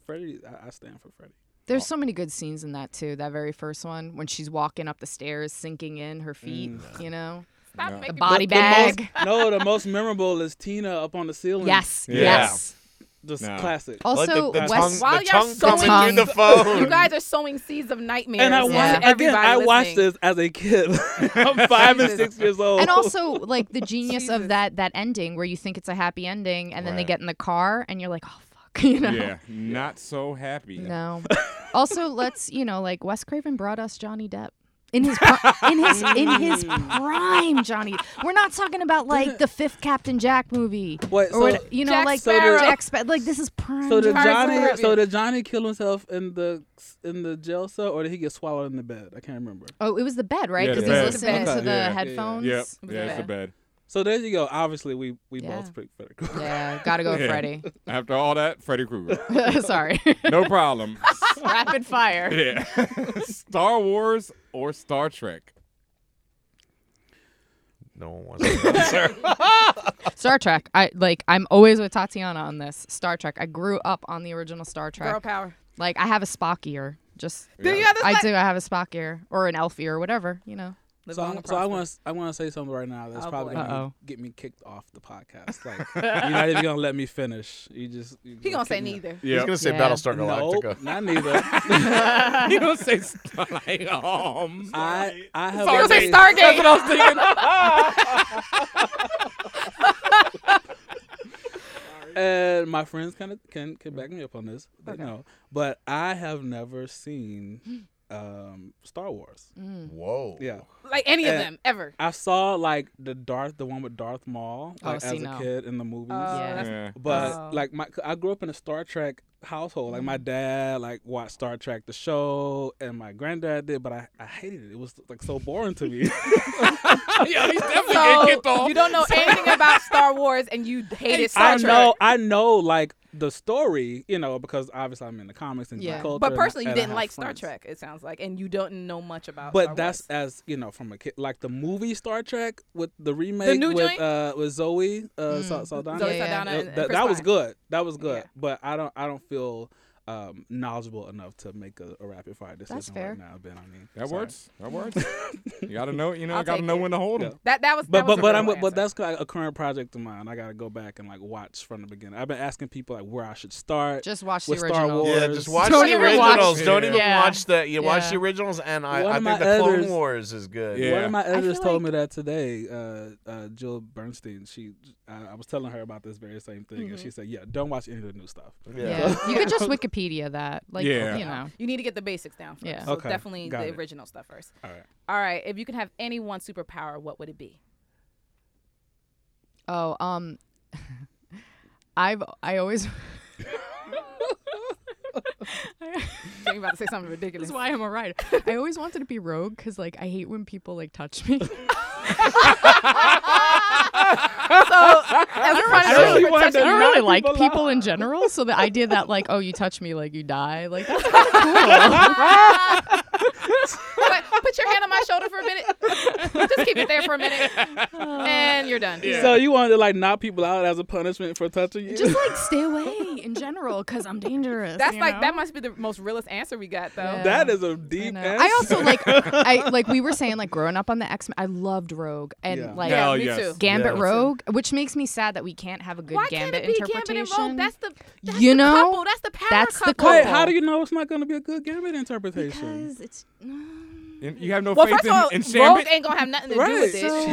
[SPEAKER 6] Freddy, I, I stand for Freddy.
[SPEAKER 5] there's so many good scenes in that too. That very first one when she's walking up the stairs, sinking in her feet.
[SPEAKER 1] Mm.
[SPEAKER 5] You know,
[SPEAKER 2] Stop
[SPEAKER 3] No.
[SPEAKER 2] making
[SPEAKER 5] The body
[SPEAKER 2] me-
[SPEAKER 5] bag.
[SPEAKER 6] most, no, the most memorable is Tina up on the ceiling.
[SPEAKER 5] yes, Oh,
[SPEAKER 3] Yeah.
[SPEAKER 5] yes.
[SPEAKER 6] just
[SPEAKER 3] No.
[SPEAKER 6] classic.
[SPEAKER 1] Like
[SPEAKER 5] Also,
[SPEAKER 1] the, the
[SPEAKER 5] Wes.
[SPEAKER 1] tongue,
[SPEAKER 2] While
[SPEAKER 1] the
[SPEAKER 2] y'all
[SPEAKER 1] tongue coming
[SPEAKER 5] sewing-
[SPEAKER 1] through the phone.
[SPEAKER 2] You guys are sowing seeds of nightmares.
[SPEAKER 6] And I
[SPEAKER 5] Yeah.
[SPEAKER 6] watched again.
[SPEAKER 2] Everybody
[SPEAKER 6] I watched
[SPEAKER 2] listening.
[SPEAKER 6] this as a kid. I'm five and six years old.
[SPEAKER 5] and also, like the genius of
[SPEAKER 2] Jesus.
[SPEAKER 5] that that ending where you think it's a happy ending, and then they
[SPEAKER 3] Right.
[SPEAKER 5] get in the car, and you're like, oh fuck, you know.
[SPEAKER 3] Yeah, not so happy.
[SPEAKER 5] No. also, let's you know, like Wes Craven brought us Johnny Depp. In his pri- in his in his prime, Johnny. We're not talking about like the fifth Captain Jack movie,
[SPEAKER 6] Wait,
[SPEAKER 5] or
[SPEAKER 6] so-
[SPEAKER 5] what, you know,
[SPEAKER 2] Jack
[SPEAKER 5] like
[SPEAKER 2] Sparrow.
[SPEAKER 5] Jack Spa- like this is prime.
[SPEAKER 6] so did
[SPEAKER 5] Johnny Depp.
[SPEAKER 6] Johnny? So did Johnny kill himself in the in the jail cell, or did he get swallowed in the bed? I can't remember.
[SPEAKER 5] oh, it was the bed, right?
[SPEAKER 3] Yeah,
[SPEAKER 5] Because
[SPEAKER 3] the
[SPEAKER 5] he's
[SPEAKER 3] bed.
[SPEAKER 5] listening
[SPEAKER 6] Okay.
[SPEAKER 5] to the
[SPEAKER 3] Yeah, yeah, yeah.
[SPEAKER 5] headphones.
[SPEAKER 3] Yep.
[SPEAKER 5] Yeah,
[SPEAKER 3] Yeah, it's a bed.
[SPEAKER 6] So there you go. Obviously, we we
[SPEAKER 5] Yeah.
[SPEAKER 6] both picked Freddy Krueger.
[SPEAKER 5] gotta go,
[SPEAKER 3] Yeah.
[SPEAKER 5] Freddy.
[SPEAKER 3] After all that, Freddy Krueger.
[SPEAKER 5] Sorry,
[SPEAKER 3] No problem.
[SPEAKER 5] rapid fire.
[SPEAKER 3] yeah. Star Wars or Star Trek?
[SPEAKER 1] no one wants to answer.
[SPEAKER 5] Star Trek. I like. I'm always with Tatiana on this. Star Trek. I grew up on the original Star Trek.
[SPEAKER 2] Girl power.
[SPEAKER 5] Like I have a Spock ear. Just
[SPEAKER 2] Do you have this?
[SPEAKER 5] I
[SPEAKER 2] like-
[SPEAKER 5] do. I have a Spock ear or an elf ear, whatever. You know.
[SPEAKER 2] Live
[SPEAKER 6] So,
[SPEAKER 2] long
[SPEAKER 6] I'm,
[SPEAKER 2] and
[SPEAKER 6] so I
[SPEAKER 2] prosper.
[SPEAKER 6] want to I want to say something right now that's
[SPEAKER 2] Oh,
[SPEAKER 6] probably
[SPEAKER 2] boy.
[SPEAKER 6] gonna
[SPEAKER 5] Uh-oh.
[SPEAKER 6] get me kicked off the podcast. Like you're not even gonna let me finish. You just you
[SPEAKER 2] He gonna say
[SPEAKER 6] kick me out.
[SPEAKER 2] neither.
[SPEAKER 1] He's gonna say
[SPEAKER 5] Yeah.
[SPEAKER 1] Battlestar Galactica.
[SPEAKER 6] Nope, not neither.
[SPEAKER 3] you don't say Star like, um.
[SPEAKER 6] I I have
[SPEAKER 2] He gonna say
[SPEAKER 6] always-
[SPEAKER 2] Stargate.
[SPEAKER 3] I was thinking.
[SPEAKER 6] and my friends kind of can can back me up on this. They know, but I have never seen um, Star Wars.
[SPEAKER 5] Mm.
[SPEAKER 1] Whoa.
[SPEAKER 6] Yeah,
[SPEAKER 2] Like any of
[SPEAKER 6] Uh,
[SPEAKER 2] them ever.
[SPEAKER 6] I saw like the Darth, the one with Darth Maul,
[SPEAKER 5] Oh,
[SPEAKER 6] like,
[SPEAKER 5] see,
[SPEAKER 6] as a
[SPEAKER 5] no.
[SPEAKER 6] kid in the movies.
[SPEAKER 2] Uh,
[SPEAKER 5] Yeah.
[SPEAKER 3] Yeah.
[SPEAKER 6] But
[SPEAKER 2] Oh.
[SPEAKER 6] like my, I grew up in a Star Trek household. Like my dad like watched Star Trek the show, and my granddad did, but I, I hated it. It was like so boring to me.
[SPEAKER 3] yeah, he's
[SPEAKER 2] So
[SPEAKER 3] definitely getting kicked off.
[SPEAKER 2] you don't know anything about Star Wars and you hated Star
[SPEAKER 6] I
[SPEAKER 2] Trek.
[SPEAKER 6] know, I know, like the story, you know, because obviously I'm in the comics and
[SPEAKER 5] Yeah.
[SPEAKER 6] yeah. culture.
[SPEAKER 2] But
[SPEAKER 6] and-
[SPEAKER 2] personally, you
[SPEAKER 6] and I
[SPEAKER 2] didn't
[SPEAKER 6] have
[SPEAKER 2] like
[SPEAKER 6] friends.
[SPEAKER 2] Star Trek. It sounds like, and you don't know much about.
[SPEAKER 6] But
[SPEAKER 2] Star
[SPEAKER 6] that's
[SPEAKER 2] Wars.
[SPEAKER 6] as you know from a kid, like the movie Star Trek with the remake
[SPEAKER 2] new
[SPEAKER 6] with
[SPEAKER 2] joint? Mm.
[SPEAKER 6] uh with Zoe uh Sa- Saldana.
[SPEAKER 2] Zoe
[SPEAKER 5] Yeah, yeah.
[SPEAKER 2] Saldana
[SPEAKER 6] Uh,
[SPEAKER 2] and- and
[SPEAKER 6] that,
[SPEAKER 2] Chris
[SPEAKER 6] that was
[SPEAKER 2] Pine.
[SPEAKER 6] good. That was good.
[SPEAKER 2] Yeah.
[SPEAKER 6] But I don't I don't feel um knowledgeable enough to make a, a rapid fire decision
[SPEAKER 5] fair.
[SPEAKER 6] right now, Ben. I mean,
[SPEAKER 3] That
[SPEAKER 6] sorry.
[SPEAKER 3] works. That works. you gotta know. You know,
[SPEAKER 2] I'll
[SPEAKER 3] you gotta
[SPEAKER 2] take
[SPEAKER 3] know
[SPEAKER 2] it.
[SPEAKER 3] when to hold him.
[SPEAKER 2] That that was.
[SPEAKER 6] But
[SPEAKER 2] that was
[SPEAKER 6] but
[SPEAKER 2] a
[SPEAKER 6] but
[SPEAKER 2] real
[SPEAKER 6] I'm but
[SPEAKER 2] answer.
[SPEAKER 6] that's like a current project of mine. I gotta go back and like watch from the beginning. I've been asking people like where I should start.
[SPEAKER 5] Just watch
[SPEAKER 6] With
[SPEAKER 5] the
[SPEAKER 6] Star
[SPEAKER 5] original.
[SPEAKER 6] Wars.
[SPEAKER 1] Yeah, just watch
[SPEAKER 5] Don't
[SPEAKER 1] the
[SPEAKER 5] even watch-
[SPEAKER 1] originals. Don't even
[SPEAKER 5] Yeah.
[SPEAKER 1] watch the you watch
[SPEAKER 5] Yeah.
[SPEAKER 1] the originals, and
[SPEAKER 6] One
[SPEAKER 1] I, I
[SPEAKER 6] of
[SPEAKER 1] think
[SPEAKER 6] my
[SPEAKER 1] the Clone
[SPEAKER 6] others-
[SPEAKER 1] Wars is good.
[SPEAKER 3] Yeah.
[SPEAKER 6] One of my
[SPEAKER 5] feel
[SPEAKER 6] editors told
[SPEAKER 5] like-
[SPEAKER 6] me that today. Uh, uh, Jill Bernstein. She,
[SPEAKER 5] Mm-hmm.
[SPEAKER 6] I, I was telling her about this very same thing, and she said, "Yeah, don't watch any of the new stuff."
[SPEAKER 5] Yeah. you could just Wikipedia that. Like,
[SPEAKER 3] Yeah.
[SPEAKER 5] you know.
[SPEAKER 2] You need to get the basics down first.
[SPEAKER 5] Yeah.
[SPEAKER 2] So
[SPEAKER 6] Okay,
[SPEAKER 2] definitely
[SPEAKER 6] got
[SPEAKER 2] the
[SPEAKER 6] it.
[SPEAKER 2] original stuff first.
[SPEAKER 6] All right.
[SPEAKER 2] All right. If you could have any one superpower, what would it be?
[SPEAKER 5] Oh, um, I've I always.
[SPEAKER 2] You're about to say something ridiculous.
[SPEAKER 5] That's why I'm a writer. I always wanted to be rogue because, like, I hate when people like touch me.
[SPEAKER 2] As a
[SPEAKER 5] I
[SPEAKER 2] punishment
[SPEAKER 5] don't really
[SPEAKER 2] for
[SPEAKER 5] want
[SPEAKER 2] touching-
[SPEAKER 5] I don't really like
[SPEAKER 6] people
[SPEAKER 5] people,
[SPEAKER 6] out.
[SPEAKER 5] in general, so the idea that like, oh, you touch me, like you die, like that's
[SPEAKER 2] But put your hand on my shoulder for a minute. Just keep it there for a minute, and you're done.
[SPEAKER 6] So you wanted to like knock people out as a punishment for touching you?
[SPEAKER 5] just like stay away in general because I'm dangerous.
[SPEAKER 2] That's
[SPEAKER 5] you
[SPEAKER 2] like
[SPEAKER 5] know?
[SPEAKER 2] that must be the most realest answer we got though.
[SPEAKER 5] Yeah.
[SPEAKER 6] that is a
[SPEAKER 5] I,
[SPEAKER 6] deep
[SPEAKER 5] know.
[SPEAKER 6] answer.
[SPEAKER 5] I also like I like we were saying like growing up on the X Men. I loved Rogue and
[SPEAKER 6] Yeah.
[SPEAKER 5] like
[SPEAKER 2] Yeah,
[SPEAKER 3] Hell
[SPEAKER 2] me
[SPEAKER 3] yes.
[SPEAKER 2] too.
[SPEAKER 5] Gambit
[SPEAKER 3] Yeah.
[SPEAKER 5] Rogue, which makes me sad that we can't have a good
[SPEAKER 2] Why
[SPEAKER 5] Gambit
[SPEAKER 2] can't it be Gambit
[SPEAKER 5] interpretation.
[SPEAKER 2] and Rogue? That's the that's
[SPEAKER 5] You
[SPEAKER 2] the
[SPEAKER 5] know,
[SPEAKER 2] couple. That's the power
[SPEAKER 5] that's the
[SPEAKER 2] couple.
[SPEAKER 6] Wait,
[SPEAKER 5] couple.
[SPEAKER 6] how do you know it's not going to be a good Gambit interpretation?
[SPEAKER 5] because it's
[SPEAKER 3] And You have no
[SPEAKER 2] Well,
[SPEAKER 3] faith
[SPEAKER 2] first of all,
[SPEAKER 3] in, in
[SPEAKER 2] Rogue
[SPEAKER 3] Shambit?
[SPEAKER 2] ain't gonna have nothing to do
[SPEAKER 6] Right.
[SPEAKER 2] with this.
[SPEAKER 6] So-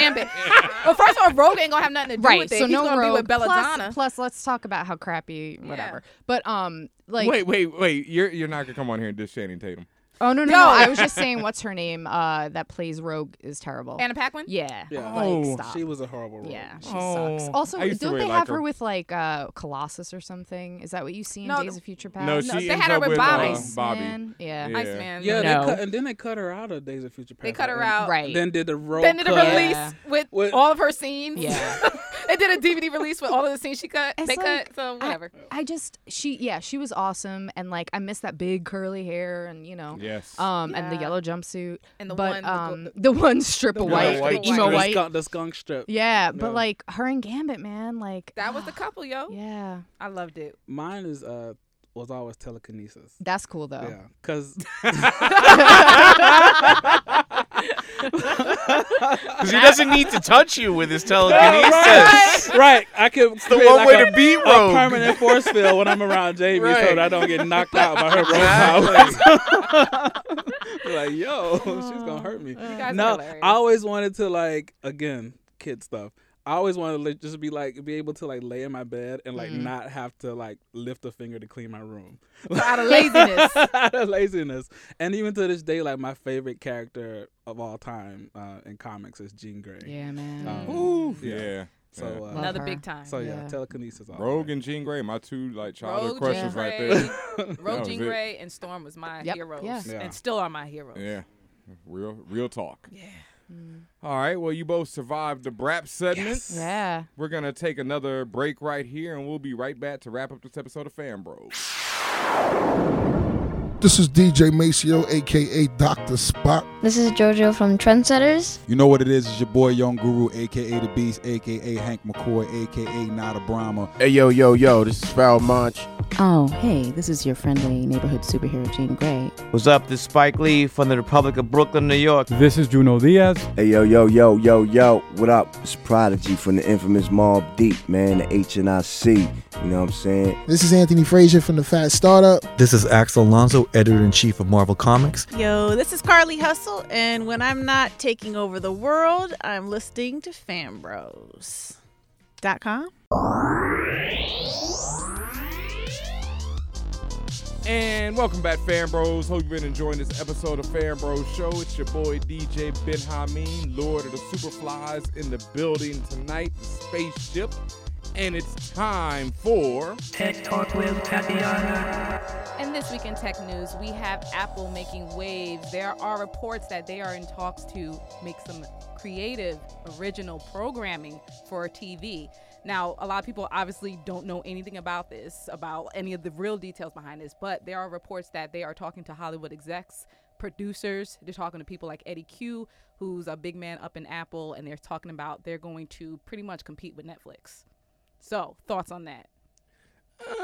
[SPEAKER 6] Shambit.
[SPEAKER 2] Shambit. well, first of all, Rogue ain't gonna have nothing to do
[SPEAKER 5] right.
[SPEAKER 2] with it.
[SPEAKER 5] So
[SPEAKER 2] He's
[SPEAKER 5] no
[SPEAKER 2] gonna
[SPEAKER 5] Rogue.
[SPEAKER 2] be with Belladonna.
[SPEAKER 5] Plus, plus, let's talk about how crappy whatever. But um, like
[SPEAKER 3] wait, wait, wait. You're you're not gonna come on here and diss Channing Tatum.
[SPEAKER 5] Oh no no,
[SPEAKER 2] No.
[SPEAKER 5] no. I was just saying what's her name uh that plays Rogue is terrible.
[SPEAKER 2] Anna Paquin.
[SPEAKER 5] yeah.
[SPEAKER 6] Yeah.
[SPEAKER 5] Like
[SPEAKER 3] Oh,
[SPEAKER 5] stop.
[SPEAKER 6] She was a horrible role.
[SPEAKER 5] yeah, she
[SPEAKER 3] Oh.
[SPEAKER 5] sucks. Also,
[SPEAKER 3] I used to
[SPEAKER 5] don't
[SPEAKER 3] really
[SPEAKER 5] they
[SPEAKER 3] like
[SPEAKER 5] have her.
[SPEAKER 3] her.
[SPEAKER 5] with like uh Colossus or something? Is that what you see in
[SPEAKER 2] No,
[SPEAKER 5] Days
[SPEAKER 2] the-
[SPEAKER 5] of Future Past?
[SPEAKER 3] No, she
[SPEAKER 2] they
[SPEAKER 3] ends
[SPEAKER 2] had her
[SPEAKER 3] up
[SPEAKER 2] with
[SPEAKER 3] with
[SPEAKER 2] Bobby.
[SPEAKER 3] uh, Bobby.
[SPEAKER 5] Man, Yeah.
[SPEAKER 3] Yeah.
[SPEAKER 2] Iceman.
[SPEAKER 6] Yeah,
[SPEAKER 5] No.
[SPEAKER 6] they cut, and then they cut her out of Days of Future Past.
[SPEAKER 2] They cut her
[SPEAKER 6] and
[SPEAKER 2] out.
[SPEAKER 5] Right.
[SPEAKER 6] Then did the role.
[SPEAKER 2] Then did a
[SPEAKER 6] cut.
[SPEAKER 2] release
[SPEAKER 5] Yeah.
[SPEAKER 2] with
[SPEAKER 6] With-
[SPEAKER 2] all of her scenes.
[SPEAKER 5] Yeah.
[SPEAKER 2] they did a DVD release with all of the scenes she cut.
[SPEAKER 5] It's
[SPEAKER 2] they
[SPEAKER 5] like,
[SPEAKER 2] cut so
[SPEAKER 5] I-
[SPEAKER 2] whatever.
[SPEAKER 5] I just she yeah, she was awesome and like I miss that big curly hair and you know.
[SPEAKER 3] Yes.
[SPEAKER 5] Um and the
[SPEAKER 2] Yeah.
[SPEAKER 5] yellow jumpsuit.
[SPEAKER 2] And the one-
[SPEAKER 5] but
[SPEAKER 2] the go-
[SPEAKER 5] um the one strip of
[SPEAKER 6] The
[SPEAKER 5] white,
[SPEAKER 1] white strip.
[SPEAKER 5] emo
[SPEAKER 2] The
[SPEAKER 5] white.
[SPEAKER 6] skunk, the skunk strip.
[SPEAKER 5] Yeah, but
[SPEAKER 6] No.
[SPEAKER 5] like her and Gambit, man, like
[SPEAKER 2] That was the couple, yo.
[SPEAKER 5] Yeah.
[SPEAKER 2] I loved it.
[SPEAKER 6] Mine is uh was always telekinesis.
[SPEAKER 5] That's cool though.
[SPEAKER 6] Yeah, because
[SPEAKER 1] Because he doesn't need to touch you with his telekinesis.
[SPEAKER 6] right, right. I could
[SPEAKER 1] The
[SPEAKER 6] create
[SPEAKER 1] one
[SPEAKER 6] like
[SPEAKER 1] way
[SPEAKER 6] a,
[SPEAKER 1] to beat
[SPEAKER 6] a
[SPEAKER 1] Rogue.
[SPEAKER 6] permanent force field when I'm around Jamie, so
[SPEAKER 1] Right.
[SPEAKER 6] that I don't get knocked out by her
[SPEAKER 1] Exactly.
[SPEAKER 6] robot. like, yo, she's gonna hurt me.
[SPEAKER 2] guys are
[SPEAKER 6] Uh, No,
[SPEAKER 2] hilarious.
[SPEAKER 6] I always wanted to like again, kid stuff. I always wanted to like, just be like be able to like lay in my bed
[SPEAKER 2] Mm-hmm.
[SPEAKER 6] and like not have to like lift a finger to clean my room.
[SPEAKER 2] Out of laziness.
[SPEAKER 6] out of laziness. And even to this day, like my favorite character of all time uh, in comics is Jean Grey.
[SPEAKER 5] Yeah, man.
[SPEAKER 6] Um,
[SPEAKER 3] Ooh.
[SPEAKER 6] yeah.
[SPEAKER 3] Yeah.
[SPEAKER 6] So uh,
[SPEAKER 5] Love
[SPEAKER 2] Another
[SPEAKER 5] her.
[SPEAKER 2] big time.
[SPEAKER 6] so yeah,
[SPEAKER 5] Yeah.
[SPEAKER 6] telekinesis. All
[SPEAKER 3] Rogue
[SPEAKER 6] day.
[SPEAKER 3] and Jean Grey, my two like childhood
[SPEAKER 2] Rogue, Jean
[SPEAKER 3] crushes right
[SPEAKER 2] Grey,
[SPEAKER 3] there.
[SPEAKER 2] Rogue
[SPEAKER 3] was
[SPEAKER 2] Jean
[SPEAKER 3] it.
[SPEAKER 2] Grey and Storm was my
[SPEAKER 5] Yep.
[SPEAKER 2] heroes,
[SPEAKER 5] Yeah.
[SPEAKER 6] Yeah.
[SPEAKER 2] and still are my heroes.
[SPEAKER 3] Yeah. Real real talk. Yeah. All right. Well, you both survived the brap segment.
[SPEAKER 5] Yeah.
[SPEAKER 3] We're gonna take another break right here, and we'll be right back to wrap up this episode of Fan Bros.
[SPEAKER 4] This is DJ Maceo, aka Dr. Spot.
[SPEAKER 11] This is JoJo from Trendsetters.
[SPEAKER 12] You know what it is? It's your boy Young Guru, aka The Beast, aka Hank McCoy, aka Nada Brahma.
[SPEAKER 7] Hey, yo, yo, yo, this is Foul Munch.
[SPEAKER 8] Oh, hey, this is your friendly neighborhood superhero, Jean Grey.
[SPEAKER 10] What's up? This is Spike Lee from the Republic of Brooklyn, New York.
[SPEAKER 12] This is Juno Diaz.
[SPEAKER 11] Hey, yo, yo, yo, yo, yo. What up? It's Prodigy from the infamous Mob Deep, man, the HNIC. You know what I'm saying?
[SPEAKER 4] This is Anthony Frazier from the Fat Startup.
[SPEAKER 12] This is Axel Alonso, editor in chief of Marvel Comics.
[SPEAKER 9] Yo, this is Carly Hustle, and when I'm not taking over the world, I'm listening to fanbros.com.
[SPEAKER 3] And welcome back, Fan Bros. Hope you've been enjoying this episode of Fan Bros Show. It's your boy DJ Ben Hameen, Lord of the Superflies, in the building tonight, the spaceship. And it's time for.
[SPEAKER 2] And this week in tech news, we have Apple making waves. There are reports that they are in talks to make some creative, original programming for TV. Now, a lot of people obviously don't know anything about this, about any of the real details behind this, but there are reports that they are talking to Hollywood execs, producers. They're talking to people like Eddie Q, who's a big man up in Apple, and they're talking about they're going to pretty much compete with Netflix. So, thoughts on that?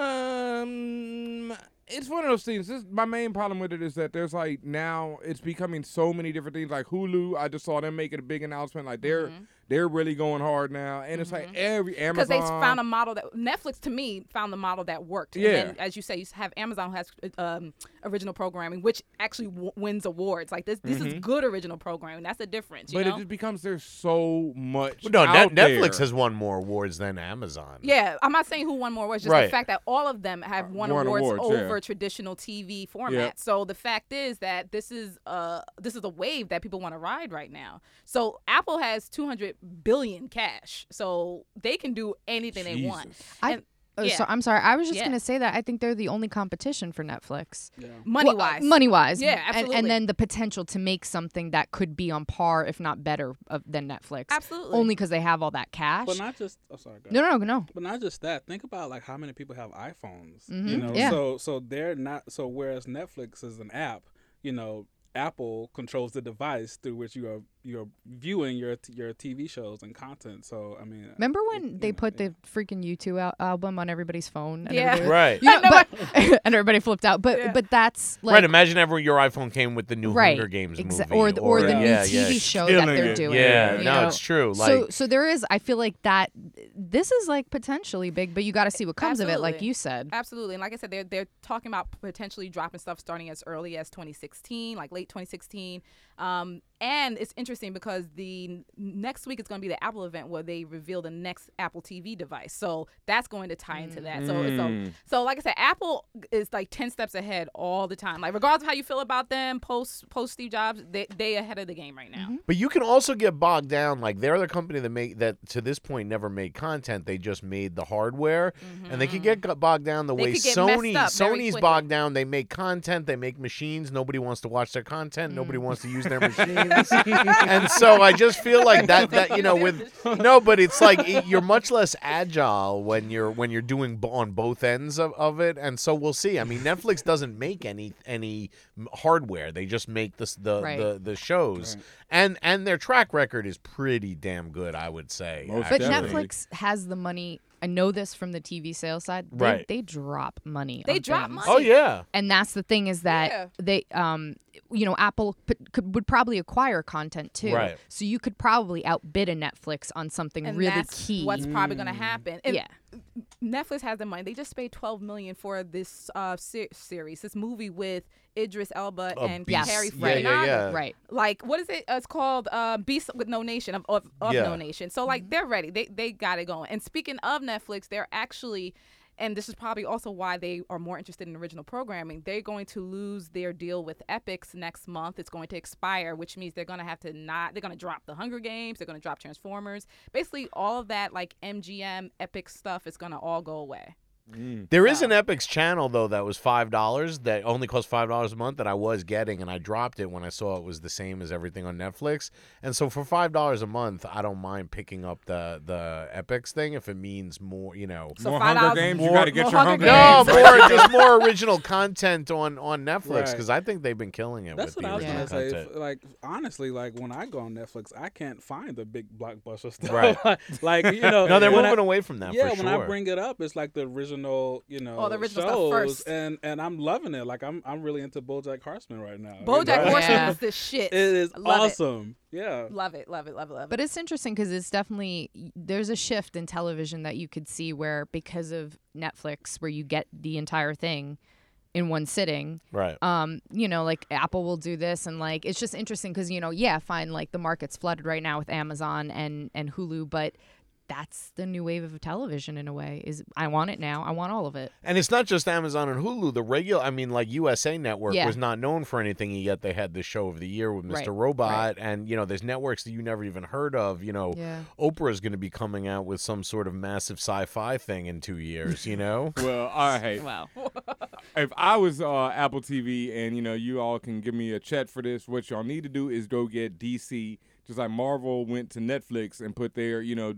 [SPEAKER 3] Um, it's one of those things. This, my main problem with it is that there's like now it's becoming so many different things. Like Hulu, I just saw them making a big announcement. Like they're they're really going hard now, and it's like every Amazon
[SPEAKER 2] because Mm-hmm. they found a model that Netflix to me found the model that worked.
[SPEAKER 3] Yeah.
[SPEAKER 2] And then, as you say, you have Amazon who has um, original programming, which actually w- wins awards. Like this, this
[SPEAKER 3] Mhm.
[SPEAKER 2] is good original programming. That's the difference. You
[SPEAKER 3] But it
[SPEAKER 2] know?
[SPEAKER 3] just becomes there's so much.
[SPEAKER 1] Well, no,
[SPEAKER 3] out
[SPEAKER 1] Net- Netflix
[SPEAKER 3] there.
[SPEAKER 1] has won more awards than Amazon.
[SPEAKER 2] yeah, I'm not saying who won more awards, just the
[SPEAKER 1] Right.
[SPEAKER 2] fact that all of them have won,
[SPEAKER 1] won
[SPEAKER 2] awards,
[SPEAKER 1] awards, yeah.
[SPEAKER 2] over traditional TV format. So the fact is that this is uh this is a wave that people want to ride right now. So Apple has 200 billion cash, so they can do anything they want.
[SPEAKER 5] I,
[SPEAKER 2] And-
[SPEAKER 5] oh,
[SPEAKER 2] yeah.
[SPEAKER 5] so, I'm sorry. I was just
[SPEAKER 2] Yeah.
[SPEAKER 5] going to say that I think they're the only competition for Netflix.
[SPEAKER 2] Money wise.
[SPEAKER 5] money wise,
[SPEAKER 2] Yeah,
[SPEAKER 5] uh, and,
[SPEAKER 2] absolutely.
[SPEAKER 5] and then the potential to make something that could be on par, if not better, of, than Netflix.
[SPEAKER 6] Absolutely.
[SPEAKER 5] only because they have all that cash.
[SPEAKER 6] But not just. I'm sorry. go
[SPEAKER 5] No,
[SPEAKER 6] ahead.
[SPEAKER 5] no, no.
[SPEAKER 6] But not just that. Think about like how many people have iPhones. You
[SPEAKER 5] Mhm,
[SPEAKER 2] Mm-hmm.
[SPEAKER 6] know,
[SPEAKER 5] yeah.
[SPEAKER 6] so so they're not. So whereas Netflix is an app, you know, Apple controls the device through which you are you're viewing your your TV shows and content. So I mean,
[SPEAKER 5] Remember when they put the freaking U2 al- album on everybody's phone? And
[SPEAKER 6] Yeah.
[SPEAKER 5] everybody-
[SPEAKER 1] Right.
[SPEAKER 5] You know, but, and everybody flipped out. But but that's like
[SPEAKER 1] right. Imagine everyone your iPhone came with the new
[SPEAKER 5] Right,
[SPEAKER 1] Hunger Games
[SPEAKER 5] exa-
[SPEAKER 1] movie,
[SPEAKER 5] or the- or the new
[SPEAKER 1] yeah,
[SPEAKER 5] TV
[SPEAKER 1] yeah,
[SPEAKER 5] show that Killing they're it. doing,
[SPEAKER 1] Yeah,
[SPEAKER 5] you
[SPEAKER 1] no,
[SPEAKER 5] know?
[SPEAKER 1] it's true. Like,
[SPEAKER 5] so so there is. I feel like that. This is like potentially big, but you got to see what comes of it, like
[SPEAKER 2] Absolutely.
[SPEAKER 5] you said.
[SPEAKER 2] Absolutely. And like I said, they're they're talking about potentially dropping stuff starting as early as 2016, like late 2016. Um, and it's interesting because the n- next week is going to be the Apple event where they reveal the next Apple TV device. So that's going to tie into that. So so
[SPEAKER 13] Mm.
[SPEAKER 2] so like I said, Apple is like 10 steps ahead all the time. Like regardless of how you feel about them, post post Steve Jobs, they they ahead of the game right
[SPEAKER 5] Mm-hmm.
[SPEAKER 2] now.
[SPEAKER 1] But you can also get bogged down. Like they're the company that make that to this point never made content. They just made the hardware, and they could get got bogged down the
[SPEAKER 2] Mm-hmm. They
[SPEAKER 1] way
[SPEAKER 2] could get messed
[SPEAKER 1] Sony
[SPEAKER 2] up very
[SPEAKER 1] Sony's
[SPEAKER 2] quickly.
[SPEAKER 1] bogged down. They make content. They make machines. Nobody wants to watch their content. Nobody wants to use their
[SPEAKER 2] Mm.
[SPEAKER 1] machines. and so I just feel like that that you know with no, but it's like it- you're much less agile when you're when you're doing bo- on both ends of, of it. And so we'll see. I mean, Netflix doesn't make any any m- hardware. They just make this the
[SPEAKER 5] Right.
[SPEAKER 1] the the shows and and their track record is pretty damn good i would say
[SPEAKER 5] but
[SPEAKER 1] actually.
[SPEAKER 5] Netflix has the money. I know this from the TV sales side. They,
[SPEAKER 1] Right.
[SPEAKER 5] They drop money.
[SPEAKER 2] They
[SPEAKER 5] on
[SPEAKER 2] drop
[SPEAKER 5] things.
[SPEAKER 2] money. Oh, yeah.
[SPEAKER 5] And that's the thing is that
[SPEAKER 2] Yeah.
[SPEAKER 5] they, um, you know, Apple p- could, would probably acquire content too.
[SPEAKER 2] Right.
[SPEAKER 5] So you could probably outbid a Netflix on something
[SPEAKER 2] and
[SPEAKER 5] really
[SPEAKER 2] that's
[SPEAKER 5] key.
[SPEAKER 2] What's probably going to happen? And
[SPEAKER 5] Yeah.
[SPEAKER 2] Netflix has the money. They just paid twelve million for this uh, se- series, this movie with Idris Elba
[SPEAKER 5] A
[SPEAKER 2] and
[SPEAKER 5] beast.
[SPEAKER 2] Carrie
[SPEAKER 5] Yeah, yeah,
[SPEAKER 2] Ferragamo.
[SPEAKER 5] yeah. Right.
[SPEAKER 2] Like, what is it? Uh, it's called uh, Beast with No Nation of, of, of
[SPEAKER 5] Yeah.
[SPEAKER 2] No Nation. So
[SPEAKER 6] Mm-hmm.
[SPEAKER 2] like, they're ready. They they got it going. And speaking of Netflix, they're actually. And this is probably also why they are more interested in original programming. They're going to lose their deal with Epics next month. It's going to expire, which means they're going to have to not. They're going to drop the Hunger Games. They're going to drop Transformers. Basically, all of that like MGM, Epic stuff is going to all go away.
[SPEAKER 6] Hmm.
[SPEAKER 1] There is an Epics channel though that was five dollars that only cost five dollars a month that I was getting and I dropped it when I saw it was the same as everything on Netflix. And so for five dollars a month, I don't mind picking up the the Epics thing if it means more, you know,
[SPEAKER 3] So More Hunger $5 Games? You gotta get your Hunger
[SPEAKER 1] No,
[SPEAKER 3] Games, right?
[SPEAKER 1] more just more original content on on Netflix
[SPEAKER 6] Right.
[SPEAKER 1] because I think they've been killing it
[SPEAKER 6] That's
[SPEAKER 1] with
[SPEAKER 6] what
[SPEAKER 1] the
[SPEAKER 6] I was
[SPEAKER 1] original
[SPEAKER 6] gonna say.
[SPEAKER 1] content.
[SPEAKER 6] If, like honestly, like when I go on Netflix, I can't find the big blockbuster stuff.
[SPEAKER 1] Right.
[SPEAKER 6] like you know,
[SPEAKER 1] No, they're
[SPEAKER 6] when I-
[SPEAKER 1] moving away from that for
[SPEAKER 6] Yeah, when I
[SPEAKER 1] sure.
[SPEAKER 6] bring it up, it's like the original, you know,
[SPEAKER 2] Oh, the original stuff
[SPEAKER 6] shows,
[SPEAKER 2] first.
[SPEAKER 6] and and I'm loving it. Like I'm I'm really into BoJack Horseman right now. you
[SPEAKER 2] BoJack
[SPEAKER 6] know?
[SPEAKER 2] Horseman is the shit.
[SPEAKER 6] It is
[SPEAKER 2] I love it.
[SPEAKER 6] awesome. Yeah.
[SPEAKER 2] Love it, love it, love it, love it.
[SPEAKER 5] But it's interesting because it's definitely there's a shift in television that you could see where because of Netflix, where you get the entire thing in one sitting.
[SPEAKER 1] Right.
[SPEAKER 5] Um, you know, like Apple will do this, and like it's just interesting because you know, yeah, fine, like the market's flooded right now with Amazon and and Hulu, but that's the new wave of television in a way. Is I want it now. I want all of it.
[SPEAKER 1] And it's not just Amazon and Hulu. The regular, I mean, like USA Network
[SPEAKER 5] Yeah.
[SPEAKER 1] was not known for anything, and yet they had the show of the year with Mr.
[SPEAKER 5] Right,
[SPEAKER 1] Robot. And, you know, there's networks that you never even heard of. You know,
[SPEAKER 5] Yeah.
[SPEAKER 1] Oprah's going to be coming out with some sort of massive sci fi thing in two years, you know?
[SPEAKER 3] well, all right. Wow. if I was uh, Apple TV, and you know, you all can give me a chat for this. What y'all need to do is go get DC, just like Marvel went to Netflix and put their, you know,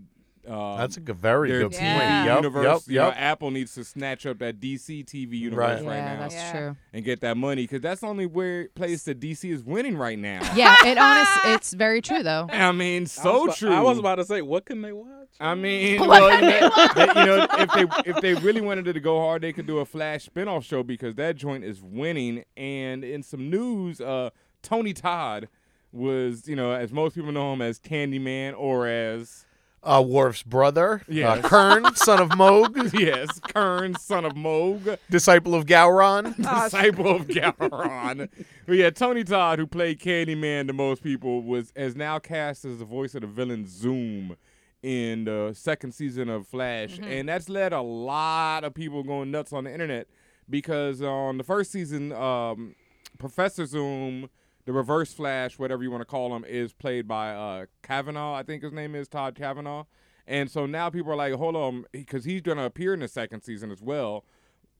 [SPEAKER 3] um,
[SPEAKER 1] That's a g- very
[SPEAKER 3] their
[SPEAKER 1] good
[SPEAKER 3] TV
[SPEAKER 1] point. Yeah. Yep,
[SPEAKER 3] universe.
[SPEAKER 1] yep,
[SPEAKER 3] You know,
[SPEAKER 1] yep.
[SPEAKER 3] Apple needs to snatch up that DC TV universe right,
[SPEAKER 1] Right. Yeah,
[SPEAKER 3] now.
[SPEAKER 5] that's Yeah. true.
[SPEAKER 3] And get that money because that's the only where place that DC is winning right now.
[SPEAKER 5] yeah, it honest, it's very true though.
[SPEAKER 3] I mean, so
[SPEAKER 6] about-
[SPEAKER 3] true.
[SPEAKER 6] I was
[SPEAKER 3] about
[SPEAKER 6] to say, what can they watch?
[SPEAKER 3] I mean,
[SPEAKER 6] What
[SPEAKER 3] well,
[SPEAKER 6] can they
[SPEAKER 3] they-
[SPEAKER 6] watch?
[SPEAKER 3] you know, if they if they really wanted to go hard, they could do a Flash spinoff show because that joint is winning. And in some news, uh, Tony Todd was, you know, as most people know him as Candyman or as
[SPEAKER 1] uh, Worf's brother,
[SPEAKER 3] Yes.
[SPEAKER 1] uh, Kern, son of Moog.
[SPEAKER 3] Yes, Kern, son of Moog.
[SPEAKER 1] Disciple of Gowron.
[SPEAKER 3] disciple of Gowron. but yeah, Tony Todd, who played Candyman to most people, was is now cast as the voice of the villain Zoom in the second season of Flash,
[SPEAKER 4] Mhm.
[SPEAKER 3] and that's led a lot of people going nuts on the internet because on the first season, um, Professor Zoom. The Reverse Flash, whatever you want to call him, is played by uh, Kavanaugh. I think his name is Todd Kavanaugh, and so now people are like, "Hold on," because he's going to appear in the second season as well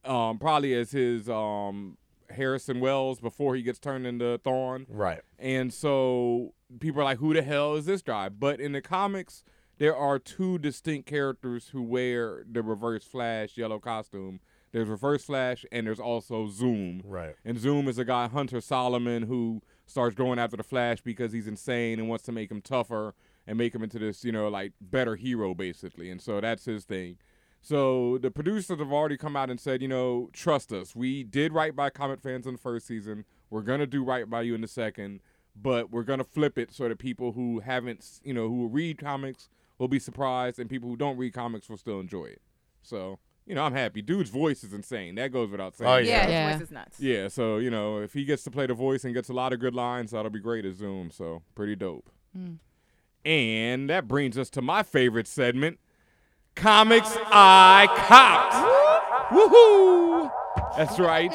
[SPEAKER 3] um, probably as his um, Harrison Wells before he gets turned into Thorn.
[SPEAKER 1] Right.
[SPEAKER 3] And so people are like, who the hell is this guy? But in the comics, there are two distinct characters who wear the Reverse Flash yellow costume. There's Reverse Flash and there's also Zoom.
[SPEAKER 1] Right.
[SPEAKER 3] And Zoom is a guy, Hunter Solomon, who starts going after the Flash because he's insane and wants to make him tougher and make him into this, you know, like better hero basically. And so that's his thing. So the producers have already come out and said, you know, trust us. We did right by comic fans in the first season. We're gonna do right by you in the second, but we're gonna flip it so that people who haven't, s- you know, who read comics will be surprised, and people who don't read comics will still enjoy it. So you know, I'm happy. Dude's voice is insane. That goes without saying.
[SPEAKER 1] Oh, yeah. Yeah, his Yeah. voice is nuts.
[SPEAKER 3] Yeah. So you know, if he gets to play the voice and gets a lot of good lines, that'll be great as Zoom. So pretty dope. And that brings us to my favorite segment, Comics I Copped. Woohoo! That's right.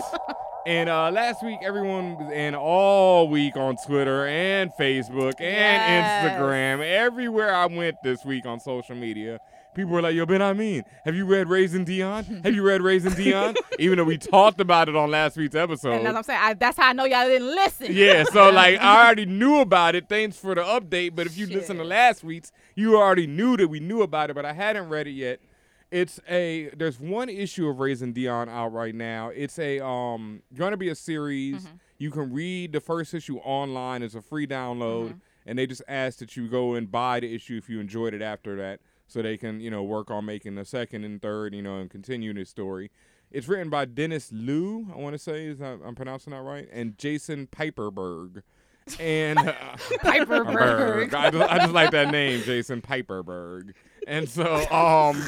[SPEAKER 3] And uh, last week, everyone was- and all week on Twitter and Facebook and Instagram, everywhere I went this week on social media, people were like, "Yo, Ben, I mean, have you read Raising Dion? Have you read Raising Dion?" Even though we talked about it on last week's episode.
[SPEAKER 2] And that's what I'm saying. I, that's how I know y'all didn't listen.
[SPEAKER 3] Yeah, so like I already knew about it. Thanks for the update. But if you listen to last week's, you already knew that we knew about it, but I hadn't read it yet. It's a there's one issue of Raising Dion out right now. It's a um gonna be a series. You can read the first issue online. It's a free download, and they just ask that you go and buy the issue if you enjoyed it after that, so they can you know work on making the second and third, you know, and continue this story. It's written by Dennis Liu, I want to say is that, I'm pronouncing that right, and Jason Piperberg. And uh,
[SPEAKER 4] Piperberg.
[SPEAKER 3] Berg. I just, I just like that name, Jason Piperberg. And so, um,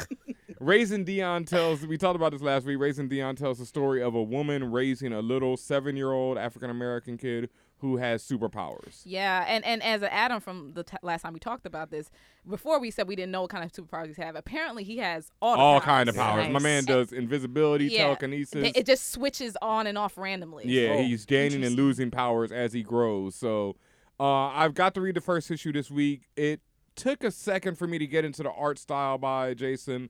[SPEAKER 3] Raising Dion tells, we talked about this last week. Raising Dion tells the story of a woman raising a little seven year old African American kid who has superpowers.
[SPEAKER 2] Yeah, and and as an Adam from the t- last time we talked about this, before we said we didn't know what kind of superpowers he have. Apparently, he has all the
[SPEAKER 3] All
[SPEAKER 2] powers.
[SPEAKER 3] kind of powers. My man does invisibility,
[SPEAKER 2] Yeah.
[SPEAKER 3] telekinesis.
[SPEAKER 2] It- It just switches on and off randomly.
[SPEAKER 3] Yeah, he's gaining and losing powers as he grows. So uh, I've got to read the first issue this week. It took a second for me to get into the art style by Jason.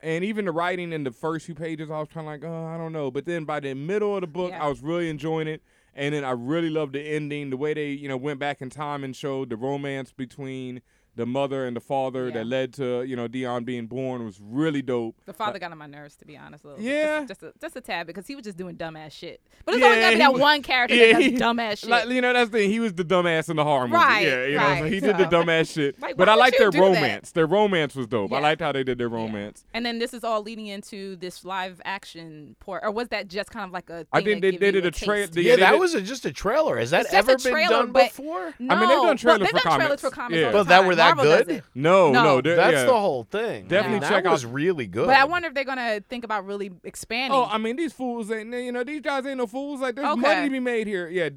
[SPEAKER 3] And even the writing in the first few pages, I was kind of like, oh, I don't know. But then by the middle of the book, I was really enjoying it. And then I really loved the ending, the way they, you know, went back in time and showed the romance between the mother and the father that led to, you know, Dion being born was really dope.
[SPEAKER 2] The father
[SPEAKER 3] Like-
[SPEAKER 2] got on my nerves, to be honest. A little
[SPEAKER 3] Yeah.
[SPEAKER 2] bit. Just, just, a, just a tad because he was just doing dumbass shit. But it's only gonna be
[SPEAKER 3] he
[SPEAKER 2] that
[SPEAKER 3] was-
[SPEAKER 2] one character
[SPEAKER 3] yeah,
[SPEAKER 2] that does
[SPEAKER 3] he-
[SPEAKER 2] dumbass shit.
[SPEAKER 3] Like, you know, that's the thing. He was the dumbass in the horror movie.
[SPEAKER 2] Right,
[SPEAKER 3] yeah, you know, so
[SPEAKER 2] right.
[SPEAKER 3] he did the
[SPEAKER 2] So-
[SPEAKER 3] dumbass shit.
[SPEAKER 2] Like,
[SPEAKER 3] but
[SPEAKER 2] why
[SPEAKER 3] I
[SPEAKER 2] would
[SPEAKER 3] like
[SPEAKER 2] you
[SPEAKER 3] their
[SPEAKER 2] do that?
[SPEAKER 3] romance. Their romance was dope. I liked how they did their romance.
[SPEAKER 2] and then this is all leading into this live action port, or was that just kind of like a?
[SPEAKER 3] I
[SPEAKER 2] thing
[SPEAKER 3] think
[SPEAKER 2] that
[SPEAKER 3] they,
[SPEAKER 2] give
[SPEAKER 3] they
[SPEAKER 2] you
[SPEAKER 3] did a
[SPEAKER 2] taste?
[SPEAKER 3] trailer.
[SPEAKER 1] Yeah, that was a, just a trailer. Has that
[SPEAKER 2] It's just
[SPEAKER 1] ever
[SPEAKER 2] a
[SPEAKER 1] been
[SPEAKER 2] trailer,
[SPEAKER 1] done
[SPEAKER 2] but-
[SPEAKER 1] before?
[SPEAKER 2] No,
[SPEAKER 3] I mean, they've
[SPEAKER 2] Well,
[SPEAKER 3] done trailers
[SPEAKER 2] they've
[SPEAKER 3] for
[SPEAKER 2] done
[SPEAKER 3] comics.
[SPEAKER 2] trailers for comics
[SPEAKER 3] yeah.
[SPEAKER 2] all the
[SPEAKER 1] But that were that
[SPEAKER 2] Marvel does
[SPEAKER 1] good?
[SPEAKER 2] it.
[SPEAKER 3] No, no,
[SPEAKER 2] No.
[SPEAKER 3] they're-
[SPEAKER 1] that's
[SPEAKER 3] yeah.
[SPEAKER 1] the whole thing.
[SPEAKER 3] Definitely
[SPEAKER 1] that
[SPEAKER 3] check out-
[SPEAKER 1] was really good.
[SPEAKER 2] But I wonder if they're gonna think about really expanding.
[SPEAKER 3] Oh, I mean, these fools ain't, you know, these guys ain't no fools. Like, there's money
[SPEAKER 2] Okay.
[SPEAKER 3] to be made here. Yeah,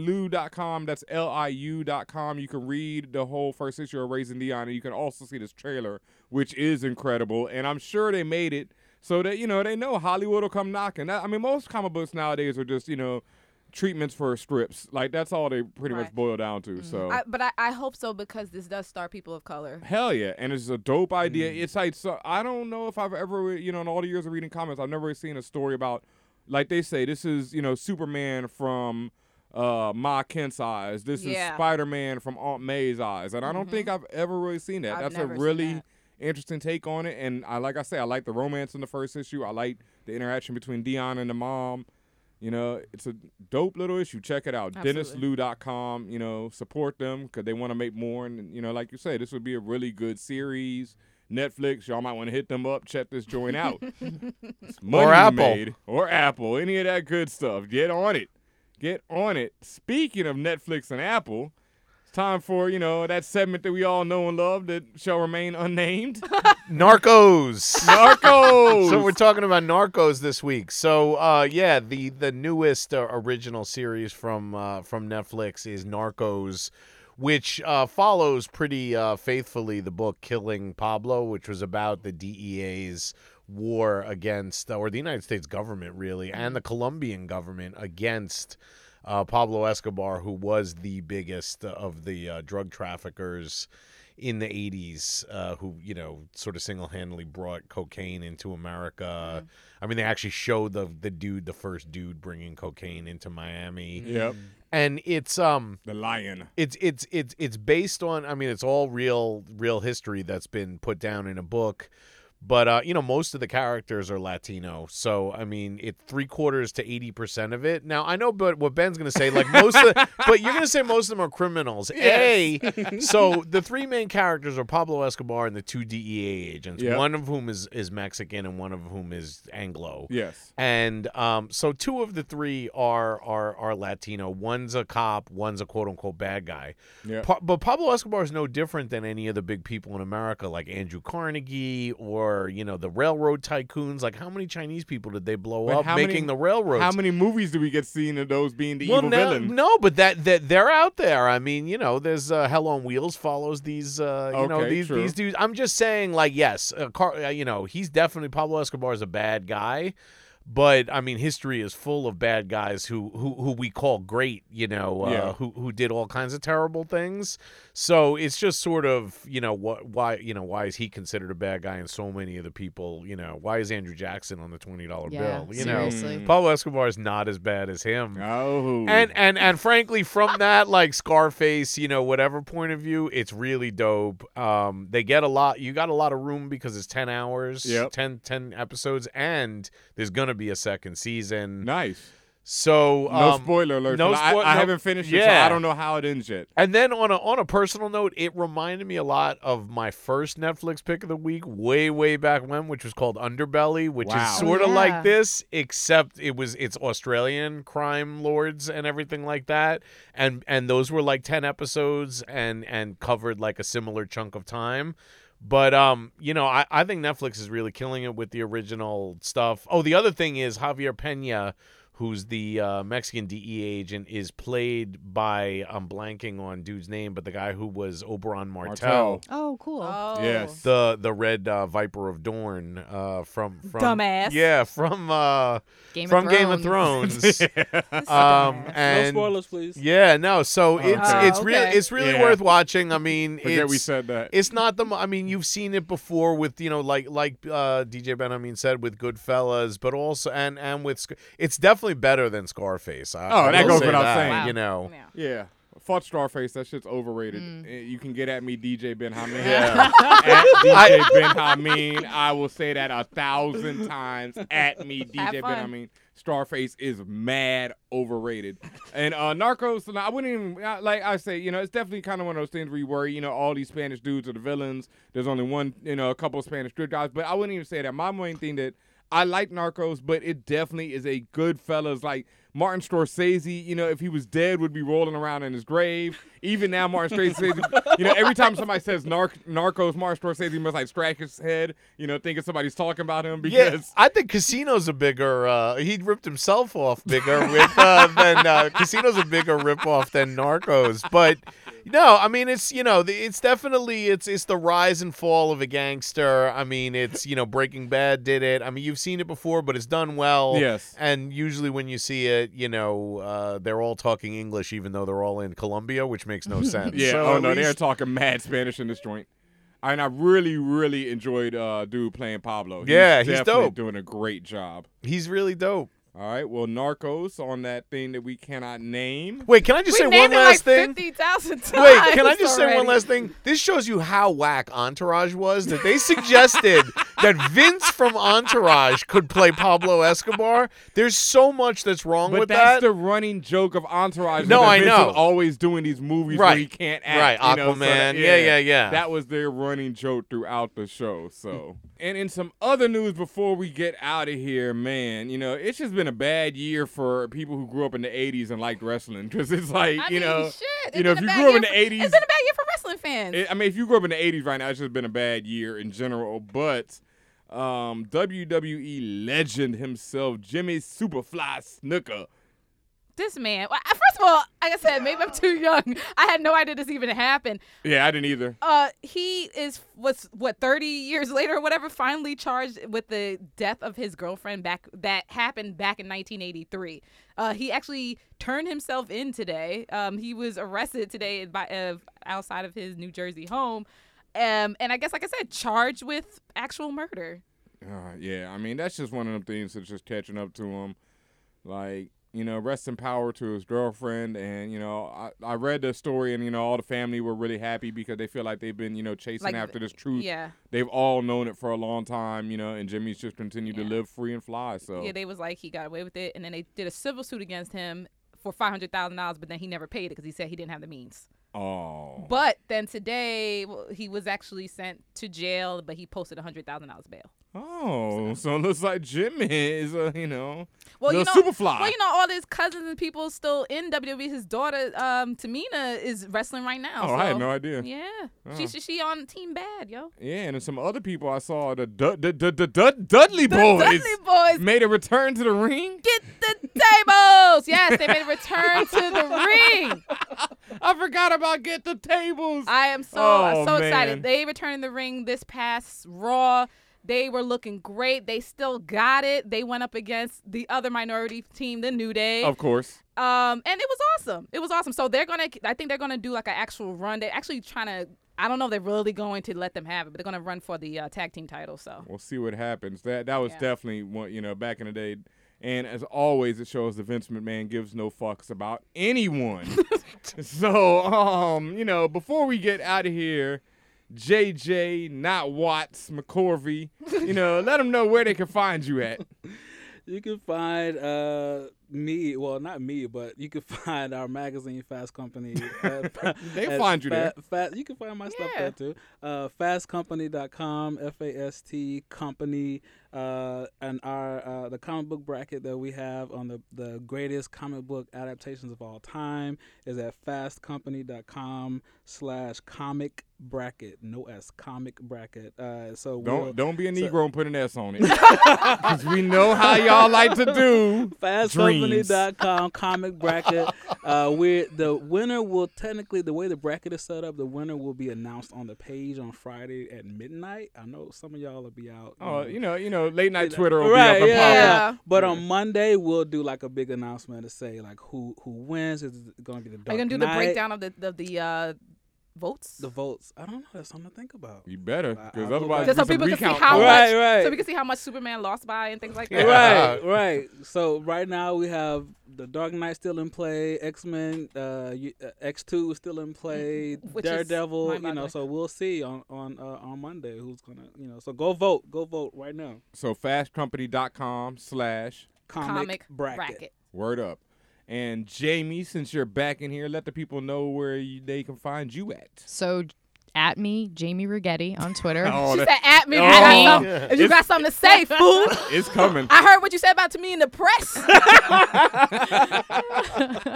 [SPEAKER 3] DennisLiu.com. That's L I U.com. You can read the whole first issue of Raising Dion, and you can also see this trailer, which is incredible. And I'm sure they made it so that, you know, they know Hollywood will come knocking. I I mean, most comic books nowadays are just, you know, treatments for scripts. Like, that's all they pretty much
[SPEAKER 2] Right. Mm-hmm.
[SPEAKER 3] boil down to. So.
[SPEAKER 2] I, but I, I hope so because this does star people of color.
[SPEAKER 3] Hell yeah, and it's a dope idea.
[SPEAKER 4] Mm.
[SPEAKER 3] It's like so I don't know if I've ever you know in all the years of reading comics I've never seen a story about like they say this is you know Superman from uh Ma Kent's eyes. This is
[SPEAKER 4] Yeah. Mm-hmm.
[SPEAKER 3] Spider Man from Aunt May's eyes, and I don't think I've ever really seen that.
[SPEAKER 4] I've
[SPEAKER 3] That's a
[SPEAKER 4] never seen
[SPEAKER 3] really interesting take on it. And I like I say, I like the romance in the first issue. I like the interaction between Dion and the mom. You know, it's a dope little issue. Check it out.
[SPEAKER 4] Absolutely.
[SPEAKER 3] DennisLou.com. You know, support them because they want to make more. And, you know, like you say, this would be a really good series. Netflix, y'all might want to hit them up. Check this joint out. It's money
[SPEAKER 1] Or
[SPEAKER 3] we
[SPEAKER 1] Apple.
[SPEAKER 3] made. Or Apple. Any of that good stuff. Get on it. Get on it. Speaking of Netflix and Apple, it's time for, you know, that segment that we all know and love that shall remain unnamed.
[SPEAKER 1] Narcos.
[SPEAKER 3] Narcos.
[SPEAKER 1] so we're talking about Narcos this week. So uh, yeah, the the newest uh, original series from uh, from Netflix is Narcos, which uh, follows pretty uh, faithfully the book Killing Pablo, which was about the DEA's war against, uh, or the United States government really, and the Colombian government against uh, Pablo Escobar, who was the biggest of the uh, drug traffickers in the 80s, uh, who, you know, sort of single handedly brought cocaine into America. I mean, they actually showed the, the dude, the first dude bringing cocaine into Miami.
[SPEAKER 3] Yep.
[SPEAKER 1] And it's um
[SPEAKER 3] the lion.
[SPEAKER 1] It's it's it's it's based on I mean it's all real real history that's been put down in a book, but uh, you know most of the characters are Latino, so I mean it three quarters to eighty percent of it. Now I know, but what Ben's gonna say like most, of the, but you're gonna say most of them are criminals. A,
[SPEAKER 4] Yes.
[SPEAKER 1] so the three main characters are Pablo Escobar and the two DEA agents,
[SPEAKER 4] Yep.
[SPEAKER 1] one of whom is is Mexican and one of whom is Anglo.
[SPEAKER 4] Yes.
[SPEAKER 1] and um, so two of the three are are are Latino. One's a cop, one's a quote unquote bad guy.
[SPEAKER 3] Yeah.
[SPEAKER 1] Pa- but Pablo Escobar is no different than any of the big people in America, like Andrew Carnegie or you know the railroad tycoons. Like how many Chinese people did they blow
[SPEAKER 3] But
[SPEAKER 1] up
[SPEAKER 3] how
[SPEAKER 1] making
[SPEAKER 3] many-
[SPEAKER 1] the railroads?
[SPEAKER 3] How many movies do we get seen of those being the evil
[SPEAKER 1] no,
[SPEAKER 3] villain?
[SPEAKER 1] No, but that that they're out there. I mean, you know, there's uh, Hell on Wheels follows these. Uh, you know,
[SPEAKER 3] Okay,
[SPEAKER 1] these
[SPEAKER 3] true.
[SPEAKER 1] these dudes. I'm just saying, like, yes, uh, Car- uh, you know, he's definitely Pablo Escobar is a bad guy. But I mean, history is full of bad guys who who, who we call great, you know, uh,
[SPEAKER 3] Yeah.
[SPEAKER 1] who who did all kinds of terrible things. So it's just sort of, you know, what why you know why is he considered a bad guy and so many of the people, you know, why is Andrew Jackson on the twenty dollar
[SPEAKER 4] Yeah,
[SPEAKER 1] bill? You
[SPEAKER 4] seriously.
[SPEAKER 1] know, Pablo Escobar is not as bad as him.
[SPEAKER 3] Oh,
[SPEAKER 1] and and and frankly, from that like Scarface, you know, whatever point of view, it's really dope. Um, they get a lot. You got a lot of room because it's ten hours,
[SPEAKER 3] Yep.
[SPEAKER 1] 10, 10 episodes, and there's gonna be a second season.
[SPEAKER 3] Nice.
[SPEAKER 1] So
[SPEAKER 3] No
[SPEAKER 1] um,
[SPEAKER 3] spoiler alert.
[SPEAKER 1] No,
[SPEAKER 3] No I,
[SPEAKER 1] spo-
[SPEAKER 3] I
[SPEAKER 1] no-
[SPEAKER 3] haven't finished it, so I don't know how it ends yet.
[SPEAKER 1] and then on a on a personal note, it reminded me a lot of my first Netflix pick of the week, way way back when, which was called Underbelly, which
[SPEAKER 3] Wow.
[SPEAKER 1] is
[SPEAKER 3] Oh,
[SPEAKER 1] sort of
[SPEAKER 3] yeah.
[SPEAKER 1] like this, except it was it's Australian crime lords and everything like that, and and those were like ten episodes and and covered like a similar chunk of time. But um, you know, I, I think Netflix is really killing it with the original stuff. Oh, the other thing is Javier Pena, who's the uh, Mexican DEA agent, is played by I'm blanking on dude's name, but the guy who was Oberon Martel.
[SPEAKER 3] Martel.
[SPEAKER 5] Oh, cool.
[SPEAKER 2] Oh.
[SPEAKER 3] Yes.
[SPEAKER 1] The the red uh, Viper of Dorn uh, from from
[SPEAKER 2] Dumbass.
[SPEAKER 1] Yeah, from uh,
[SPEAKER 2] Game of
[SPEAKER 1] from Game of
[SPEAKER 2] Thrones.
[SPEAKER 1] Thrones. um,
[SPEAKER 6] No
[SPEAKER 1] and
[SPEAKER 6] spoilers, please.
[SPEAKER 1] Yeah, no. So
[SPEAKER 6] Okay.
[SPEAKER 2] Uh-huh.
[SPEAKER 1] it's
[SPEAKER 6] Oh,
[SPEAKER 1] it's really
[SPEAKER 6] okay.
[SPEAKER 1] it's really
[SPEAKER 6] Yeah.
[SPEAKER 1] worth watching. I mean,
[SPEAKER 3] Forget
[SPEAKER 1] it's,
[SPEAKER 3] we said that.
[SPEAKER 1] It's not the. mo- I mean, you've seen it before with you know like like uh, DJ Ben. I mean, said with Goodfellas, but also and and with Sc- it's definitely better than Scarface. I,
[SPEAKER 3] Oh,
[SPEAKER 1] I
[SPEAKER 3] that
[SPEAKER 1] will
[SPEAKER 3] goes
[SPEAKER 1] say
[SPEAKER 3] without
[SPEAKER 1] that,
[SPEAKER 3] saying.
[SPEAKER 1] You know.
[SPEAKER 3] Yeah. Fuck Starface. That shit's overrated.
[SPEAKER 4] Mm.
[SPEAKER 3] Eh, You can get at me, DJ Ben Hameen.
[SPEAKER 1] Yeah.
[SPEAKER 3] at
[SPEAKER 1] I-
[SPEAKER 3] DJ Ben Hameen. I will say that a thousand times. At me,
[SPEAKER 4] Have
[SPEAKER 3] DJ Ben
[SPEAKER 4] fun.
[SPEAKER 3] Hameen. Starface is mad overrated. And uh, Narcos, I wouldn't even, I- like I say, you know, it's definitely kind of one of those things where you worry, you know, all these Spanish dudes are the villains. There's only one, you know, a couple of Spanish good guys. But I wouldn't even say that. My main thing that I like Narcos, but it definitely is a good fellas. Like Martin Scorsese, you know, if he was dead, would be rolling around in his grave. Even now, Martin Scorsese, you know, every time somebody says nar- Narcos, Martin Scorsese must like scratch his head, you know, thinking somebody's talking about him because.
[SPEAKER 1] Yeah, I think Casino's a bigger. Uh, he ripped himself off bigger with uh, than uh, Casino's a bigger ripoff than Narcos. But no, I mean it's you know the- it's definitely it's it's the rise and fall of a gangster. I mean it's you know Breaking Bad did it. I mean you've seen it before, but it's done well.
[SPEAKER 3] Yes.
[SPEAKER 1] And usually when you see it, you know uh, they're all talking English, even though they're all in Colombia, which makes no sense.
[SPEAKER 3] Yeah.
[SPEAKER 1] So
[SPEAKER 3] oh
[SPEAKER 1] at
[SPEAKER 3] no, they're
[SPEAKER 1] least-
[SPEAKER 3] talking mad Spanish in this joint. And I really, really enjoyed uh dude playing Pablo.
[SPEAKER 1] Yeah, he's
[SPEAKER 3] definitely
[SPEAKER 1] dope.
[SPEAKER 3] Doing a great job.
[SPEAKER 1] He's really dope.
[SPEAKER 3] All right. Well, Narcos on that thing that we cannot name.
[SPEAKER 1] Wait, can I just say one last thing? Wait, can I just say one last thing? This shows you how whack Entourage was that they suggested that Vince from Entourage could play Pablo Escobar. There's so much that's wrong
[SPEAKER 3] But
[SPEAKER 1] with
[SPEAKER 3] that's
[SPEAKER 1] that.
[SPEAKER 3] the running joke of Entourage.
[SPEAKER 1] No,
[SPEAKER 3] that
[SPEAKER 1] I
[SPEAKER 3] Vince
[SPEAKER 1] know.
[SPEAKER 3] is always doing these movies where
[SPEAKER 1] Right.
[SPEAKER 3] he can't act.
[SPEAKER 1] Right,
[SPEAKER 3] you know, so that-
[SPEAKER 1] Aquaman. Yeah, yeah, yeah.
[SPEAKER 3] That was their running joke throughout the show. So, and in some other news, before we get out of here, man, you know, it's just been a bad year for people who grew up in the '80s and liked wrestling because it's like,
[SPEAKER 2] I
[SPEAKER 3] you
[SPEAKER 2] mean,
[SPEAKER 3] know,
[SPEAKER 2] shit, it's
[SPEAKER 3] you know, if
[SPEAKER 2] been
[SPEAKER 3] you
[SPEAKER 2] a bad
[SPEAKER 3] grew up
[SPEAKER 2] year
[SPEAKER 3] in the
[SPEAKER 2] for-
[SPEAKER 3] '80s,
[SPEAKER 2] it's been a bad year for wrestling fans.
[SPEAKER 3] it- I mean, if you grew up in the '80s right now, it's just been a bad year in general. But um, WWE legend himself, Jimmy Superfly Snooker.
[SPEAKER 2] this man. well, I- First of all, like I said, maybe I'm too young. I had no idea this even happened.
[SPEAKER 3] Yeah, I didn't either.
[SPEAKER 2] Uh, he is was what 30 years later or whatever, finally charged with the death of his girlfriend back that happened back in 1983. Uh, he actually turned himself in today. Um, he was arrested today by uh, outside of his New Jersey home. Um, and I guess, like I said, charged with actual murder.
[SPEAKER 3] Uh, yeah, I mean that's just one of them things that's just catching up to him. Like you know, rest in power to his girlfriend, and you know, I, I read the story, and you know, all the family were really happy because they feel like they've been you know chasing
[SPEAKER 2] Like,
[SPEAKER 3] after this truth.
[SPEAKER 2] yeah.
[SPEAKER 3] they've all known it for a long time, you know, and Jimmy's just continued to live free and fly. So
[SPEAKER 2] Yeah, they was like he got away with it, and then they did a civil suit against him for five hundred thousand dollars, but then he never paid it because he said he didn't have the means.
[SPEAKER 3] oh,
[SPEAKER 2] But then today well, he was actually sent to jail, but he posted a hundred thousand dollars bail.
[SPEAKER 3] oh, so it looks like Jimmy is a you know,
[SPEAKER 2] Well, you know,
[SPEAKER 3] little superfly.
[SPEAKER 2] well, you know, all his cousins and people still in WWE. His daughter, um, Tamina, is wrestling right now.
[SPEAKER 3] Oh, I had
[SPEAKER 2] so-
[SPEAKER 3] no idea.
[SPEAKER 2] Yeah,
[SPEAKER 3] Oh.
[SPEAKER 2] she, she she on Team Bad, yo.
[SPEAKER 3] Yeah, and then some other people I saw the Dud- Dud- Dud- Dud- Dud- Dudley boys,
[SPEAKER 2] Dudley Boys.
[SPEAKER 3] made a return to the ring.
[SPEAKER 2] Get the tables. Yes, they made a return to the ring.
[SPEAKER 3] I forgot about get the tables.
[SPEAKER 2] I am so
[SPEAKER 3] Oh,
[SPEAKER 2] I'm so excited.
[SPEAKER 3] man.
[SPEAKER 2] They returned the ring this past Raw. They were looking great. They still got it. They went up against the other minority team, the New Day.
[SPEAKER 3] Of course.
[SPEAKER 2] Um, and it was awesome. It was awesome. So they're gonna. I think they're gonna do like an actual run. They're actually trying to. I don't know. if They're really going to let them have it, but they're gonna run for the uh, tag team title. So
[SPEAKER 3] We'll see what happens. That that was definitely one, you know, back in the day. And as always, it shows that Vince McMahon gives no fucks about anyone. so, um, you know, before we get out of here, JJ, not Watts, McCorvey, you know, let them know where they can find you at.
[SPEAKER 6] You can find uh, me, well, not me, but you can find our magazine, Fast Company. at-
[SPEAKER 3] They
[SPEAKER 6] at
[SPEAKER 3] find you
[SPEAKER 6] fa-
[SPEAKER 3] there.
[SPEAKER 6] Fast, you can find my stuff there too. Uh, fastcompany.com, F A S T company, uh, and our uh, the comic book bracket that we have on the, the greatest comic book adaptations of all time is at fastcompany.com slash comic bracket, no S, comic bracket. Uh, so we'll-
[SPEAKER 3] Don't don't be a
[SPEAKER 6] so-
[SPEAKER 3] Negro and put an S on it. Because we know how y'all like to do. dreams.
[SPEAKER 6] FastCompany.com comic bracket. Uh, we the winner will technically the way the bracket is set up, the winner will be announced on the page on Friday at midnight. I know some of y'all will be out.
[SPEAKER 3] Oh, you know, you know, late night Twitter will
[SPEAKER 6] right,
[SPEAKER 3] be up and
[SPEAKER 6] yeah.
[SPEAKER 3] popping.
[SPEAKER 6] yeah. But on Monday we'll do like a big announcement to say like who who wins. Is it going to be the
[SPEAKER 2] are you
[SPEAKER 6] Dark
[SPEAKER 2] gonna do the
[SPEAKER 6] Knight?
[SPEAKER 2] breakdown of the of the uh, votes?
[SPEAKER 6] The votes. I don't know. That's something to think about.
[SPEAKER 3] You better,
[SPEAKER 6] I'll
[SPEAKER 3] because
[SPEAKER 6] go
[SPEAKER 3] otherwise,
[SPEAKER 6] back.
[SPEAKER 3] it's
[SPEAKER 2] so
[SPEAKER 3] a
[SPEAKER 2] people can see
[SPEAKER 3] recount
[SPEAKER 2] how
[SPEAKER 3] vote.
[SPEAKER 6] Right,
[SPEAKER 2] much,
[SPEAKER 6] right.
[SPEAKER 2] so we can see how much Superman lost by and things like that.
[SPEAKER 6] right, right. So right now we have the Dark Knight still in play, X Men, uh, X Two is still in play,
[SPEAKER 2] Mm-hmm. Which is
[SPEAKER 6] Daredevil. You know,
[SPEAKER 2] mind-boggling.
[SPEAKER 6] so we'll see on on uh, on Monday who's gonna you know. So go vote, go vote right now.
[SPEAKER 3] So fastcompany.com slash
[SPEAKER 2] Comic bracket.
[SPEAKER 3] word up. And Jamie, since you're back in here, let the people know where you, they can find you at.
[SPEAKER 5] So at me, Jamie Rigetti on Twitter.
[SPEAKER 3] Oh,
[SPEAKER 2] She
[SPEAKER 3] that-
[SPEAKER 2] said, "At me, if
[SPEAKER 3] Oh,
[SPEAKER 2] you, got some-
[SPEAKER 3] yeah.
[SPEAKER 2] if you
[SPEAKER 3] It's-
[SPEAKER 2] got something to say, fool."
[SPEAKER 3] It's coming.
[SPEAKER 2] I heard what you said about to me in the press.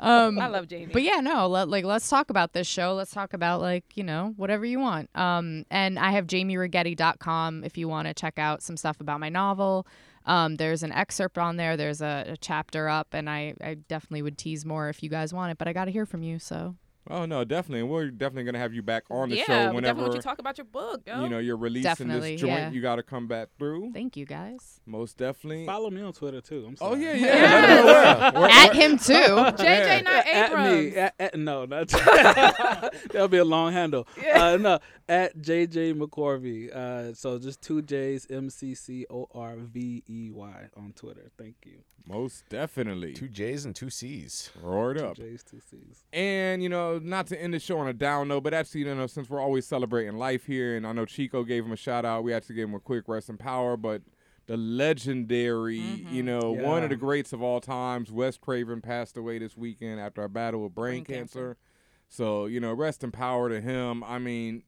[SPEAKER 5] um,
[SPEAKER 2] I love Jamie.
[SPEAKER 5] But yeah, no, let, like let's talk about this show. Let's talk about like, you know, whatever you want. Um, and I have jamieriggetti.com if you want to check out some stuff about my novel. Um, there's an excerpt on there. There's a, a chapter up, and I, I definitely would tease more if you guys want it. But I got to hear from you, so
[SPEAKER 3] Oh no, definitely. And we're definitely gonna have you back on the
[SPEAKER 2] yeah,
[SPEAKER 3] show
[SPEAKER 2] definitely
[SPEAKER 3] whenever
[SPEAKER 2] when you talk about your book, yo.
[SPEAKER 3] you know you're releasing
[SPEAKER 5] Definitely,
[SPEAKER 3] this joint.
[SPEAKER 5] yeah.
[SPEAKER 3] You got to come back through.
[SPEAKER 5] Thank you guys.
[SPEAKER 3] Most definitely.
[SPEAKER 6] Follow me on Twitter too. I'm
[SPEAKER 3] oh yeah, yeah.
[SPEAKER 6] Yes.
[SPEAKER 3] Where- where-
[SPEAKER 5] At him too.
[SPEAKER 2] JJ, not
[SPEAKER 6] At me.
[SPEAKER 2] Abrams.
[SPEAKER 6] At, at- no, not that'll be a long handle. Uh, no, at JJ McCorvey. Uh, so just two J's, M C C O R V E Y on Twitter. Thank you.
[SPEAKER 3] Most definitely.
[SPEAKER 1] Two J's and two C's.
[SPEAKER 3] Roared
[SPEAKER 6] Two
[SPEAKER 3] up.
[SPEAKER 6] J's, two C's.
[SPEAKER 3] And you know, not to end the show on a down note, but actually, you know, since we're always celebrating life here, and I know Chico gave him a shout out, we actually gave him a quick rest in power. But the legendary, you know, one
[SPEAKER 6] Yeah.
[SPEAKER 3] of the greats of all times, Wes Craven, passed away this weekend after a battle with brain,
[SPEAKER 6] Brain
[SPEAKER 3] cancer.
[SPEAKER 6] cancer.
[SPEAKER 3] So you know, rest in power to him. I mean,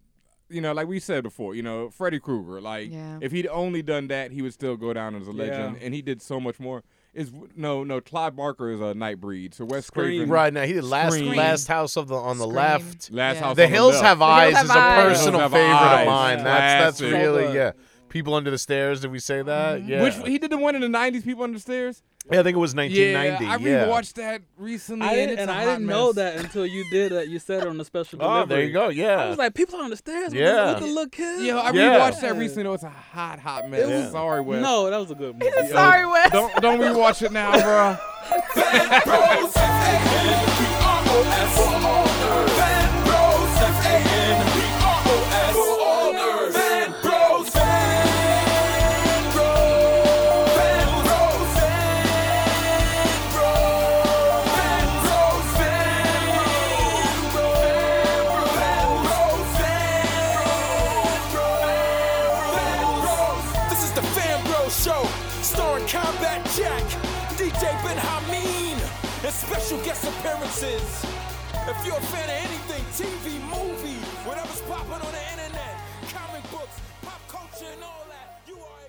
[SPEAKER 3] you know, like we said before, you know, Freddy Krueger. Like
[SPEAKER 5] Yeah.
[SPEAKER 3] if he'd only done that, he would still go down as a legend,
[SPEAKER 6] Yeah.
[SPEAKER 3] and he did so much more. Is no, no, Clive Barker is a night breed. So Wes
[SPEAKER 6] Scream.
[SPEAKER 3] Craven,
[SPEAKER 1] Right now, he did last
[SPEAKER 3] Scream.
[SPEAKER 1] last house of the on the
[SPEAKER 5] Scream.
[SPEAKER 1] left.
[SPEAKER 3] Last
[SPEAKER 5] Yeah.
[SPEAKER 3] house.
[SPEAKER 1] The
[SPEAKER 3] on
[SPEAKER 1] Hills
[SPEAKER 3] left.
[SPEAKER 1] Have Eyes
[SPEAKER 2] Have
[SPEAKER 1] is a
[SPEAKER 2] Eyes.
[SPEAKER 1] personal
[SPEAKER 3] Hills Have
[SPEAKER 1] favorite
[SPEAKER 3] Eyes.
[SPEAKER 1] of mine. That's that's
[SPEAKER 3] Classic.
[SPEAKER 1] really yeah. People under the stairs. Did we say that? Yeah.
[SPEAKER 3] Which he did the one in the '90s. People understairs.
[SPEAKER 1] yeah, I think it was
[SPEAKER 3] Yeah,
[SPEAKER 1] 1990.
[SPEAKER 3] I
[SPEAKER 1] Yeah.
[SPEAKER 3] rewatched that recently,
[SPEAKER 6] I
[SPEAKER 3] and,
[SPEAKER 6] didn't,
[SPEAKER 3] it's
[SPEAKER 6] and
[SPEAKER 3] a hot
[SPEAKER 6] I didn't know
[SPEAKER 3] mess.
[SPEAKER 6] that until you did that. You said it on the special
[SPEAKER 1] Oh,
[SPEAKER 6] delivery.
[SPEAKER 1] there you go.
[SPEAKER 6] I
[SPEAKER 1] Yeah.
[SPEAKER 6] was like, people on the stairs.
[SPEAKER 1] Yeah.
[SPEAKER 6] Yeah. Look, look, look.
[SPEAKER 3] Yeah, I
[SPEAKER 1] Yeah.
[SPEAKER 3] rewatched that recently. though. It's a hot, hot mess.
[SPEAKER 1] was-
[SPEAKER 3] Sorry, Wes.
[SPEAKER 6] No, that was a good movie.
[SPEAKER 3] Yo,
[SPEAKER 2] Sorry, Wes.
[SPEAKER 3] Don't don't rewatch it now, bro.
[SPEAKER 13] This is the Fan Bro Show, starring Combat Jack, DJ Ben Hameen, and special guest appearances. If you're a fan of anything, TV, movie, whatever's popping on the internet, comic books, pop culture, and all that, you are.